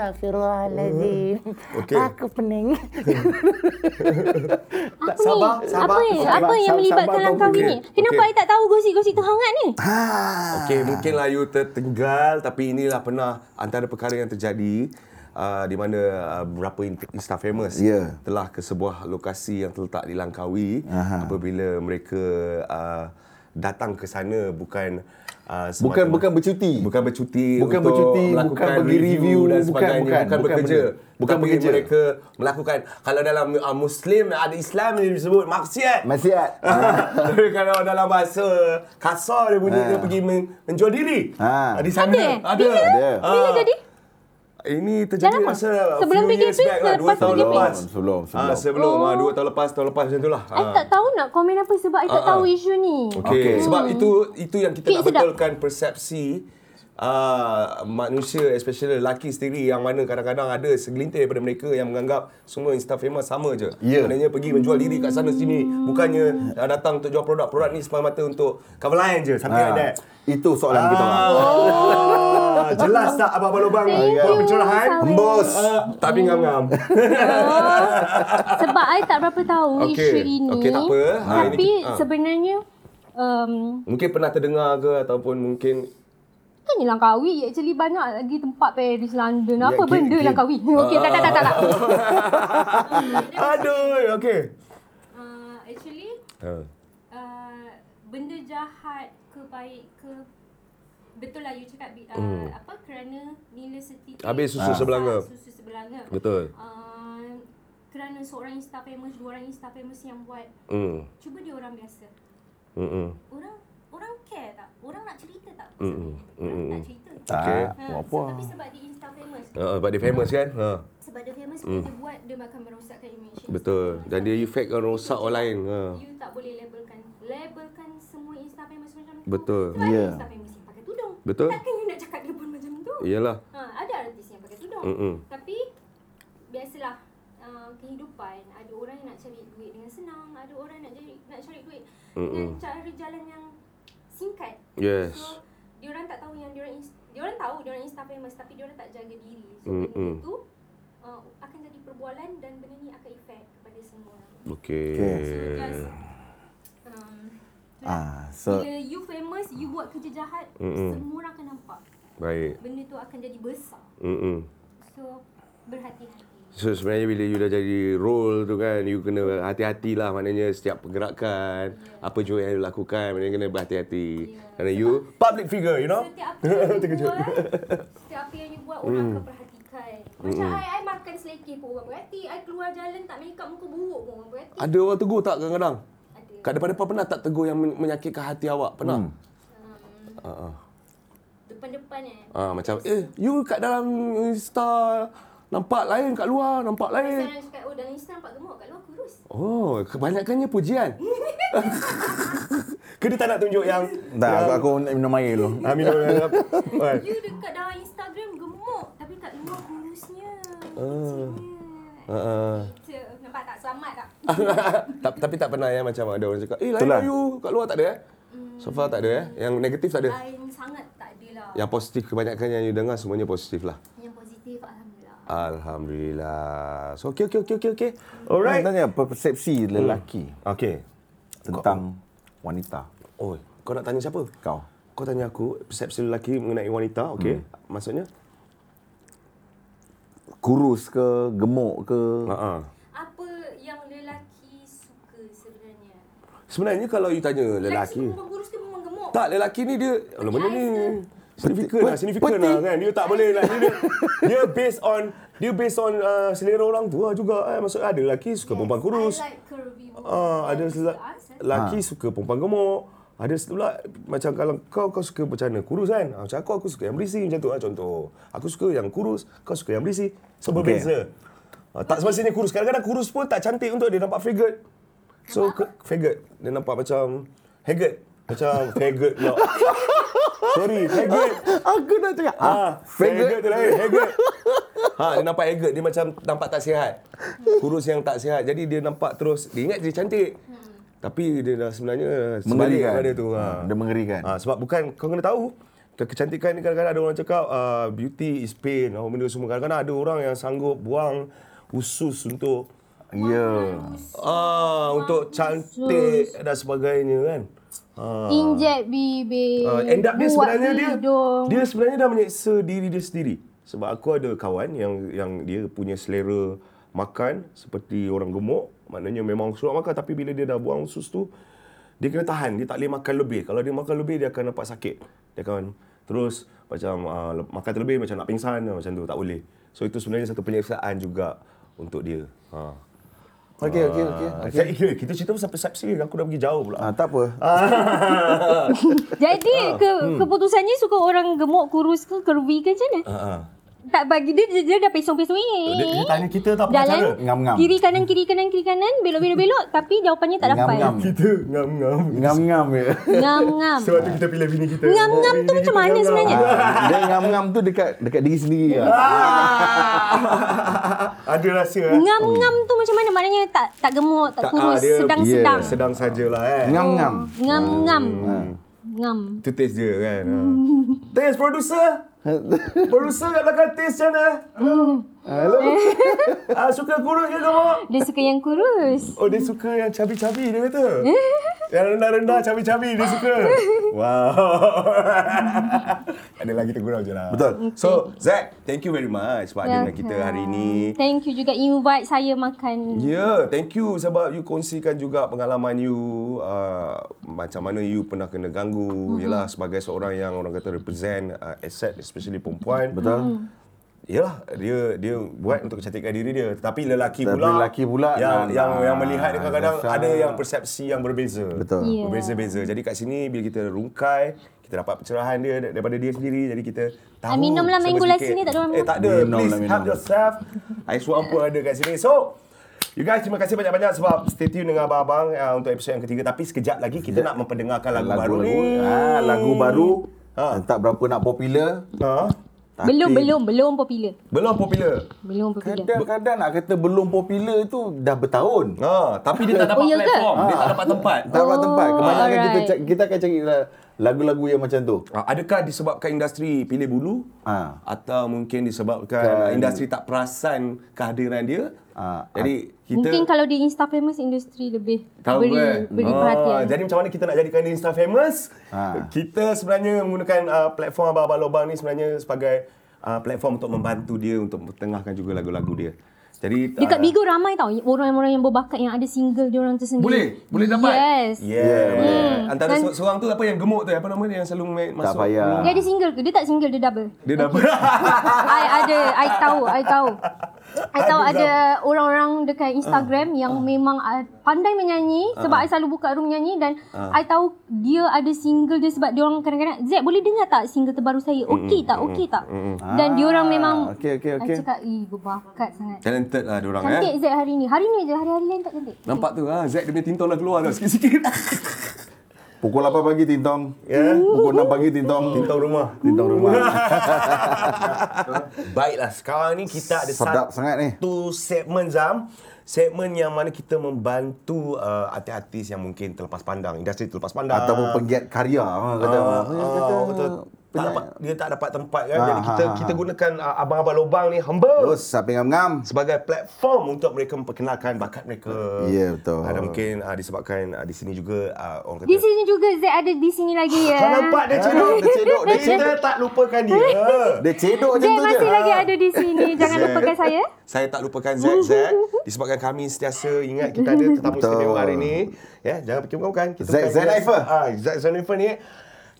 [SPEAKER 6] Astaghfirullahaladzim.
[SPEAKER 3] Okey.
[SPEAKER 2] Ah.
[SPEAKER 6] Aku pening.
[SPEAKER 4] Apa
[SPEAKER 2] sabar,
[SPEAKER 4] ni?
[SPEAKER 2] sabar,
[SPEAKER 4] apa,
[SPEAKER 2] sabar,
[SPEAKER 4] apa yang
[SPEAKER 2] sabar,
[SPEAKER 4] melibatkan
[SPEAKER 2] sabar,
[SPEAKER 4] Langkawi
[SPEAKER 3] okey,
[SPEAKER 4] ni? Kenapa
[SPEAKER 3] okey.
[SPEAKER 4] saya tak tahu gosip-gosip tu hangat ni?
[SPEAKER 2] [laughs] ha
[SPEAKER 3] Okey, mungkinlah you tertinggal tapi inilah pernah antara perkara yang terjadi uh, di mana uh, beberapa in- insta famous
[SPEAKER 2] Ya.
[SPEAKER 3] telah ke sebuah lokasi yang terletak di Langkawi
[SPEAKER 2] Aha.
[SPEAKER 3] apabila mereka uh, datang ke sana bukan uh,
[SPEAKER 2] bukan
[SPEAKER 3] semata-
[SPEAKER 2] bukan bercuti
[SPEAKER 3] Bukan bercuti
[SPEAKER 2] Bukan
[SPEAKER 3] untuk
[SPEAKER 2] bercuti,
[SPEAKER 3] melakukan
[SPEAKER 2] bukan pergi review,
[SPEAKER 3] dan
[SPEAKER 2] bukan,
[SPEAKER 3] sebagainya
[SPEAKER 2] bukan, bukan
[SPEAKER 3] bekerja
[SPEAKER 2] benda. Bukan
[SPEAKER 3] Tapi
[SPEAKER 2] bekerja.
[SPEAKER 3] mereka melakukan kalau dalam uh, muslim ada Islam dia disebut maksiat
[SPEAKER 2] Maksiat.
[SPEAKER 3] Ah,
[SPEAKER 2] Ah,
[SPEAKER 3] tapi [laughs] kalau dalam bahasa kasar dia bunyi
[SPEAKER 2] Ah.
[SPEAKER 3] dia pergi men- menjual diri
[SPEAKER 2] Ah.
[SPEAKER 3] di sana
[SPEAKER 4] Ada eh? Bila?
[SPEAKER 2] Ada.
[SPEAKER 4] Bila
[SPEAKER 3] Ah.
[SPEAKER 4] jadi?
[SPEAKER 3] ini terjadi
[SPEAKER 4] Dalam
[SPEAKER 3] masa
[SPEAKER 4] apa?
[SPEAKER 3] a
[SPEAKER 4] Sebelum
[SPEAKER 3] few years
[SPEAKER 4] PKP
[SPEAKER 3] back
[SPEAKER 4] ke
[SPEAKER 3] lah, dua
[SPEAKER 4] lepas
[SPEAKER 3] tahun
[SPEAKER 4] PKP?
[SPEAKER 3] lepas
[SPEAKER 2] Sebelum, sebelum.
[SPEAKER 3] Ah, sebelum ah, dua
[SPEAKER 4] Oh.
[SPEAKER 3] tahun lepas tahun lepas macam tu lah
[SPEAKER 4] Saya
[SPEAKER 3] Ah.
[SPEAKER 4] tak tahu nak komen apa sebab saya
[SPEAKER 3] Ah,
[SPEAKER 4] tak
[SPEAKER 3] ah.
[SPEAKER 4] tahu isu ni.
[SPEAKER 3] Okey. Okay.
[SPEAKER 2] Okey.
[SPEAKER 3] Sebab itu itu yang kita
[SPEAKER 4] Okey,
[SPEAKER 3] nak
[SPEAKER 4] sedap.
[SPEAKER 3] betulkan persepsi uh, manusia especially lelaki sendiri yang mana kadang-kadang ada segelintir daripada mereka yang menganggap semua insta famous sama je.
[SPEAKER 2] Ya.
[SPEAKER 3] Maknanya pergi menjual diri kat sana sini bukannya uh, datang untuk jual produk. Produk ni semata-mata untuk cover line je. Something like that.
[SPEAKER 2] Ha. itu soalan kita orang
[SPEAKER 3] Ah, jelas tak abang-abang lubang
[SPEAKER 4] Thank
[SPEAKER 3] buat
[SPEAKER 4] you, Ah.
[SPEAKER 3] pencerahan?
[SPEAKER 4] Sawi.
[SPEAKER 3] Hembus. Uh, tapi ngam-ngam.
[SPEAKER 4] Sebab I tak berapa tahu
[SPEAKER 3] Okey.
[SPEAKER 4] isu ini.
[SPEAKER 3] Okey, tak apa. Ha,
[SPEAKER 4] Tapi
[SPEAKER 3] ini- ah.
[SPEAKER 4] sebenarnya um,
[SPEAKER 3] mungkin pernah terdengar ke ataupun mungkin
[SPEAKER 4] Tanya Langkawi actually banyak lagi tempat Paris, London.
[SPEAKER 7] Ya,
[SPEAKER 4] Apa
[SPEAKER 7] ki-
[SPEAKER 4] benda
[SPEAKER 7] ki-
[SPEAKER 4] Langkawi? Okey, tak, tak, tak, tak. tak.
[SPEAKER 3] Ah.
[SPEAKER 4] [laughs]
[SPEAKER 7] Aduh, okey.
[SPEAKER 4] Uh, actually,
[SPEAKER 3] Ah,
[SPEAKER 7] Uh.
[SPEAKER 4] uh, benda jahat ke baik ke Betul lah you cakap uh, hmm. apa kerana nila setitik
[SPEAKER 3] Habis susu
[SPEAKER 4] besar,
[SPEAKER 3] sebelanga.
[SPEAKER 4] Susu sebelanga
[SPEAKER 3] Betul.
[SPEAKER 4] uh, Kerana seorang insta famous, dua orang insta famous yang buat
[SPEAKER 3] Hmm.
[SPEAKER 4] Cuba dia orang biasa
[SPEAKER 3] Hmm. hmm.
[SPEAKER 4] Orang orang care tak? Orang nak cerita tak? pasal
[SPEAKER 3] Mm-mm. ah?
[SPEAKER 4] ni? Orang tak cerita
[SPEAKER 3] Okey.
[SPEAKER 2] Tak,
[SPEAKER 4] Ha,
[SPEAKER 2] Ah, apa.
[SPEAKER 4] so, tapi sebab dia insta famous
[SPEAKER 3] Uh, sebab dia famous kan? Ha.
[SPEAKER 4] Sebab dia famous mm. dia buat dia akan merosakkan image
[SPEAKER 3] Betul. Dan dia effect kan rosak orang lain. Ha.
[SPEAKER 4] You tak boleh labelkan labelkan semua insta famous macam tu.
[SPEAKER 3] Betul.
[SPEAKER 4] Sebab
[SPEAKER 2] Ya.
[SPEAKER 4] yeah. insta famous yang pakai tudung.
[SPEAKER 3] Betul.
[SPEAKER 4] Takkan you nak cakap dia pun macam tu.
[SPEAKER 3] Iyalah.
[SPEAKER 4] Ha, ada artis yang pakai tudung.
[SPEAKER 3] Mm-mm.
[SPEAKER 4] Tapi biasalah uh, kehidupan ada orang yang nak cari duit dengan senang, ada orang nak cari nak cari duit dengan
[SPEAKER 3] Mm-mm.
[SPEAKER 4] cara jalan yang singkat.
[SPEAKER 3] Yes.
[SPEAKER 4] So diorang tak tahu yang diorang ins- diorang tahu diorang insta famous tapi diorang tak jaga diri. So
[SPEAKER 3] Mm-mm.
[SPEAKER 4] benda tu uh, akan jadi perbualan dan benda ni akan efek kepada semua orang.
[SPEAKER 3] Okey.
[SPEAKER 4] So just um,
[SPEAKER 2] Ah, so
[SPEAKER 4] bila you famous, you buat kerja jahat,
[SPEAKER 3] Mm-mm.
[SPEAKER 4] semua orang akan nampak.
[SPEAKER 3] Baik.
[SPEAKER 4] Benda tu akan jadi besar.
[SPEAKER 3] Hmm.
[SPEAKER 4] So berhati-hati.
[SPEAKER 3] So sebenarnya bila you dah jadi role tu kan You kena hati-hatilah maknanya setiap pergerakan
[SPEAKER 4] Ya.
[SPEAKER 3] Apa juga yang you lakukan Maknanya kena berhati-hati Kerana you
[SPEAKER 7] Public figure, you know.
[SPEAKER 4] Setiap
[SPEAKER 3] [laughs]
[SPEAKER 4] apa yang you buat, setiap apa yang you buat orang
[SPEAKER 3] Hmm.
[SPEAKER 4] akan perhatikan. Macam I, I makan selekeh pun orang berhati. I keluar jalan tak make up muka buruk pun orang berhati.
[SPEAKER 3] Ada orang tegur tak kadang-kadang?
[SPEAKER 4] Ada.
[SPEAKER 3] Kat depan-depan pernah tak tegur yang men- menyakitkan hati awak? Pernah? Hmm. Uh,
[SPEAKER 4] Depan-depan eh.
[SPEAKER 3] uh, macam eh you kat dalam Insta Nampak lain kat luar, nampak lain
[SPEAKER 4] Sekarang cakap, oh dalam Insta nampak gemuk, kat luar kurus.
[SPEAKER 3] Oh, kebanyakannya
[SPEAKER 2] [laughs]
[SPEAKER 3] pujian
[SPEAKER 7] Ke dia tak nak tunjuk yang
[SPEAKER 2] tak aku, aku nak minum air dulu.
[SPEAKER 7] Ah, minum yang
[SPEAKER 2] [laughs]
[SPEAKER 4] You dekat dalam Instagram gemuk, tapi kat luar kurusnya.
[SPEAKER 3] Ah.
[SPEAKER 4] Kecilnya.
[SPEAKER 3] uh, uh.
[SPEAKER 4] Gitu. Nampak tak? Selamat tak?
[SPEAKER 3] [laughs] Ta- Tapi tak pernah ya macam ada orang cakap Eh lain
[SPEAKER 2] Itulah.
[SPEAKER 3] lah you, kat luar tak ada eh So far tak ada eh Yang negatif tak ada
[SPEAKER 4] Lain sangat tak adalah.
[SPEAKER 3] Yang positif kebanyakan yang you dengar semuanya positif lah.
[SPEAKER 4] Yang positif, Alhamdulillah.
[SPEAKER 3] Alhamdulillah. So okey okey okey okey okey.
[SPEAKER 2] Alright.
[SPEAKER 7] Alright.
[SPEAKER 2] Tanya persepsi lelaki
[SPEAKER 7] Okay.
[SPEAKER 3] Hmm.
[SPEAKER 2] tentang wanita
[SPEAKER 3] Oi, kau nak tanya siapa?
[SPEAKER 2] kau.
[SPEAKER 3] Kau tanya aku persepsi lelaki mengenai wanita, okey? Hmm. Maksudnya?
[SPEAKER 2] Kurus ke, gemuk ke?
[SPEAKER 3] Ha ah.
[SPEAKER 4] Apa yang lelaki suka sebenarnya?
[SPEAKER 3] Sebenarnya kalau you tanya
[SPEAKER 4] Lelaki
[SPEAKER 3] lelaki,
[SPEAKER 4] suka perempuan kurus ke perempuan gemuk?
[SPEAKER 3] tak lelaki ni dia Alah benda ni signifikan
[SPEAKER 2] Peti-
[SPEAKER 3] lah, signifikan
[SPEAKER 2] peti.
[SPEAKER 3] lah kan. Dia tak boleh lah. Dia, dia, dia based on dia based on uh, selera orang tua juga. Eh. Maksud ada lelaki suka perempuan kurus.
[SPEAKER 4] I like curvy women.
[SPEAKER 3] Ah, ada
[SPEAKER 4] That's
[SPEAKER 3] sel-
[SPEAKER 4] the answer.
[SPEAKER 3] lelaki ha. suka perempuan gemuk. Ada pula macam kalau kau kau suka macam mana kurus kan. Ah, Macam aku aku suka yang berisi macam tu lah contoh. Aku suka yang kurus, kau suka yang berisi. So berbeza. Ah, tak semestinya kurus. Kadang-kadang kurus pun tak cantik untuk dia nampak faggot. So ke, faggot dia nampak macam haggard. Macam faggot pula. Sorry, haggard.
[SPEAKER 2] Aku nak cakap.
[SPEAKER 3] Ah, faggot tu lain, haggard. [laughs] Ha, dia nampak haggard, dia macam nampak tak sihat. Kurus yang tak sihat. Jadi dia nampak terus, dia ingat dia cantik. Tapi dia dah sebenarnya sebalik
[SPEAKER 2] Mengerikan. Hmm,
[SPEAKER 3] pada tu. Ha.
[SPEAKER 2] Dia mengerikan.
[SPEAKER 3] Ha, sebab bukan, kau kena tahu, ke- kecantikan ni kadang-kadang ada orang cakap uh, beauty is pain. Oh, benda semua. Kadang-kadang ada orang yang sanggup buang usus untuk
[SPEAKER 2] Ya. Yeah.
[SPEAKER 3] ah untuk cantik dan sebagainya kan. Ha.
[SPEAKER 4] Injek bibir.
[SPEAKER 3] Uh, end up dia
[SPEAKER 4] Eh, buat
[SPEAKER 3] sebenarnya dia
[SPEAKER 4] hidung.
[SPEAKER 3] dia sebenarnya dah menyeksa diri dia sendiri. Sebab aku ada kawan yang yang dia punya selera makan seperti orang gemuk, maknanya memang surat makan tapi bila dia dah buang usus tu dia kena tahan, dia tak boleh makan lebih. Kalau dia makan lebih dia akan dapat sakit. Dia akan terus macam uh, makan terlebih macam nak pingsan macam tu tak boleh. So itu sebenarnya satu penyiksaan juga untuk dia. Ha.
[SPEAKER 2] Okey, okey,
[SPEAKER 4] Ya,
[SPEAKER 2] okey.
[SPEAKER 3] Okay. Kita cerita pasal persepsi aku dah pergi jauh pula.
[SPEAKER 2] Ah, tak apa.
[SPEAKER 4] Jadi
[SPEAKER 3] Ah.
[SPEAKER 4] ke,
[SPEAKER 3] Hmm.
[SPEAKER 4] keputusannya suka orang gemuk, kurus ke, curvy ke macam mana?
[SPEAKER 3] Ha. ha.
[SPEAKER 4] Tak bagi dia, dia, dia dah pesong-pesong.
[SPEAKER 7] Dia, dia tanya kita tak pakai cara.
[SPEAKER 4] Jalan
[SPEAKER 2] Ngam-ngam.
[SPEAKER 4] kiri kanan, kiri kanan, kiri kanan,
[SPEAKER 3] [laughs]
[SPEAKER 4] belok-belok-belok. tapi jawapannya tak dapat.
[SPEAKER 2] Ngam-ngam.
[SPEAKER 7] Kita ngam-ngam.
[SPEAKER 2] Ngam-ngam je.
[SPEAKER 4] Ngam-ngam.
[SPEAKER 7] Sebab tu kita pilih bini kita.
[SPEAKER 4] Ngam-ngam
[SPEAKER 7] Bini
[SPEAKER 4] tu macam
[SPEAKER 7] kita
[SPEAKER 4] mana
[SPEAKER 7] ngam-ngam.
[SPEAKER 4] sebenarnya?
[SPEAKER 2] Dia ngam-ngam tu dekat dekat diri sendiri
[SPEAKER 4] Oh.
[SPEAKER 2] lah.
[SPEAKER 7] Ada rasa eh.
[SPEAKER 4] Ngam-ngam tu macam mana? Maknanya tak tak gemuk,
[SPEAKER 3] oh. Tak,
[SPEAKER 4] tak,
[SPEAKER 3] ah,
[SPEAKER 4] kurus,
[SPEAKER 3] dia-
[SPEAKER 4] sedang-sedang.
[SPEAKER 2] yeah,
[SPEAKER 7] Sedang sajalah eh.
[SPEAKER 2] Ngam-ngam.
[SPEAKER 4] Ngam-ngam.
[SPEAKER 3] Oh,
[SPEAKER 4] Ngam.
[SPEAKER 7] Itu taste dia kan. Ha. [laughs] Taste producer. producer kat belakang taste macam mana? Hello.
[SPEAKER 4] Eh.
[SPEAKER 7] [laughs] Ah, suka kurus ke kamu?
[SPEAKER 4] Dia suka yang kurus. [laughs]
[SPEAKER 7] Oh, dia suka yang cabi-cabi dia kata.
[SPEAKER 3] Yang rendah-rendah, cabi-cabi dia suka. Wow. Ada lagi tergurau je lah.
[SPEAKER 5] Betul. So, Zack, thank you very much sebab ada dengan kita
[SPEAKER 4] Welcome.
[SPEAKER 5] hari ni.
[SPEAKER 4] Thank you juga invite saya makan.
[SPEAKER 3] Ya, yeah, thank you sebab you kongsikan juga pengalaman you uh, macam mana you pernah kena ganggu. Mm-hmm. Yalah sebagai seorang yang orang kata represent uh, asset especially perempuan. Betul. Yalah dia dia buat untuk kecantikan diri dia tapi lelaki
[SPEAKER 2] Tapi
[SPEAKER 3] pula
[SPEAKER 2] lelaki pula, nah,
[SPEAKER 3] yang yang
[SPEAKER 2] nah,
[SPEAKER 3] yang melihat dia kadang-kadang
[SPEAKER 2] dasar.
[SPEAKER 3] ada yang persepsi yang berbeza.
[SPEAKER 2] Betul.
[SPEAKER 4] Ya.
[SPEAKER 3] Berbeza-beza. Jadi kat sini bila kita rungkai kita dapat pencerahan dia dar- daripada dia sendiri jadi kita tahu
[SPEAKER 4] Ah, minumlah
[SPEAKER 3] sebab
[SPEAKER 4] mango lah
[SPEAKER 3] sikit.
[SPEAKER 4] sini, tak ada orang
[SPEAKER 3] eh tak ada
[SPEAKER 2] Minum lah,
[SPEAKER 3] please
[SPEAKER 2] minum.
[SPEAKER 3] help yourself Ais Wang pun ada kat sini so You guys, terima kasih banyak-banyak sebab stay tune dengan abang-abang uh, untuk episod yang ketiga. Tapi sekejap lagi kita nak memperdengarkan lagu,
[SPEAKER 2] lagu
[SPEAKER 3] baru
[SPEAKER 2] lagu,
[SPEAKER 3] ni.
[SPEAKER 2] ah, lagu baru Eh,
[SPEAKER 3] Ha.
[SPEAKER 2] tak berapa nak popular
[SPEAKER 3] Ha?
[SPEAKER 2] tapi
[SPEAKER 4] Belum belum belum popular.
[SPEAKER 3] Belum popular.
[SPEAKER 4] Belum popular.
[SPEAKER 2] kadang-kadang nak kata belum popular tu dah bertahun
[SPEAKER 3] Ha, tapi dia tak
[SPEAKER 4] Oh, ya ke?
[SPEAKER 5] Dia
[SPEAKER 2] Ah.
[SPEAKER 5] tak dapat tempat.
[SPEAKER 2] tak dapat
[SPEAKER 4] Oh,
[SPEAKER 2] tempat kebanyakan kita
[SPEAKER 4] alright.
[SPEAKER 2] ca- kita akan cari la- lagu-lagu yang macam tu
[SPEAKER 3] Ah, Adakah disebabkan industri pilih bulu?
[SPEAKER 2] Ah.
[SPEAKER 3] Atau mungkin disebabkan industri tak perasan kehadiran dia?
[SPEAKER 2] Ah,
[SPEAKER 3] Jadi kita
[SPEAKER 4] Mungkin kalau di Insta famous industri lebih
[SPEAKER 5] Tahu
[SPEAKER 4] beri
[SPEAKER 5] kan?
[SPEAKER 4] beri
[SPEAKER 3] Ah,
[SPEAKER 4] perhatian.
[SPEAKER 3] jadi macam mana kita nak jadikan dia Insta famous?
[SPEAKER 2] Ah.
[SPEAKER 3] Kita sebenarnya menggunakan uh, platform Abang-Abang Lobang ni sebenarnya sebagai uh, platform untuk membantu dia untuk tengahkan juga lagu-lagu dia. Jadi
[SPEAKER 4] Dekat
[SPEAKER 3] ah,
[SPEAKER 4] Bigo ramai tau orang-orang yang berbakat yang ada single diorang tersendiri.
[SPEAKER 5] Boleh? Boleh dapat?
[SPEAKER 4] Yes.
[SPEAKER 3] Yeah.
[SPEAKER 2] Hmm.
[SPEAKER 3] yeah. Antara
[SPEAKER 4] Hmm.
[SPEAKER 3] se-
[SPEAKER 4] Dan-
[SPEAKER 3] seorang tu apa yang gemuk tu apa nama dia yang selalu main
[SPEAKER 2] tak
[SPEAKER 3] masuk.
[SPEAKER 2] payah
[SPEAKER 4] Dia ada single ke? Dia tak single, dia double.
[SPEAKER 3] Dia
[SPEAKER 2] [laughs]
[SPEAKER 3] dah ber.
[SPEAKER 4] [laughs] I ada, I tahu, I tahu. I tahu
[SPEAKER 3] Aduh,
[SPEAKER 4] ada orang-orang dekat
[SPEAKER 5] Ah.
[SPEAKER 4] Instagram yang memang uh, pandai menyanyi sebab I selalu buka room nyanyi dan
[SPEAKER 5] Ah.
[SPEAKER 4] I tahu dia ada single dia sebab dia orang kadang-kadang Zack boleh dengar tak single terbaru saya? Okey tak? Okey tak? Dan dia
[SPEAKER 5] Ah,
[SPEAKER 4] orang memang
[SPEAKER 2] Ah, okey, okey, okey.
[SPEAKER 4] I cakap, "Ih, berbakat sangat."
[SPEAKER 5] Talented lah diorang
[SPEAKER 4] Cantik
[SPEAKER 5] eh.
[SPEAKER 4] Zack hari ni. Hari ni je, hari-hari lain tak cantik.
[SPEAKER 5] Nampak tu ha, Zack dia punya tintol dah keluar dah sikit-sikit.
[SPEAKER 2] pukul 8 pagi tintong
[SPEAKER 3] Ya.
[SPEAKER 2] yeah. pukul 6 pagi tintong
[SPEAKER 3] Tintang rumah.
[SPEAKER 2] tintong
[SPEAKER 3] [laughs]
[SPEAKER 2] rumah
[SPEAKER 3] Baiklah, sekarang ni kita ada
[SPEAKER 2] Sedap
[SPEAKER 3] satu
[SPEAKER 2] sangat ni.
[SPEAKER 3] segmen Zam. Segmen yang mana kita membantu uh, artis-artis yang mungkin terlepas pandang. Industri terlepas pandang.
[SPEAKER 2] ataupun penggiat karya orang kata
[SPEAKER 3] Ah,
[SPEAKER 2] orang
[SPEAKER 3] ah,
[SPEAKER 2] kata
[SPEAKER 3] betul. tak dapat, dia tak dapat tempat kan.
[SPEAKER 2] Ah,
[SPEAKER 3] Jadi kita
[SPEAKER 2] ah, ah.
[SPEAKER 3] kita gunakan uh, abang-abang lobang ni humble
[SPEAKER 2] terus sampai ngam-ngam
[SPEAKER 3] sebagai platform untuk mereka memperkenalkan bakat mereka.
[SPEAKER 2] Ya, betul.
[SPEAKER 3] Ada mungkin uh, disebabkan uh, di sini juga uh, orang kata
[SPEAKER 4] Di sini juga Zack ada di sini lagi ya.
[SPEAKER 3] Kau nampak dia cedok, dia cedok, dia
[SPEAKER 2] cedok.
[SPEAKER 3] Kita tak lupakan
[SPEAKER 4] [laughs]
[SPEAKER 3] dia.
[SPEAKER 2] dia cedok macam
[SPEAKER 4] Zack
[SPEAKER 2] tu je
[SPEAKER 4] masih lagi ada di sini. Jangan
[SPEAKER 3] Zack.
[SPEAKER 4] lupakan saya.
[SPEAKER 3] Saya tak lupakan Zack Zack disebabkan kami sentiasa ingat kita ada tetamu
[SPEAKER 2] Betul.
[SPEAKER 3] istimewa hari ni. Ya, jangan fikir bukan-bukan. Kita
[SPEAKER 2] Zack
[SPEAKER 3] bukan-
[SPEAKER 2] Zainifer.
[SPEAKER 3] Ah, Zack Zainifer ni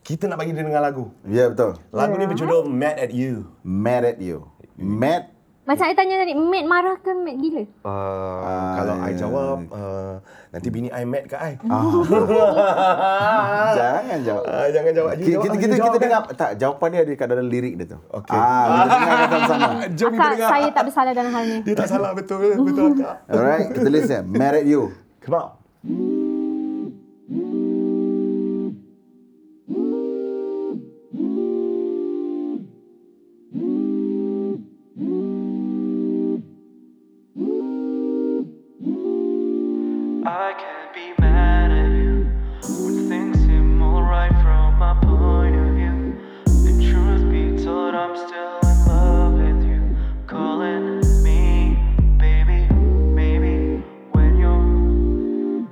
[SPEAKER 3] kita nak bagi dia dengar lagu.
[SPEAKER 2] ya betul
[SPEAKER 3] Lagu ni berjudul Mad at You.
[SPEAKER 2] mad at you mad
[SPEAKER 4] Macam saya tanya tadi, Matt marah ke Matt gila?
[SPEAKER 3] Uh, kalau I jawab uh, nanti bini I mad ke I.
[SPEAKER 2] Jangan jawab.
[SPEAKER 3] [laughs] Ah, jangan jawab.
[SPEAKER 2] Kita
[SPEAKER 3] You jawab,
[SPEAKER 2] kita,
[SPEAKER 3] you
[SPEAKER 2] kita,
[SPEAKER 3] jawab
[SPEAKER 2] kita
[SPEAKER 3] kan?
[SPEAKER 2] dengar tak jawapan dia ada kat dalam lirik dia tu.
[SPEAKER 3] Okey.
[SPEAKER 2] Ah, kita
[SPEAKER 3] [laughs]
[SPEAKER 2] dengarkan sama-sama.
[SPEAKER 3] Jom kita
[SPEAKER 4] Akak,
[SPEAKER 3] dengar.
[SPEAKER 4] saya tak bersalah dalam hal ni.
[SPEAKER 3] Dia [laughs] tak salah betul betul akak.
[SPEAKER 2] Alright, kita listen. Mad at you.
[SPEAKER 3] Come on.
[SPEAKER 8] I can't be mad at you when things seem alright from my point of view. And truth be told, I'm still in love with you. Calling me, baby, maybe when you're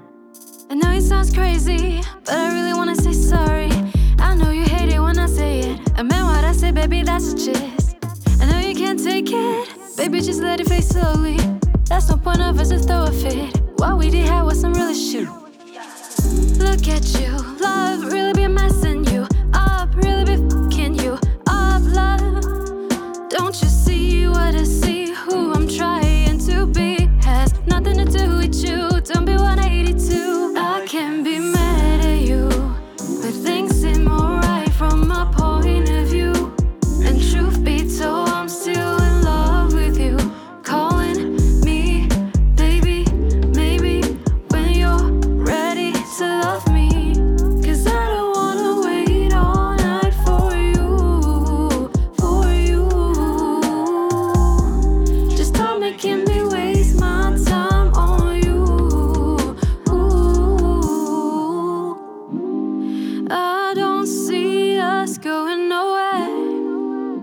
[SPEAKER 9] I know it sounds crazy, but I really wanna say sorry. I know you hate it when I say it. I meant what I said, baby, that's the gist. I know you can't take it, baby, just let it fade slowly. That's no point of us to throw a fit. What we did have was some really shoot. Look at you, love really be messing you up, really be fing you up, love. Don't you see what I see? Who I'm trying to be has nothing to do with you. Don't be 182. I can be mad at you, but things seem alright from my point of view. And truth be told, I'm still in love with you. Calling me, baby, maybe when you're ready to love me. Cause I don't wanna wait all night for you, for you. Just stop making me waste my time on you. I don't see us going nowhere.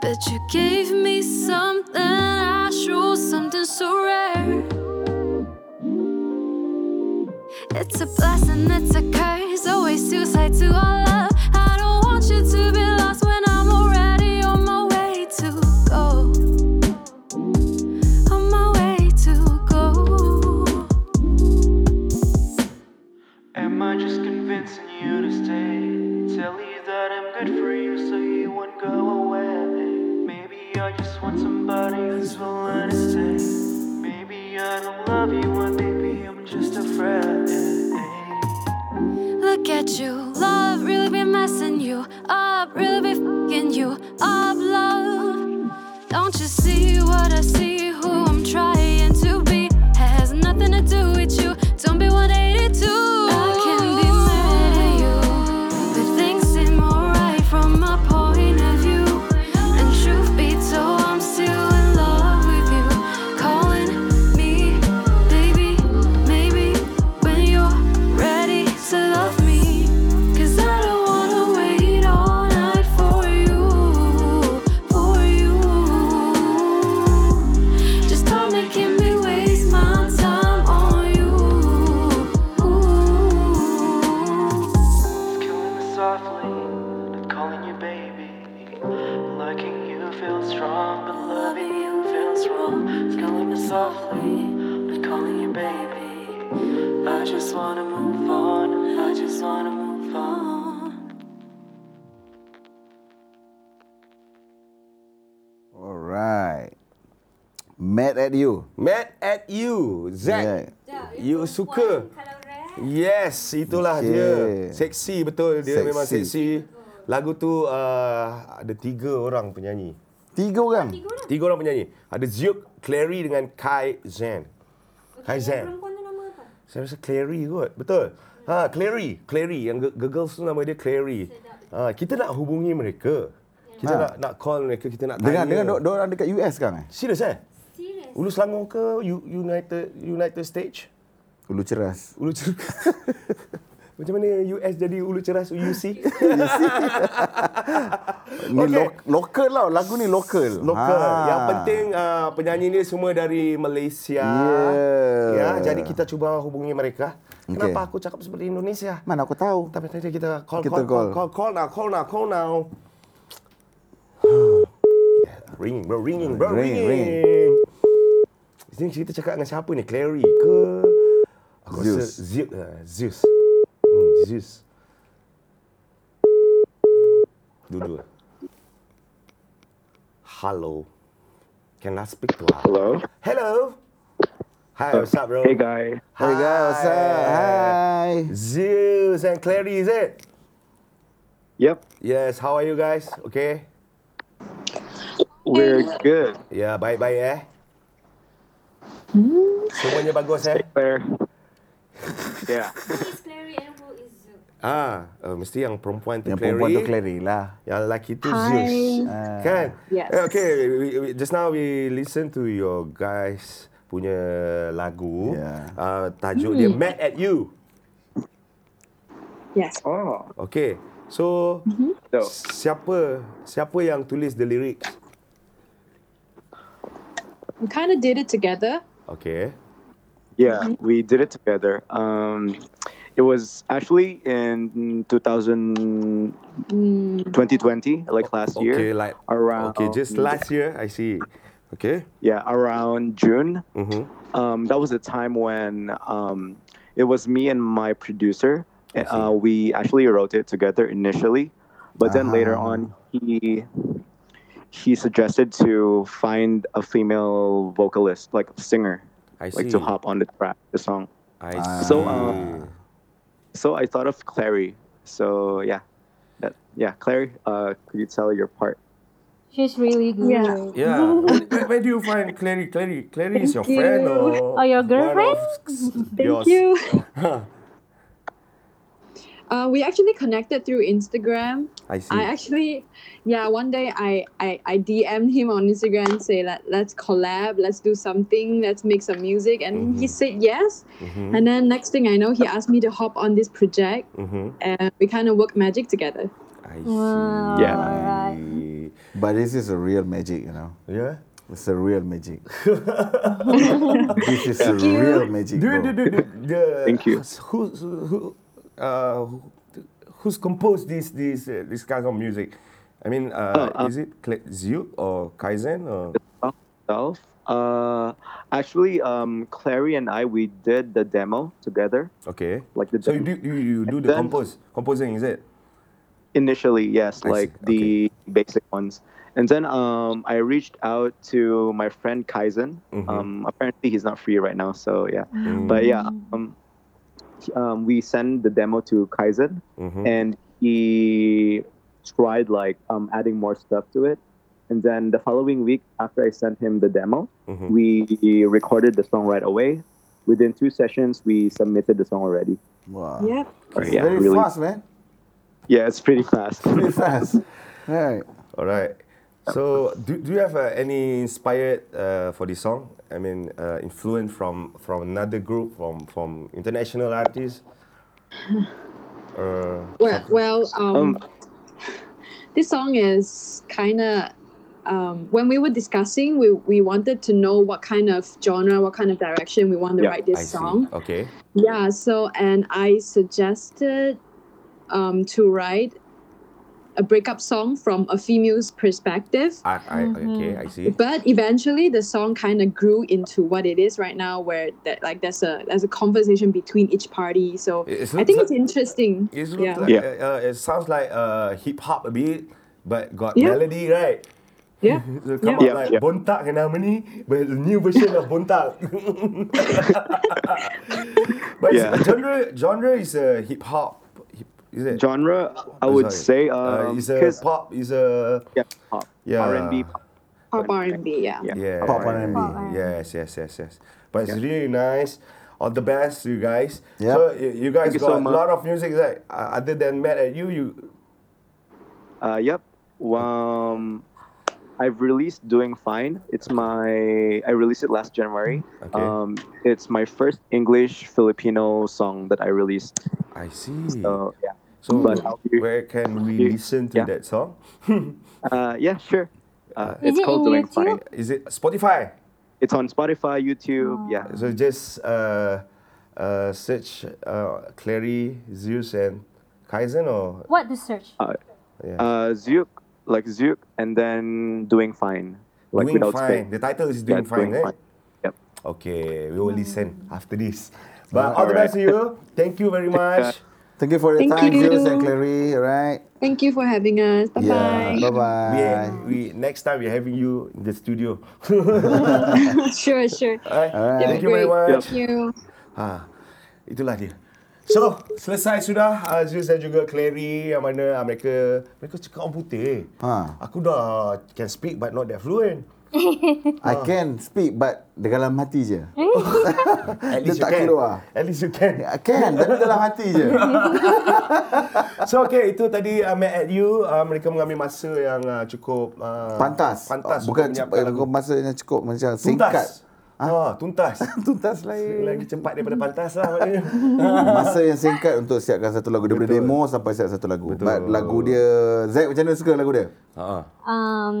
[SPEAKER 9] But you gave me something I show something so rare. It's a blessing, it's a curse. Always two sides to our love. I don't want you to be lost when I'm already on my way to go. On my way to go.
[SPEAKER 6] Am I just convincing you to stay? Tell you that I'm good for you so you won't go away. Maybe I just want somebody who's willing to stay. Maybe I don't love you, and maybe I'm just afraid.
[SPEAKER 9] Look at you, love really be messing you up, really be fing you up, love. Don't you see what I see? Who I'm trying to be has nothing to do with you. Don't be 182. I can be mad at you, but things seem alright from my point of view. And truth be told, I'm still in love with you. Calling me, baby, maybe when you're ready to love me. Cause I don't wanna wait all night for you, for you. Just stop making me waste my time on you.
[SPEAKER 6] It's killing me softly, not calling you baby. Liking you feels strong, but loving you feels wrong. It's killing me softly, not calling you baby. I just wanna move on, I just wanna move on.
[SPEAKER 2] Alright. Mad at you.
[SPEAKER 3] Mad at you, Zack. You suka. Yes, itulah
[SPEAKER 2] Okay.
[SPEAKER 3] dia. Seksi betul. Dia
[SPEAKER 2] Seksi.
[SPEAKER 3] memang seksi. Lagu tu uh, ada tiga orang penyanyi.
[SPEAKER 2] Tiga orang.
[SPEAKER 3] Tiga orang penyanyi. Ada Zyuk, Clary dengan Kai Zen. Kai Zen. Saya rasa Clary kot. Betul. Ha, Clary. Clary. Yang Ge- Girls tu nama dia Clary. Ha, kita nak hubungi mereka. Kita
[SPEAKER 2] Ha.
[SPEAKER 3] nak nak call mereka. Kita nak
[SPEAKER 2] Dengan
[SPEAKER 3] tanya.
[SPEAKER 2] dengan dok orang dekat US sekarang eh.
[SPEAKER 3] Serius eh? Serius. Ulu Selangor ke U- United United Stage?
[SPEAKER 2] Ulu Ceras.
[SPEAKER 3] Ulu Ceras. [laughs] Macam mana US jadi Ulu Ceras UC?
[SPEAKER 2] Ni
[SPEAKER 3] Okay.
[SPEAKER 2] lo- lokal lah lagu ni lokal.
[SPEAKER 3] Lokal.
[SPEAKER 2] Ha.
[SPEAKER 3] Yang penting uh, penyanyi ni semua dari Malaysia. Ya,
[SPEAKER 2] Yeah.
[SPEAKER 3] jadi kita cuba hubungi mereka.
[SPEAKER 2] Okay.
[SPEAKER 3] Kenapa aku cakap seperti Indonesia?
[SPEAKER 2] mana aku tahu.
[SPEAKER 3] Tapi tadi kita call
[SPEAKER 2] Kita
[SPEAKER 3] call, call
[SPEAKER 2] call.
[SPEAKER 3] call call now call now call now. [sighs] ringing bro ringing bro
[SPEAKER 2] Ring,
[SPEAKER 3] ringing.
[SPEAKER 2] ring.
[SPEAKER 3] Ini kita cakap dengan siapa ni? Clary ke? Aku rasa
[SPEAKER 2] Zeus.
[SPEAKER 3] Zeus. ah, Zeus. Hmm, Zeus. Dua-dua. Hello. Can I speak to her?
[SPEAKER 1] Hello.
[SPEAKER 3] Hello. Hi, what's up, bro?
[SPEAKER 1] Hey guys.
[SPEAKER 2] Hi guys. Hi.
[SPEAKER 3] Zeus and Clary, is it?
[SPEAKER 1] Yep.
[SPEAKER 3] Yes, how are you guys? Okay?
[SPEAKER 1] We're good.
[SPEAKER 3] Ya, baik-baik eh. Semuanya bagus eh.
[SPEAKER 1] Claire. yeah.
[SPEAKER 3] Ah, uh, mesti yang perempuan tu
[SPEAKER 2] Yang
[SPEAKER 3] Clary.
[SPEAKER 2] perempuan tu Clary lah.
[SPEAKER 3] Yang lelaki tu Zeus. Kan?
[SPEAKER 10] Yes.
[SPEAKER 3] Eh, Okay, we, we, just now we listen to your guys punya lagu.
[SPEAKER 2] Yeah.
[SPEAKER 3] Uh, tajuk dia Mad at You.
[SPEAKER 10] Yes.
[SPEAKER 1] Oh.
[SPEAKER 3] Okay. So,
[SPEAKER 1] So
[SPEAKER 3] siapa siapa yang tulis the lyrics?
[SPEAKER 10] We kind of did it together.
[SPEAKER 3] Okay.
[SPEAKER 1] yeah, we did it together. Um, it was actually in 2000, 2020, like last year.
[SPEAKER 3] Okay, like
[SPEAKER 1] around.
[SPEAKER 6] Oh,
[SPEAKER 3] Okay, just last year, I see. Okay.
[SPEAKER 1] Yeah, around June.
[SPEAKER 3] Mhm.
[SPEAKER 1] um, that was a time when um, it was me and my producer. Uh, we actually wrote it together initially, but
[SPEAKER 3] Ah.
[SPEAKER 1] then later on he he suggested to find a female vocalist, like a singer,
[SPEAKER 3] I
[SPEAKER 1] like
[SPEAKER 3] see.
[SPEAKER 1] to hop on the track, the song.
[SPEAKER 3] I see.
[SPEAKER 1] So, uh, So I thought of Clary. So yeah, that, yeah, Clary, uh, could you tell your part?
[SPEAKER 4] She's really good.
[SPEAKER 10] Yeah.
[SPEAKER 3] Yeah. [laughs] where, where do you find Clary? Clary, Clary is your
[SPEAKER 10] Thank
[SPEAKER 3] friend
[SPEAKER 10] you.
[SPEAKER 3] or
[SPEAKER 4] Or Oh, your
[SPEAKER 3] one
[SPEAKER 4] girlfriend?
[SPEAKER 3] of yours?
[SPEAKER 10] Thank
[SPEAKER 3] [laughs]
[SPEAKER 10] you. Uh, we actually connected through Instagram.
[SPEAKER 3] I see.
[SPEAKER 10] I actually, yeah, one day I, I, I DM'd him on Instagram and say, Let, let's collab, let's do something, let's make some music. And
[SPEAKER 3] Mm-hmm.
[SPEAKER 10] he said yes. And then next thing I know, he asked me to hop on this project
[SPEAKER 3] Mhm.
[SPEAKER 10] and we kind of work magic together.
[SPEAKER 3] I see.
[SPEAKER 4] Wow,
[SPEAKER 1] Yeah.
[SPEAKER 4] alright.
[SPEAKER 2] But this is a real magic, you know.
[SPEAKER 3] Yeah.
[SPEAKER 2] It's a real
[SPEAKER 3] [laughs]
[SPEAKER 2] magic. this is a
[SPEAKER 10] you.
[SPEAKER 2] real magic.
[SPEAKER 3] Do you,
[SPEAKER 2] bro.
[SPEAKER 3] do, do, do, the,
[SPEAKER 6] Thank you.
[SPEAKER 3] Who, who, uh, who, who's composed this this uh, this kind of music? I mean, uh,
[SPEAKER 6] Oh, uh,
[SPEAKER 3] is it Cle- Zhu or Kaizen or?
[SPEAKER 6] Myself, uh, actually, um, Clary and I we did the demo together.
[SPEAKER 3] Okay.
[SPEAKER 6] Like the
[SPEAKER 3] so you do
[SPEAKER 6] dem-
[SPEAKER 3] you, you do the
[SPEAKER 6] then-
[SPEAKER 3] compose composing is it?
[SPEAKER 6] Initially, yes,
[SPEAKER 3] I see,
[SPEAKER 6] like the basic ones. And then um, I reached out to my friend Kaizen.
[SPEAKER 3] Mm-hmm.
[SPEAKER 6] Um, apparently, he's not free right now, so yeah.
[SPEAKER 3] Mm.
[SPEAKER 6] But yeah, um, um, we sent the demo to Kaizen,
[SPEAKER 3] Mm-hmm.
[SPEAKER 6] and he tried like um, adding more stuff to it. And then the following week, after I sent him the demo,
[SPEAKER 3] Mm-hmm.
[SPEAKER 6] we recorded the song right away. Within two sessions, we submitted the song already.
[SPEAKER 2] Wow.
[SPEAKER 10] Yep.
[SPEAKER 2] It's
[SPEAKER 6] Yeah,
[SPEAKER 2] very
[SPEAKER 6] really.
[SPEAKER 2] fast, man.
[SPEAKER 6] Yeah, it's pretty
[SPEAKER 2] [laughs]
[SPEAKER 6] fast.
[SPEAKER 2] Very
[SPEAKER 6] [laughs]
[SPEAKER 2] fast. right.
[SPEAKER 3] All right. So do, do you have uh, any inspired uh, for this song? I mean, uh, influence from from another group from from international artists. Uh,
[SPEAKER 10] Well, well um,
[SPEAKER 6] Um,
[SPEAKER 10] this song is kind of um, when we were discussing, we, we wanted to know what kind of genre, what kind of direction we want to
[SPEAKER 6] Yeah,
[SPEAKER 10] write
[SPEAKER 3] I
[SPEAKER 10] this
[SPEAKER 3] see.
[SPEAKER 10] song.
[SPEAKER 3] Okay.
[SPEAKER 10] Yeah, so and I suggested um, to write a breakup song from a female's perspective.
[SPEAKER 3] I, I
[SPEAKER 10] Mm-hmm.
[SPEAKER 3] okay. I see.
[SPEAKER 10] But eventually, the song kind of grew into what it is right now, where that like there's a there's a conversation between each party. So
[SPEAKER 3] It- it
[SPEAKER 10] I think
[SPEAKER 3] looks
[SPEAKER 10] it's
[SPEAKER 3] like-
[SPEAKER 10] interesting.
[SPEAKER 3] It looks
[SPEAKER 10] yeah,
[SPEAKER 3] like
[SPEAKER 6] Yeah.
[SPEAKER 3] Uh, uh, it sounds like uh, hip hop a bit, but got
[SPEAKER 10] Yeah.
[SPEAKER 3] melody right.
[SPEAKER 10] yeah,
[SPEAKER 3] So come
[SPEAKER 10] Yeah.
[SPEAKER 3] out like
[SPEAKER 6] Yeah.
[SPEAKER 3] Bontak and Harmony, but the new version of
[SPEAKER 6] [laughs]
[SPEAKER 3] Bontak. [laughs] but it's-
[SPEAKER 6] Yeah.
[SPEAKER 3] genre genre is a hip hop. Hip, is it?
[SPEAKER 6] genre, I
[SPEAKER 3] Oh,
[SPEAKER 6] would
[SPEAKER 3] sorry.
[SPEAKER 6] say, um,
[SPEAKER 3] it's a
[SPEAKER 6] 'cause-
[SPEAKER 3] pop. It's a
[SPEAKER 6] yeah, pop,
[SPEAKER 3] Yeah.
[SPEAKER 6] R&B. pop.
[SPEAKER 10] pop R and B. Yeah.
[SPEAKER 6] Yeah.
[SPEAKER 3] yeah.
[SPEAKER 2] Pop and R&B.
[SPEAKER 3] Yes, yes, yes, yes. But it's really nice. All the best, you guys.
[SPEAKER 2] Yeah.
[SPEAKER 3] So you, you guys
[SPEAKER 6] Thank you
[SPEAKER 3] got a
[SPEAKER 6] so much.
[SPEAKER 3] lot of music. Like uh, other than Mad at You, you
[SPEAKER 6] Uh, yep. Um, I've released "Doing Fine." It's my I released it last January.
[SPEAKER 3] Okay.
[SPEAKER 6] Um, it's my first English Filipino song that I released.
[SPEAKER 3] I see.
[SPEAKER 6] So yeah.
[SPEAKER 3] Hmm. So
[SPEAKER 6] But I'll be-
[SPEAKER 3] where can we
[SPEAKER 6] you-
[SPEAKER 3] listen to
[SPEAKER 6] yeah.
[SPEAKER 3] that song?
[SPEAKER 6] Uh, yeah, sure. Uh,
[SPEAKER 4] Is
[SPEAKER 6] it's
[SPEAKER 4] it
[SPEAKER 6] called
[SPEAKER 4] in
[SPEAKER 6] "Doing
[SPEAKER 4] YouTube?
[SPEAKER 6] Fine."
[SPEAKER 3] Is it Spotify?
[SPEAKER 6] It's on Spotify,
[SPEAKER 4] Oh.
[SPEAKER 6] YouTube. Yeah.
[SPEAKER 3] So just uh, uh, search uh, Clary, Zeus, and Kaizen, or
[SPEAKER 4] What to search?
[SPEAKER 3] yeah.
[SPEAKER 6] Uh, Zook, like Zook, and then "Doing Fine." Like
[SPEAKER 3] doing
[SPEAKER 6] without
[SPEAKER 3] fine. The
[SPEAKER 6] space.
[SPEAKER 3] title is
[SPEAKER 6] Yeah,
[SPEAKER 3] doing fine. eh?
[SPEAKER 6] Yep.
[SPEAKER 3] Okay, we will listen after this. But all the
[SPEAKER 6] Alright.
[SPEAKER 3] best to you. Thank you very much.
[SPEAKER 2] Thank you for your
[SPEAKER 10] Thank
[SPEAKER 2] time,
[SPEAKER 10] you.
[SPEAKER 2] Jules and Clary. Right.
[SPEAKER 10] Thank you for having us. Bye bye. [laughs]
[SPEAKER 2] Bye
[SPEAKER 3] We,
[SPEAKER 2] bye.
[SPEAKER 3] we next time we're having you in the studio. [laughs]
[SPEAKER 10] sure, sure.
[SPEAKER 3] Alright.
[SPEAKER 2] Alright.
[SPEAKER 3] Thank you very
[SPEAKER 10] Great.
[SPEAKER 3] much.
[SPEAKER 10] Thank you.
[SPEAKER 3] Ha, itulah dia. So, selesai sudah Aziz dan juga Clary yang mana ah, mereka mereka cakap orang putih.
[SPEAKER 2] Ha.
[SPEAKER 3] Aku dah can speak but not that fluent.
[SPEAKER 2] I can speak but dalam hati je.
[SPEAKER 3] At
[SPEAKER 2] Dia tak keluar.
[SPEAKER 3] At least you
[SPEAKER 2] [laughs]
[SPEAKER 3] can.
[SPEAKER 2] I can tapi dalam hati
[SPEAKER 3] [laughs]
[SPEAKER 2] je.
[SPEAKER 3] So okay, itu tadi uh, Mad at You. Uh, mereka mengambil masa yang uh, cukup uh,
[SPEAKER 2] Pantas. Oh,
[SPEAKER 3] Pantas. untuk
[SPEAKER 2] Bukan
[SPEAKER 3] menyiapkan
[SPEAKER 2] cepat.
[SPEAKER 3] lagu.
[SPEAKER 2] Masa yang cukup macam
[SPEAKER 3] Tuntas.
[SPEAKER 2] singkat.
[SPEAKER 3] Ha? tuntas.
[SPEAKER 2] [laughs]
[SPEAKER 3] lah, ya.
[SPEAKER 2] Tuntas lain.
[SPEAKER 3] Lagi cepat daripada pantas lah maknanya.
[SPEAKER 2] Masa yang singkat untuk siapkan satu lagu daripada
[SPEAKER 3] Betul.
[SPEAKER 2] demo sampai siap satu lagu.
[SPEAKER 3] Betul.
[SPEAKER 2] But lagu dia Zack macam mana suka lagu dia?
[SPEAKER 3] Ha.
[SPEAKER 4] Um,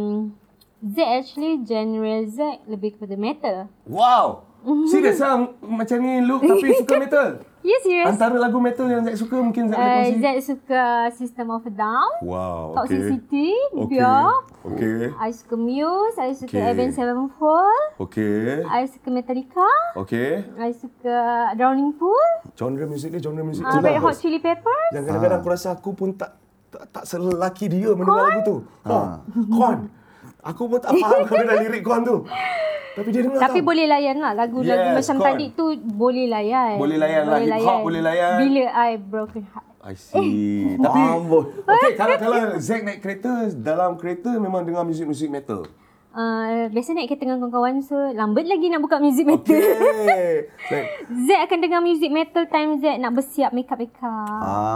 [SPEAKER 4] Z actually genre Z lebih kepada metal.
[SPEAKER 3] Wow. [laughs] Serius lah macam ni look
[SPEAKER 4] [laughs]
[SPEAKER 3] tapi suka metal.
[SPEAKER 4] You serious?
[SPEAKER 3] Antara lagu metal yang Zack suka mungkin Zack boleh
[SPEAKER 4] Uh,
[SPEAKER 3] kongsi.
[SPEAKER 4] Z suka System of a Down,
[SPEAKER 3] Wow,
[SPEAKER 4] Toxicity, Pure.
[SPEAKER 3] Okay.
[SPEAKER 4] I suka Muse, I suka
[SPEAKER 3] Okay.
[SPEAKER 4] Avenged Sevenfold,
[SPEAKER 3] Okay.
[SPEAKER 4] I suka Metallica,
[SPEAKER 3] Okay.
[SPEAKER 4] I suka Drowning Pool,
[SPEAKER 3] Genre muzik dia genre muzik.
[SPEAKER 4] uh, Red Hot Chili Peppers.
[SPEAKER 3] Yang
[SPEAKER 2] Ah.
[SPEAKER 3] kadang-kadang aku rasa aku pun tak tak, tak selelaki dia mendengar lagu tu.
[SPEAKER 2] Ah.
[SPEAKER 3] Ha. Kon. Aku pun tak faham kena lirik kon tu. Tapi dia dengar
[SPEAKER 4] Tapi
[SPEAKER 3] tau.
[SPEAKER 4] boleh layan lah lagu-lagu
[SPEAKER 3] Yes,
[SPEAKER 4] macam
[SPEAKER 3] Kon.
[SPEAKER 4] tadi tu boleh layan.
[SPEAKER 3] Boleh layan lah, hip hop boleh layan.
[SPEAKER 4] Bila I broken heart.
[SPEAKER 3] I see. Tapi okey kalau kalau Zack naik kereta dalam kereta memang dengar muzik-muzik metal.
[SPEAKER 4] Uh, biasa naik kereta dengan kawan-kawan so lambat lagi nak buka music metal.
[SPEAKER 2] [laughs]
[SPEAKER 4] [laughs]
[SPEAKER 3] Okey. Zack,
[SPEAKER 4] Z akan dengar music metal time Z nak bersiap makeup makeup.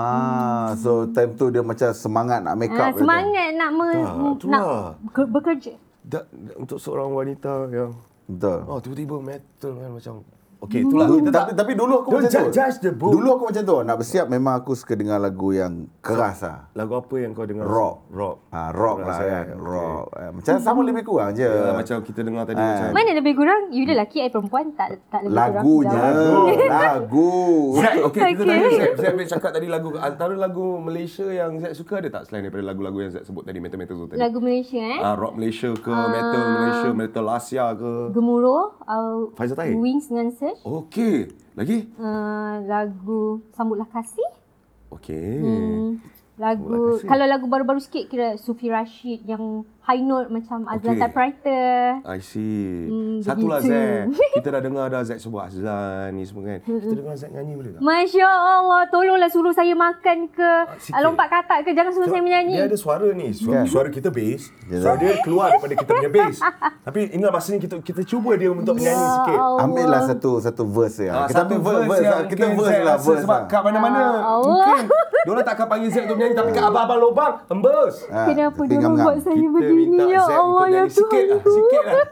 [SPEAKER 2] Ah, so time tu dia macam semangat nak make
[SPEAKER 4] Ah,
[SPEAKER 2] up. dia tu.
[SPEAKER 4] semangat nak me,
[SPEAKER 3] Tak, tu
[SPEAKER 4] nak
[SPEAKER 3] lah.
[SPEAKER 4] ke- bekerja.
[SPEAKER 3] da, da, untuk seorang wanita yang
[SPEAKER 2] Betul.
[SPEAKER 3] oh tiba-tiba metal kan macam Okay,
[SPEAKER 4] Mm.
[SPEAKER 3] itulah kita tak
[SPEAKER 2] tapi, tapi dulu aku
[SPEAKER 3] Don't
[SPEAKER 2] macam tu.
[SPEAKER 3] ju- judge the book.
[SPEAKER 2] Dulu aku macam tu. Nak bersiap memang aku suka dengar lagu yang keras lah.
[SPEAKER 3] lagu apa yang kau dengar?
[SPEAKER 2] Rock.
[SPEAKER 3] Rock.
[SPEAKER 2] Ah, rock lah
[SPEAKER 3] Saya,
[SPEAKER 2] kan.
[SPEAKER 3] okay.
[SPEAKER 2] Rock. Ah, macam sama lebih kurang je.
[SPEAKER 3] Ya, macam kita dengar tadi
[SPEAKER 2] Ah.
[SPEAKER 3] macam
[SPEAKER 4] Mana lebih kurang? You lelaki, I perempuan. Tak tak lebih kurang.
[SPEAKER 2] Lagunya.
[SPEAKER 4] jauh.
[SPEAKER 3] [laughs]
[SPEAKER 2] Lagu.
[SPEAKER 3] Zack, okay, Oh, kita
[SPEAKER 4] Okay.
[SPEAKER 3] tanya Zack. Zack boleh cakap tadi lagu, antara lagu Malaysia yang Zack suka ada tak selain daripada lagu-lagu yang Zack sebut tadi, metal-metal tu tadi?
[SPEAKER 4] Lagu Ah. Malaysia eh.
[SPEAKER 3] Ah, rock Malaysia ke, metal Malaysia, metal Asia ke?
[SPEAKER 4] Gemuruh. Uh,
[SPEAKER 3] Faizal Tahir?
[SPEAKER 4] Wings dengan Search.
[SPEAKER 3] Okay. Lagi?
[SPEAKER 4] Uh, lagu Sambutlah Kasih.
[SPEAKER 3] Okay.
[SPEAKER 4] Hmm. Lagu kalau lagu baru-baru sikit kira Sufi Rashid yang high note macam
[SPEAKER 3] Okey.
[SPEAKER 4] Azlan okay. typewriter.
[SPEAKER 3] I see.
[SPEAKER 4] Hmm,
[SPEAKER 3] Satu lah
[SPEAKER 4] begitu.
[SPEAKER 3] Zack. Kita dah dengar dah Zack sebut Azlan ni semua kan. Kita
[SPEAKER 4] Hmm.
[SPEAKER 3] dengar Zack nyanyi boleh tak?
[SPEAKER 4] Masya Allah, tolonglah suruh saya makan ke,
[SPEAKER 3] Ah,
[SPEAKER 4] Ah,
[SPEAKER 3] sikit.
[SPEAKER 4] lompat katak ke, jangan suruh saya menyanyi.
[SPEAKER 3] Dia ada suara ni. Suara,
[SPEAKER 2] Kan?
[SPEAKER 3] suara kita bass. Suara dia keluar daripada kita punya bass. Tapi ingat masanya kita kita cuba dia untuk menyanyi
[SPEAKER 4] Ya
[SPEAKER 3] sikit.
[SPEAKER 4] Allah.
[SPEAKER 2] Ambil lah satu satu verse je.
[SPEAKER 3] Ah,
[SPEAKER 2] Ya, kita
[SPEAKER 3] satu
[SPEAKER 2] ambil verse, verse lah. Kita
[SPEAKER 3] mungkin
[SPEAKER 2] verse
[SPEAKER 3] Zack
[SPEAKER 2] lah.
[SPEAKER 3] rasa
[SPEAKER 2] Verse
[SPEAKER 3] Sebab
[SPEAKER 2] lah.
[SPEAKER 3] kat mana-mana
[SPEAKER 4] Ah, Allah.
[SPEAKER 3] mungkin diorang tak akan panggil Zack untuk menyanyi tapi kat abang-abang lubang embus.
[SPEAKER 2] Ah,
[SPEAKER 4] Kenapa dia
[SPEAKER 2] pinggang-pinggang.
[SPEAKER 4] membuat saya
[SPEAKER 3] Kita
[SPEAKER 4] begini
[SPEAKER 3] minta
[SPEAKER 4] ya
[SPEAKER 3] Zack untuk
[SPEAKER 4] Allah ya
[SPEAKER 3] nyanyi sikit lah,
[SPEAKER 4] Tuhan.
[SPEAKER 3] sikit lah.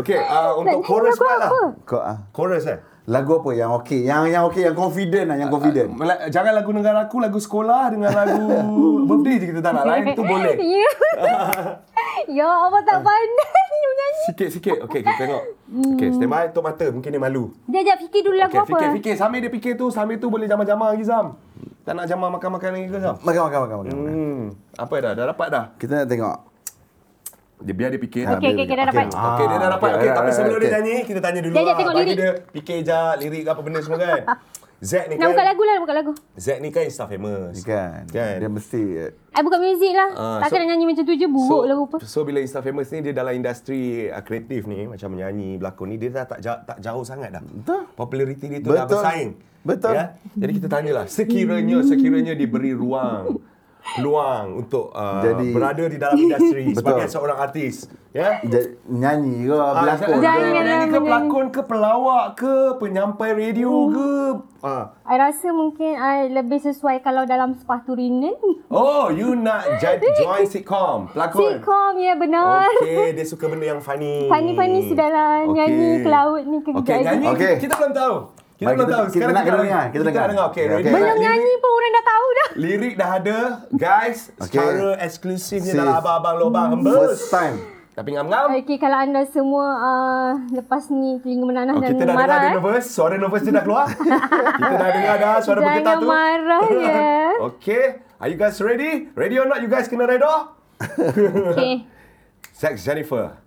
[SPEAKER 3] Okey, ah, untuk
[SPEAKER 4] nyanyi
[SPEAKER 3] chorus
[SPEAKER 4] lagu
[SPEAKER 3] pula lah.
[SPEAKER 4] apa?
[SPEAKER 2] Kau ah.
[SPEAKER 3] Chorus eh?
[SPEAKER 2] Lagu apa yang okey? Yang yang okey, yang confident lah,
[SPEAKER 3] Ah,
[SPEAKER 2] yang confident.
[SPEAKER 3] Mela- Jangan lagu negara aku, lagu sekolah dengan lagu birthday je kita tak nak. Lain tu boleh.
[SPEAKER 4] ya. [laughs] ya Allah
[SPEAKER 3] [laughs]
[SPEAKER 4] tak pandai ni menyanyi.
[SPEAKER 3] Sikit-sikit. Okey, kita tengok. Okey, stand by. Tutup mata. Mungkin dia malu.
[SPEAKER 4] Dia ajak fikir dulu lagu
[SPEAKER 3] Okey,
[SPEAKER 4] apa.
[SPEAKER 3] fikir-fikir. Sambil dia fikir tu, sambil tu boleh jamah-jamah lagi, Zam. Tak nak jamah makan-makan lagi ke, Zam?
[SPEAKER 2] Makan, makan, makan, makan. makan.
[SPEAKER 3] Hmm. Apa dah? Dah dapat dah?
[SPEAKER 2] Kita nak tengok.
[SPEAKER 3] Dia biar dia fikir.
[SPEAKER 4] Okey, okey, okey, dah dapat.
[SPEAKER 2] Ah,
[SPEAKER 3] Okey, dia dah dapat. Okey,
[SPEAKER 2] alright,
[SPEAKER 3] tapi sebelum
[SPEAKER 2] alright,
[SPEAKER 3] dia
[SPEAKER 2] okey.
[SPEAKER 3] nyanyi, kita tanya dulu
[SPEAKER 4] Jap, jap,
[SPEAKER 3] lah.
[SPEAKER 4] tengok
[SPEAKER 3] Bagi
[SPEAKER 4] lirik.
[SPEAKER 3] dia fikir je lirik apa benda semua
[SPEAKER 4] [laughs]
[SPEAKER 3] kan. Zack ni kan,
[SPEAKER 4] Nak buka lagu lah, nak buka lagu.
[SPEAKER 3] Zack ni kan Insta famous.
[SPEAKER 2] Kan.
[SPEAKER 3] Kan.
[SPEAKER 2] Dia mesti eh,
[SPEAKER 4] I buka muzik lah.
[SPEAKER 3] Ah,
[SPEAKER 4] Takkan
[SPEAKER 3] so-
[SPEAKER 4] nak nyanyi macam tu je, buruk lah rupa.
[SPEAKER 3] So bila Insta famous ni dia dalam industri uh, kreatif ni macam menyanyi, berlakon ni dia dah tak jauh, tak jauh sangat dah.
[SPEAKER 2] Betul.
[SPEAKER 3] Populariti dia tu dah
[SPEAKER 2] Betul.
[SPEAKER 3] bersaing. Ya?
[SPEAKER 2] Betul.
[SPEAKER 3] Jadi kita tanyalah sekiranya sekiranya diberi ruang peluang untuk uh,
[SPEAKER 2] Jadi-
[SPEAKER 3] berada di dalam industri
[SPEAKER 2] Betul.
[SPEAKER 3] sebagai seorang artis, ya.
[SPEAKER 2] ja- menyanyi ke berlakon
[SPEAKER 3] Ah,
[SPEAKER 2] ke.
[SPEAKER 4] Jangan
[SPEAKER 3] menyanyi ke
[SPEAKER 4] menyanyi.
[SPEAKER 3] pelakon ke pelawak ke penyampai radio ke ah.
[SPEAKER 4] I rasa mungkin I lebih sesuai kalau dalam sepatu linen.
[SPEAKER 3] Oh, you nak jadi join sitcom, pelakon.
[SPEAKER 4] Sitcom, ya benar.
[SPEAKER 3] Okey, dia suka benda yang funny.
[SPEAKER 4] Funny-funny sudahlah. Nyanyi ke laut ni ke
[SPEAKER 3] Okey,
[SPEAKER 4] guys.
[SPEAKER 3] nyanyi
[SPEAKER 2] Okey.
[SPEAKER 3] kita belum tahu.
[SPEAKER 2] Baik,
[SPEAKER 3] Kita belum
[SPEAKER 2] kita-
[SPEAKER 3] tahu.
[SPEAKER 2] kita nak kena dengar, kita dengar.
[SPEAKER 3] Okey,
[SPEAKER 2] Okey,
[SPEAKER 3] ready?
[SPEAKER 2] okey.
[SPEAKER 4] Belum nyanyi pun orang dah tahu dah.
[SPEAKER 3] Lirik dah ada, guys.
[SPEAKER 2] Okey.
[SPEAKER 3] Secara eksklusifnya
[SPEAKER 2] Sis.
[SPEAKER 3] dalam abang-abang lobang
[SPEAKER 2] First
[SPEAKER 3] hembus.
[SPEAKER 2] time.
[SPEAKER 3] Tapi ngam-ngam.
[SPEAKER 4] Okey, kalau anda semua uh, lepas ni telinga menanah
[SPEAKER 3] Oh,
[SPEAKER 4] dan
[SPEAKER 3] kita dah dengar
[SPEAKER 4] marah.
[SPEAKER 3] dia
[SPEAKER 4] eh.
[SPEAKER 3] nervous. Suara nervous dia dah
[SPEAKER 4] [laughs]
[SPEAKER 3] keluar. kita dah dengar dah suara
[SPEAKER 4] Jangan
[SPEAKER 3] bergetar tu.
[SPEAKER 4] marah
[SPEAKER 3] [laughs]
[SPEAKER 4] ya.
[SPEAKER 3] Okey. Are you guys ready? Ready or not? You guys kena redo.
[SPEAKER 4] Okey,
[SPEAKER 3] Sex Jennifer.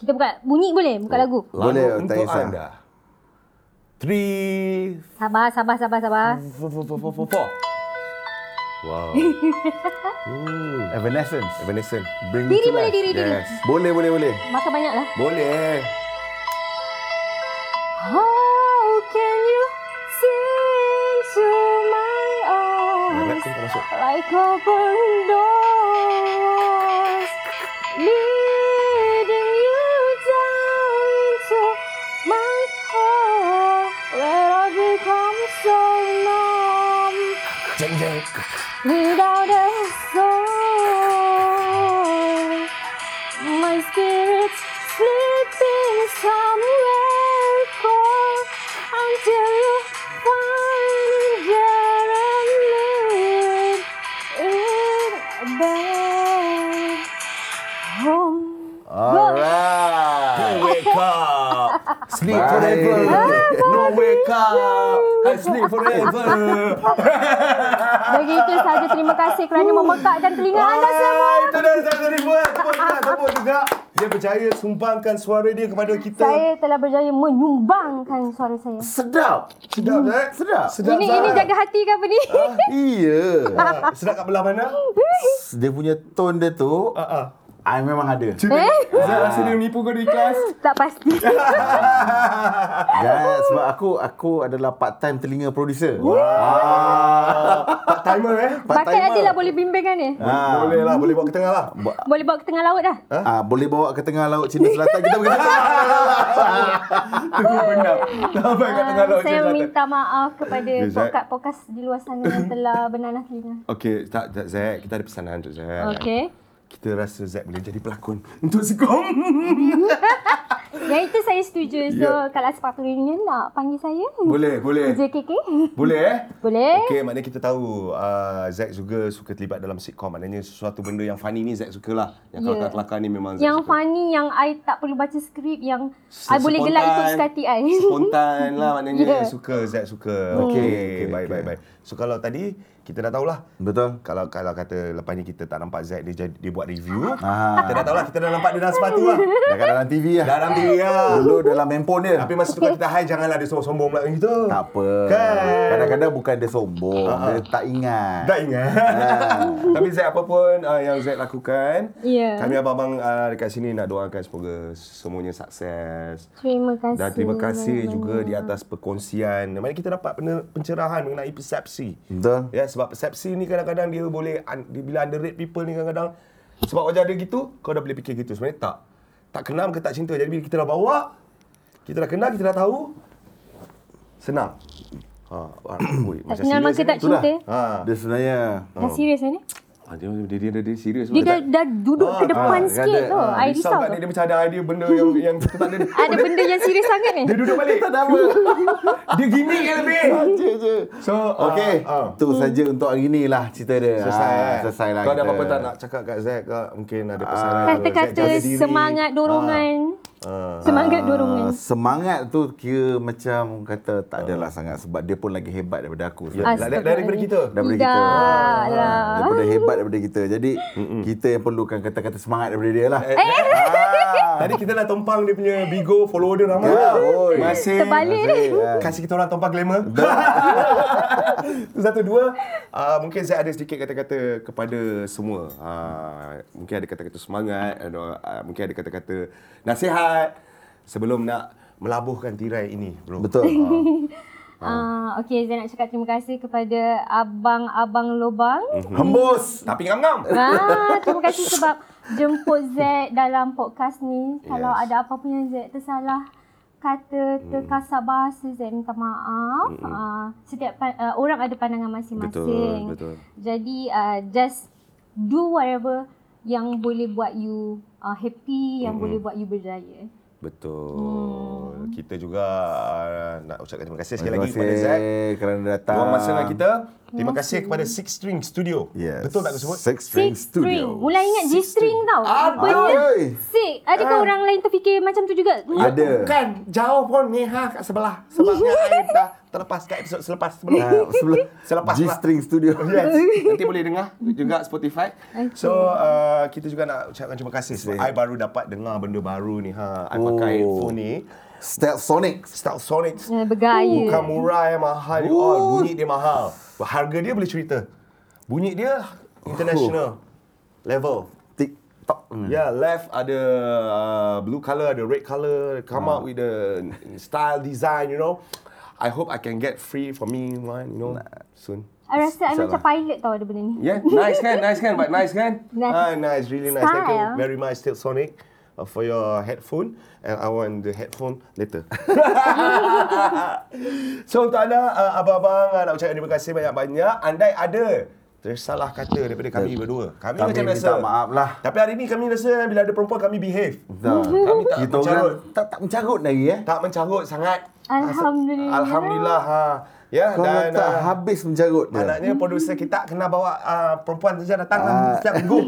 [SPEAKER 4] kita buka bunyi boleh? Buka
[SPEAKER 3] Oh.
[SPEAKER 4] lagu.
[SPEAKER 2] Boleh,
[SPEAKER 3] Lagu
[SPEAKER 2] tak
[SPEAKER 3] untuk
[SPEAKER 2] kisah.
[SPEAKER 3] anda. Three,
[SPEAKER 4] Sabar, sabar, sabar, sabar.
[SPEAKER 3] four, four, four, four, four, four.
[SPEAKER 4] [laughs]
[SPEAKER 3] Wow.
[SPEAKER 2] Evanescence.
[SPEAKER 3] Evanescent.
[SPEAKER 2] Bring me
[SPEAKER 4] Diri
[SPEAKER 2] to
[SPEAKER 4] boleh,
[SPEAKER 2] life.
[SPEAKER 4] diri, diri.
[SPEAKER 3] Yes.
[SPEAKER 2] Boleh, boleh, boleh.
[SPEAKER 4] Makan banyak lah.
[SPEAKER 3] Boleh.
[SPEAKER 4] How can you sing to my
[SPEAKER 3] Rap
[SPEAKER 4] eyes?
[SPEAKER 3] pun tak masuk.
[SPEAKER 4] Like open doors, leading you down into my heart, where I become so numb
[SPEAKER 3] Jeng jeng.
[SPEAKER 4] without a soul. My spirit sleeping somewhere cold until you find your live in bed. Home.
[SPEAKER 2] Alright.
[SPEAKER 3] Wake up. Sleep
[SPEAKER 2] Bye.
[SPEAKER 4] [laughs]
[SPEAKER 3] forever. No wake up. I sleep forever.
[SPEAKER 4] Bagi itu sahaja terima kasih kerana memekakkan telinga anda semua.
[SPEAKER 3] Itu dah Zack Jennifer. Tepuk juga. Tepuk juga. Dia percaya sumbangkan suara dia kepada kita.
[SPEAKER 4] Saya telah berjaya menyumbangkan suara saya.
[SPEAKER 2] Sedap.
[SPEAKER 3] Sedap, eh? Zack.
[SPEAKER 2] Sedap.
[SPEAKER 3] Sedap,
[SPEAKER 4] Ini
[SPEAKER 3] Zack.
[SPEAKER 4] ini jaga hati ke apa ni? [laughs]
[SPEAKER 2] Iya.
[SPEAKER 3] Ah, Sedap kat belah mana?
[SPEAKER 4] Eh?
[SPEAKER 2] Dia punya tone dia tu,
[SPEAKER 3] Ah, ah.
[SPEAKER 2] I memang ada.
[SPEAKER 4] Eh?
[SPEAKER 3] Zack rasa dia menipu kau di kelas.
[SPEAKER 4] Tak pasti.
[SPEAKER 2] Jangan, sebab aku aku adalah part time telinga producer. Wow.
[SPEAKER 3] Part timer eh.
[SPEAKER 4] Pakai aje lah boleh bimbingan ni.
[SPEAKER 2] Ah.
[SPEAKER 3] Boleh lah, boleh buat ke tengah lah. [laughs]
[SPEAKER 4] Boleh bawa ke tengah laut dah.
[SPEAKER 2] Ah, boleh bawa ke tengah laut Cina Selatan kita
[SPEAKER 3] [laughs]
[SPEAKER 2] pergi.
[SPEAKER 3] Teguh benar. Sampai kat tengah laut je
[SPEAKER 4] Um, Ah, saya
[SPEAKER 3] selatan.
[SPEAKER 4] meminta maaf kepada
[SPEAKER 3] Zat.
[SPEAKER 4] pokat-pokas di luar sana
[SPEAKER 3] [laughs]
[SPEAKER 4] yang telah bernanah telinga.
[SPEAKER 3] Okey, tak, tak Zack, kita ada pesanan untuk Zack.
[SPEAKER 4] Okey.
[SPEAKER 3] [laughs] Kita rasa Zack boleh jadi pelakon untuk sekom.
[SPEAKER 4] Yang itu saya setuju. So,
[SPEAKER 3] Ya.
[SPEAKER 4] yeah. kalau sepatutnya nak panggil saya.
[SPEAKER 3] Boleh, boleh.
[SPEAKER 4] JKK.
[SPEAKER 3] Boleh eh?
[SPEAKER 4] [laughs] Boleh.
[SPEAKER 3] Okey, maknanya kita tahu uh, Zack juga suka terlibat dalam sitcom. Maknanya sesuatu benda yang funny ni Zack suka lah. Yang
[SPEAKER 4] Ya.
[SPEAKER 3] kelakar-kelakar ni memang Zack
[SPEAKER 4] Yang
[SPEAKER 3] suka.
[SPEAKER 4] funny, yang I tak perlu baca skrip, yang
[SPEAKER 3] Se-
[SPEAKER 4] I boleh gelak ikut
[SPEAKER 3] spontan-
[SPEAKER 4] sekati I.
[SPEAKER 3] Spontan lah maknanya.
[SPEAKER 4] Ya. Oh.
[SPEAKER 3] Suka, Zack suka. Okey,
[SPEAKER 2] Okey,
[SPEAKER 3] baik,
[SPEAKER 2] okey.
[SPEAKER 3] baik, baik. So kalau tadi, kita dah tahulah.
[SPEAKER 2] Betul.
[SPEAKER 3] Kalau kalau kata lepas ni kita tak nampak Zack dia, jadi- dia buat review.
[SPEAKER 2] Ah.
[SPEAKER 3] Kita dah tahulah, kita dah nampak dia
[SPEAKER 4] [laughs]
[SPEAKER 3] dalam sepatu lah.
[SPEAKER 2] Dah kat dalam TV lah.
[SPEAKER 3] Dalam TV lah.
[SPEAKER 2] Dulu dalam handphone dia.
[SPEAKER 3] Tapi masa tu kalau kita high, janganlah dia sombong-sombong pula macam gitu.
[SPEAKER 2] tak apa.
[SPEAKER 3] Kan? Ah,
[SPEAKER 2] Kadang-kadang bukan dia sombong, dia tak ingat.
[SPEAKER 3] Tak
[SPEAKER 4] [laughs]
[SPEAKER 3] ingat. Tapi Zack apa pun uh, yang Zack lakukan,
[SPEAKER 4] Ya.
[SPEAKER 3] kami abang-abang uh, dekat sini nak doakan semoga semuanya sukses.
[SPEAKER 4] [laughs] Terima kasih.
[SPEAKER 3] Dan terima kasih
[SPEAKER 4] banyak-banyak.
[SPEAKER 3] juga di atas perkongsian. Maknanya kita dapat pena- pencerahan mengenai persepsi.
[SPEAKER 4] Hmm.
[SPEAKER 2] Betul.
[SPEAKER 3] Ya, sebab persepsi ni kadang-kadang dia boleh, un, dia, bila underrate people ni kadang-kadang, sebab wajah dia gitu, kau dah boleh fikir gitu. Sebenarnya tak. Tak kenal ke tak cinta. Jadi bila kita dah bawa, kita dah kenal, kita dah tahu, senang. Ha, [coughs] ah, oi, macam
[SPEAKER 4] Tak kenal
[SPEAKER 3] serious
[SPEAKER 4] maka
[SPEAKER 3] ni.
[SPEAKER 4] tak cinta.
[SPEAKER 3] Ha.
[SPEAKER 2] Dia sebenarnya
[SPEAKER 4] Dah
[SPEAKER 3] Oh.
[SPEAKER 4] serius ni?
[SPEAKER 5] Ah, dia, dia, dia, dia, dia serius.
[SPEAKER 4] Dia dah, dah duduk ke depan
[SPEAKER 2] ah, ada,
[SPEAKER 4] sikit tu.
[SPEAKER 2] ah,
[SPEAKER 4] I risau
[SPEAKER 3] kat
[SPEAKER 4] tu.
[SPEAKER 3] dia, dia macam ada idea benda yang yang kita tak ada.
[SPEAKER 4] [laughs] Ada benda yang serius sangat ni.
[SPEAKER 3] Dia duduk balik.
[SPEAKER 2] tak ada apa.
[SPEAKER 3] [laughs] Dia gini ke
[SPEAKER 2] [laughs]
[SPEAKER 3] lebih.
[SPEAKER 2] je je.
[SPEAKER 3] So,
[SPEAKER 2] Okey,
[SPEAKER 3] ah, ah.
[SPEAKER 2] tu saja untuk hari ni lah cerita dia.
[SPEAKER 3] Selesai.
[SPEAKER 2] Ah,
[SPEAKER 3] eh?
[SPEAKER 2] selesai lah.
[SPEAKER 3] Kau ada
[SPEAKER 2] kita. Ah.
[SPEAKER 3] apa-apa tak nak cakap kat Zack ke? Mungkin ada pesan. ke? Zack
[SPEAKER 4] Kata-kata
[SPEAKER 3] jaga diri.
[SPEAKER 4] semangat dorongan.
[SPEAKER 3] Ah.
[SPEAKER 4] Semangat
[SPEAKER 2] Ah,
[SPEAKER 4] dorongan.
[SPEAKER 2] Semangat tu kira macam kata tak adalah sangat sebab dia pun lagi hebat daripada aku.
[SPEAKER 3] Ya,
[SPEAKER 2] sebenarnya.
[SPEAKER 3] dari- daripada kita.
[SPEAKER 2] daripada kita.
[SPEAKER 4] Tidak lah.
[SPEAKER 2] Ah, Daripada hebat daripada kita. Jadi kita yang perlukan kata-kata semangat daripada dia lah.
[SPEAKER 3] Ah. Tadi kita dah tumpang dia punya Bigo follower dia ramai.
[SPEAKER 2] Ya, oi.
[SPEAKER 3] Masih ya.
[SPEAKER 4] Terbalik ni.
[SPEAKER 3] kasih kita orang tumpang glamour. [laughs] Itu satu dua. Uh, mungkin saya ada sedikit kata-kata kepada semua. Uh, mungkin ada kata-kata semangat, ada, uh, mungkin ada kata-kata nasihat sebelum nak melabuhkan tirai ini, bro.
[SPEAKER 2] Betul.
[SPEAKER 4] Ah, okay, saya nak cakap terima kasih kepada abang-abang lobang.
[SPEAKER 3] Hembus Hmm. tapi ngam-ngam.
[SPEAKER 4] Ah, terima kasih sebab jemput Z dalam podcast ni. Kalau
[SPEAKER 3] Yes.
[SPEAKER 4] ada apa-apa yang Z tersalah kata terkasar bahasa Z minta maaf. Ah, setiap pan- ah, orang ada pandangan masing-masing.
[SPEAKER 5] betul.
[SPEAKER 4] Jadi uh, just do whatever yang boleh buat you uh, happy, yang boleh buat you berjaya.
[SPEAKER 3] Betul. Kita juga uh, nak ucapkan terima kasih sekali
[SPEAKER 2] Terima
[SPEAKER 3] lagi kepada
[SPEAKER 2] kasih
[SPEAKER 3] Zack.
[SPEAKER 2] kerana datang.
[SPEAKER 3] Luang masa dengan kita. Terima kasih kepada Six String Studio.
[SPEAKER 2] Yes.
[SPEAKER 3] Betul tak aku sebut?
[SPEAKER 2] Six String
[SPEAKER 4] Six
[SPEAKER 2] Studio.
[SPEAKER 4] string. Mulai ingat G string tau.
[SPEAKER 3] Ah,
[SPEAKER 4] Apa dia?
[SPEAKER 2] Oi.
[SPEAKER 4] Six. Adakah orang lain terfikir macam tu juga?
[SPEAKER 2] Ada.
[SPEAKER 3] Bukan jauh pun Neha kat sebelah. Sebabnya saya dah terlepas kat episod selepas
[SPEAKER 2] [laughs]
[SPEAKER 3] sebelum.
[SPEAKER 2] Ah, sebelum
[SPEAKER 3] Selepas
[SPEAKER 2] G String Studio.
[SPEAKER 3] [laughs] Yes. Nanti boleh dengar juga Spotify. So uh, kita juga nak ucapkan terima kasih sebab I baru dapat dengar benda baru ni ha. I pakai
[SPEAKER 2] Oh.
[SPEAKER 3] headphone ni.
[SPEAKER 2] Stealth Sonic.
[SPEAKER 3] Stealth Sonics.
[SPEAKER 4] Eh, bergaya.
[SPEAKER 3] Bukan murah yang mahal you all. Bunyi dia mahal. Harga dia boleh cerita. Bunyi dia international Ya,
[SPEAKER 2] Oh,
[SPEAKER 3] level.
[SPEAKER 2] TikTok. Hmm.
[SPEAKER 3] Yeah, left ada uh, blue color, ada red color. Come out with the style design, you know. I hope I can get free for me one, you know, soon.
[SPEAKER 4] I Ah, rasa I macam pilot tau ada benda ni.
[SPEAKER 3] Yeah, nice kan, nice kan, but nice kan?
[SPEAKER 4] Nice.
[SPEAKER 3] Ah, nice, really nice. Thank you
[SPEAKER 4] Style.
[SPEAKER 3] very much, Still Sonic, uh, for your headphone. And I want the headphone later. [laughs] so untuk anda, uh, abang-abang, uh, nak ucapkan terima kasih banyak-banyak. Andai ada tersalah kata daripada kami berdua. Kami,
[SPEAKER 2] Kami
[SPEAKER 3] macam
[SPEAKER 2] minta
[SPEAKER 3] biasa.
[SPEAKER 2] maaf lah.
[SPEAKER 3] Tapi hari ni kami rasa bila ada perempuan kami behave.
[SPEAKER 2] Dah.
[SPEAKER 3] Kami tak
[SPEAKER 2] Kita
[SPEAKER 3] mencarut.
[SPEAKER 2] orang tak, tak mencarut lagi eh.
[SPEAKER 3] Tak mencarut sangat.
[SPEAKER 4] Alhamdulillah.
[SPEAKER 3] Alhamdulillah. Ha. Ya,
[SPEAKER 2] Kau
[SPEAKER 3] dan
[SPEAKER 2] tak
[SPEAKER 3] ah,
[SPEAKER 2] habis mencarut dia.
[SPEAKER 3] Maknanya produser kita kena bawa uh, perempuan saja datang uh.
[SPEAKER 2] Ya. Ah.
[SPEAKER 3] setiap minggu.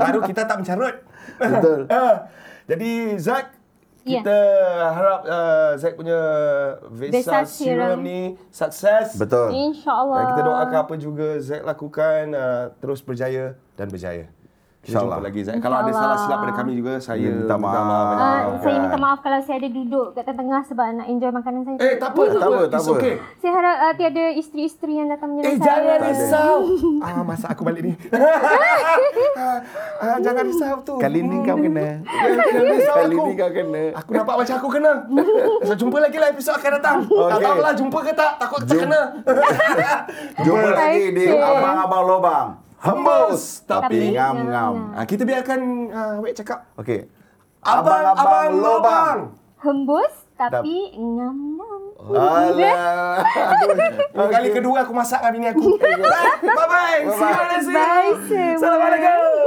[SPEAKER 3] Baru kita tak mencarut.
[SPEAKER 2] Betul.
[SPEAKER 3] [laughs] Ah. Jadi Zak
[SPEAKER 4] Ya.
[SPEAKER 3] kita harap uh, Zak punya Vesa Serum
[SPEAKER 4] Vesa Serum.
[SPEAKER 3] ni sukses.
[SPEAKER 2] Betul.
[SPEAKER 4] InsyaAllah.
[SPEAKER 3] Dan kita doakan apa juga Zak lakukan uh, terus berjaya dan berjaya. Kita
[SPEAKER 2] InsyaAllah.
[SPEAKER 3] jumpa lagi Zak. Kalau ada
[SPEAKER 4] InsyaAllah.
[SPEAKER 3] salah silap pada kami juga saya
[SPEAKER 2] Minta maaf.
[SPEAKER 3] banyak-banyak.
[SPEAKER 4] Ah, saya minta maaf kalau saya ada duduk kat tengah sebab nak enjoy makanan saya.
[SPEAKER 3] Eh tak apa, tak apa,
[SPEAKER 2] tak
[SPEAKER 3] It's
[SPEAKER 2] apa.
[SPEAKER 3] okay.
[SPEAKER 4] Saya harap uh, tiada isteri-isteri yang datang
[SPEAKER 3] Eh
[SPEAKER 4] menyerang saya.
[SPEAKER 3] jangan
[SPEAKER 2] Tak ada.
[SPEAKER 3] risau. Ah masa aku balik
[SPEAKER 4] [laughs]
[SPEAKER 3] ni. [laughs] ah, ah, jangan risau tu.
[SPEAKER 2] Kali ni kan kau kena.
[SPEAKER 3] Jangan risau
[SPEAKER 2] Kali
[SPEAKER 3] aku.
[SPEAKER 2] ni kau kena.
[SPEAKER 3] Aku nampak macam aku kena. [laughs] So jumpa lagi lah episod akan datang. Okay. Tak
[SPEAKER 2] Okay.
[SPEAKER 3] tahulah jumpa ke tak. Takut tak kena.
[SPEAKER 2] Jumpa lagi di
[SPEAKER 4] Okey.
[SPEAKER 2] Abang-Abang Lobang. Hembus.
[SPEAKER 4] Tapi
[SPEAKER 2] Tapi ngam-ngam.
[SPEAKER 3] Ah, kita biarkan uh, Wek cakap.
[SPEAKER 2] Okey.
[SPEAKER 3] Abang-abang lobang.
[SPEAKER 4] Hembus tapi ngam-ngam.
[SPEAKER 2] Alah.
[SPEAKER 3] [laughs] Kali kedua aku masak dengan bini aku. Eh, Bye-bye. See you on the
[SPEAKER 4] Bye, semua.
[SPEAKER 3] Assalamualaikum.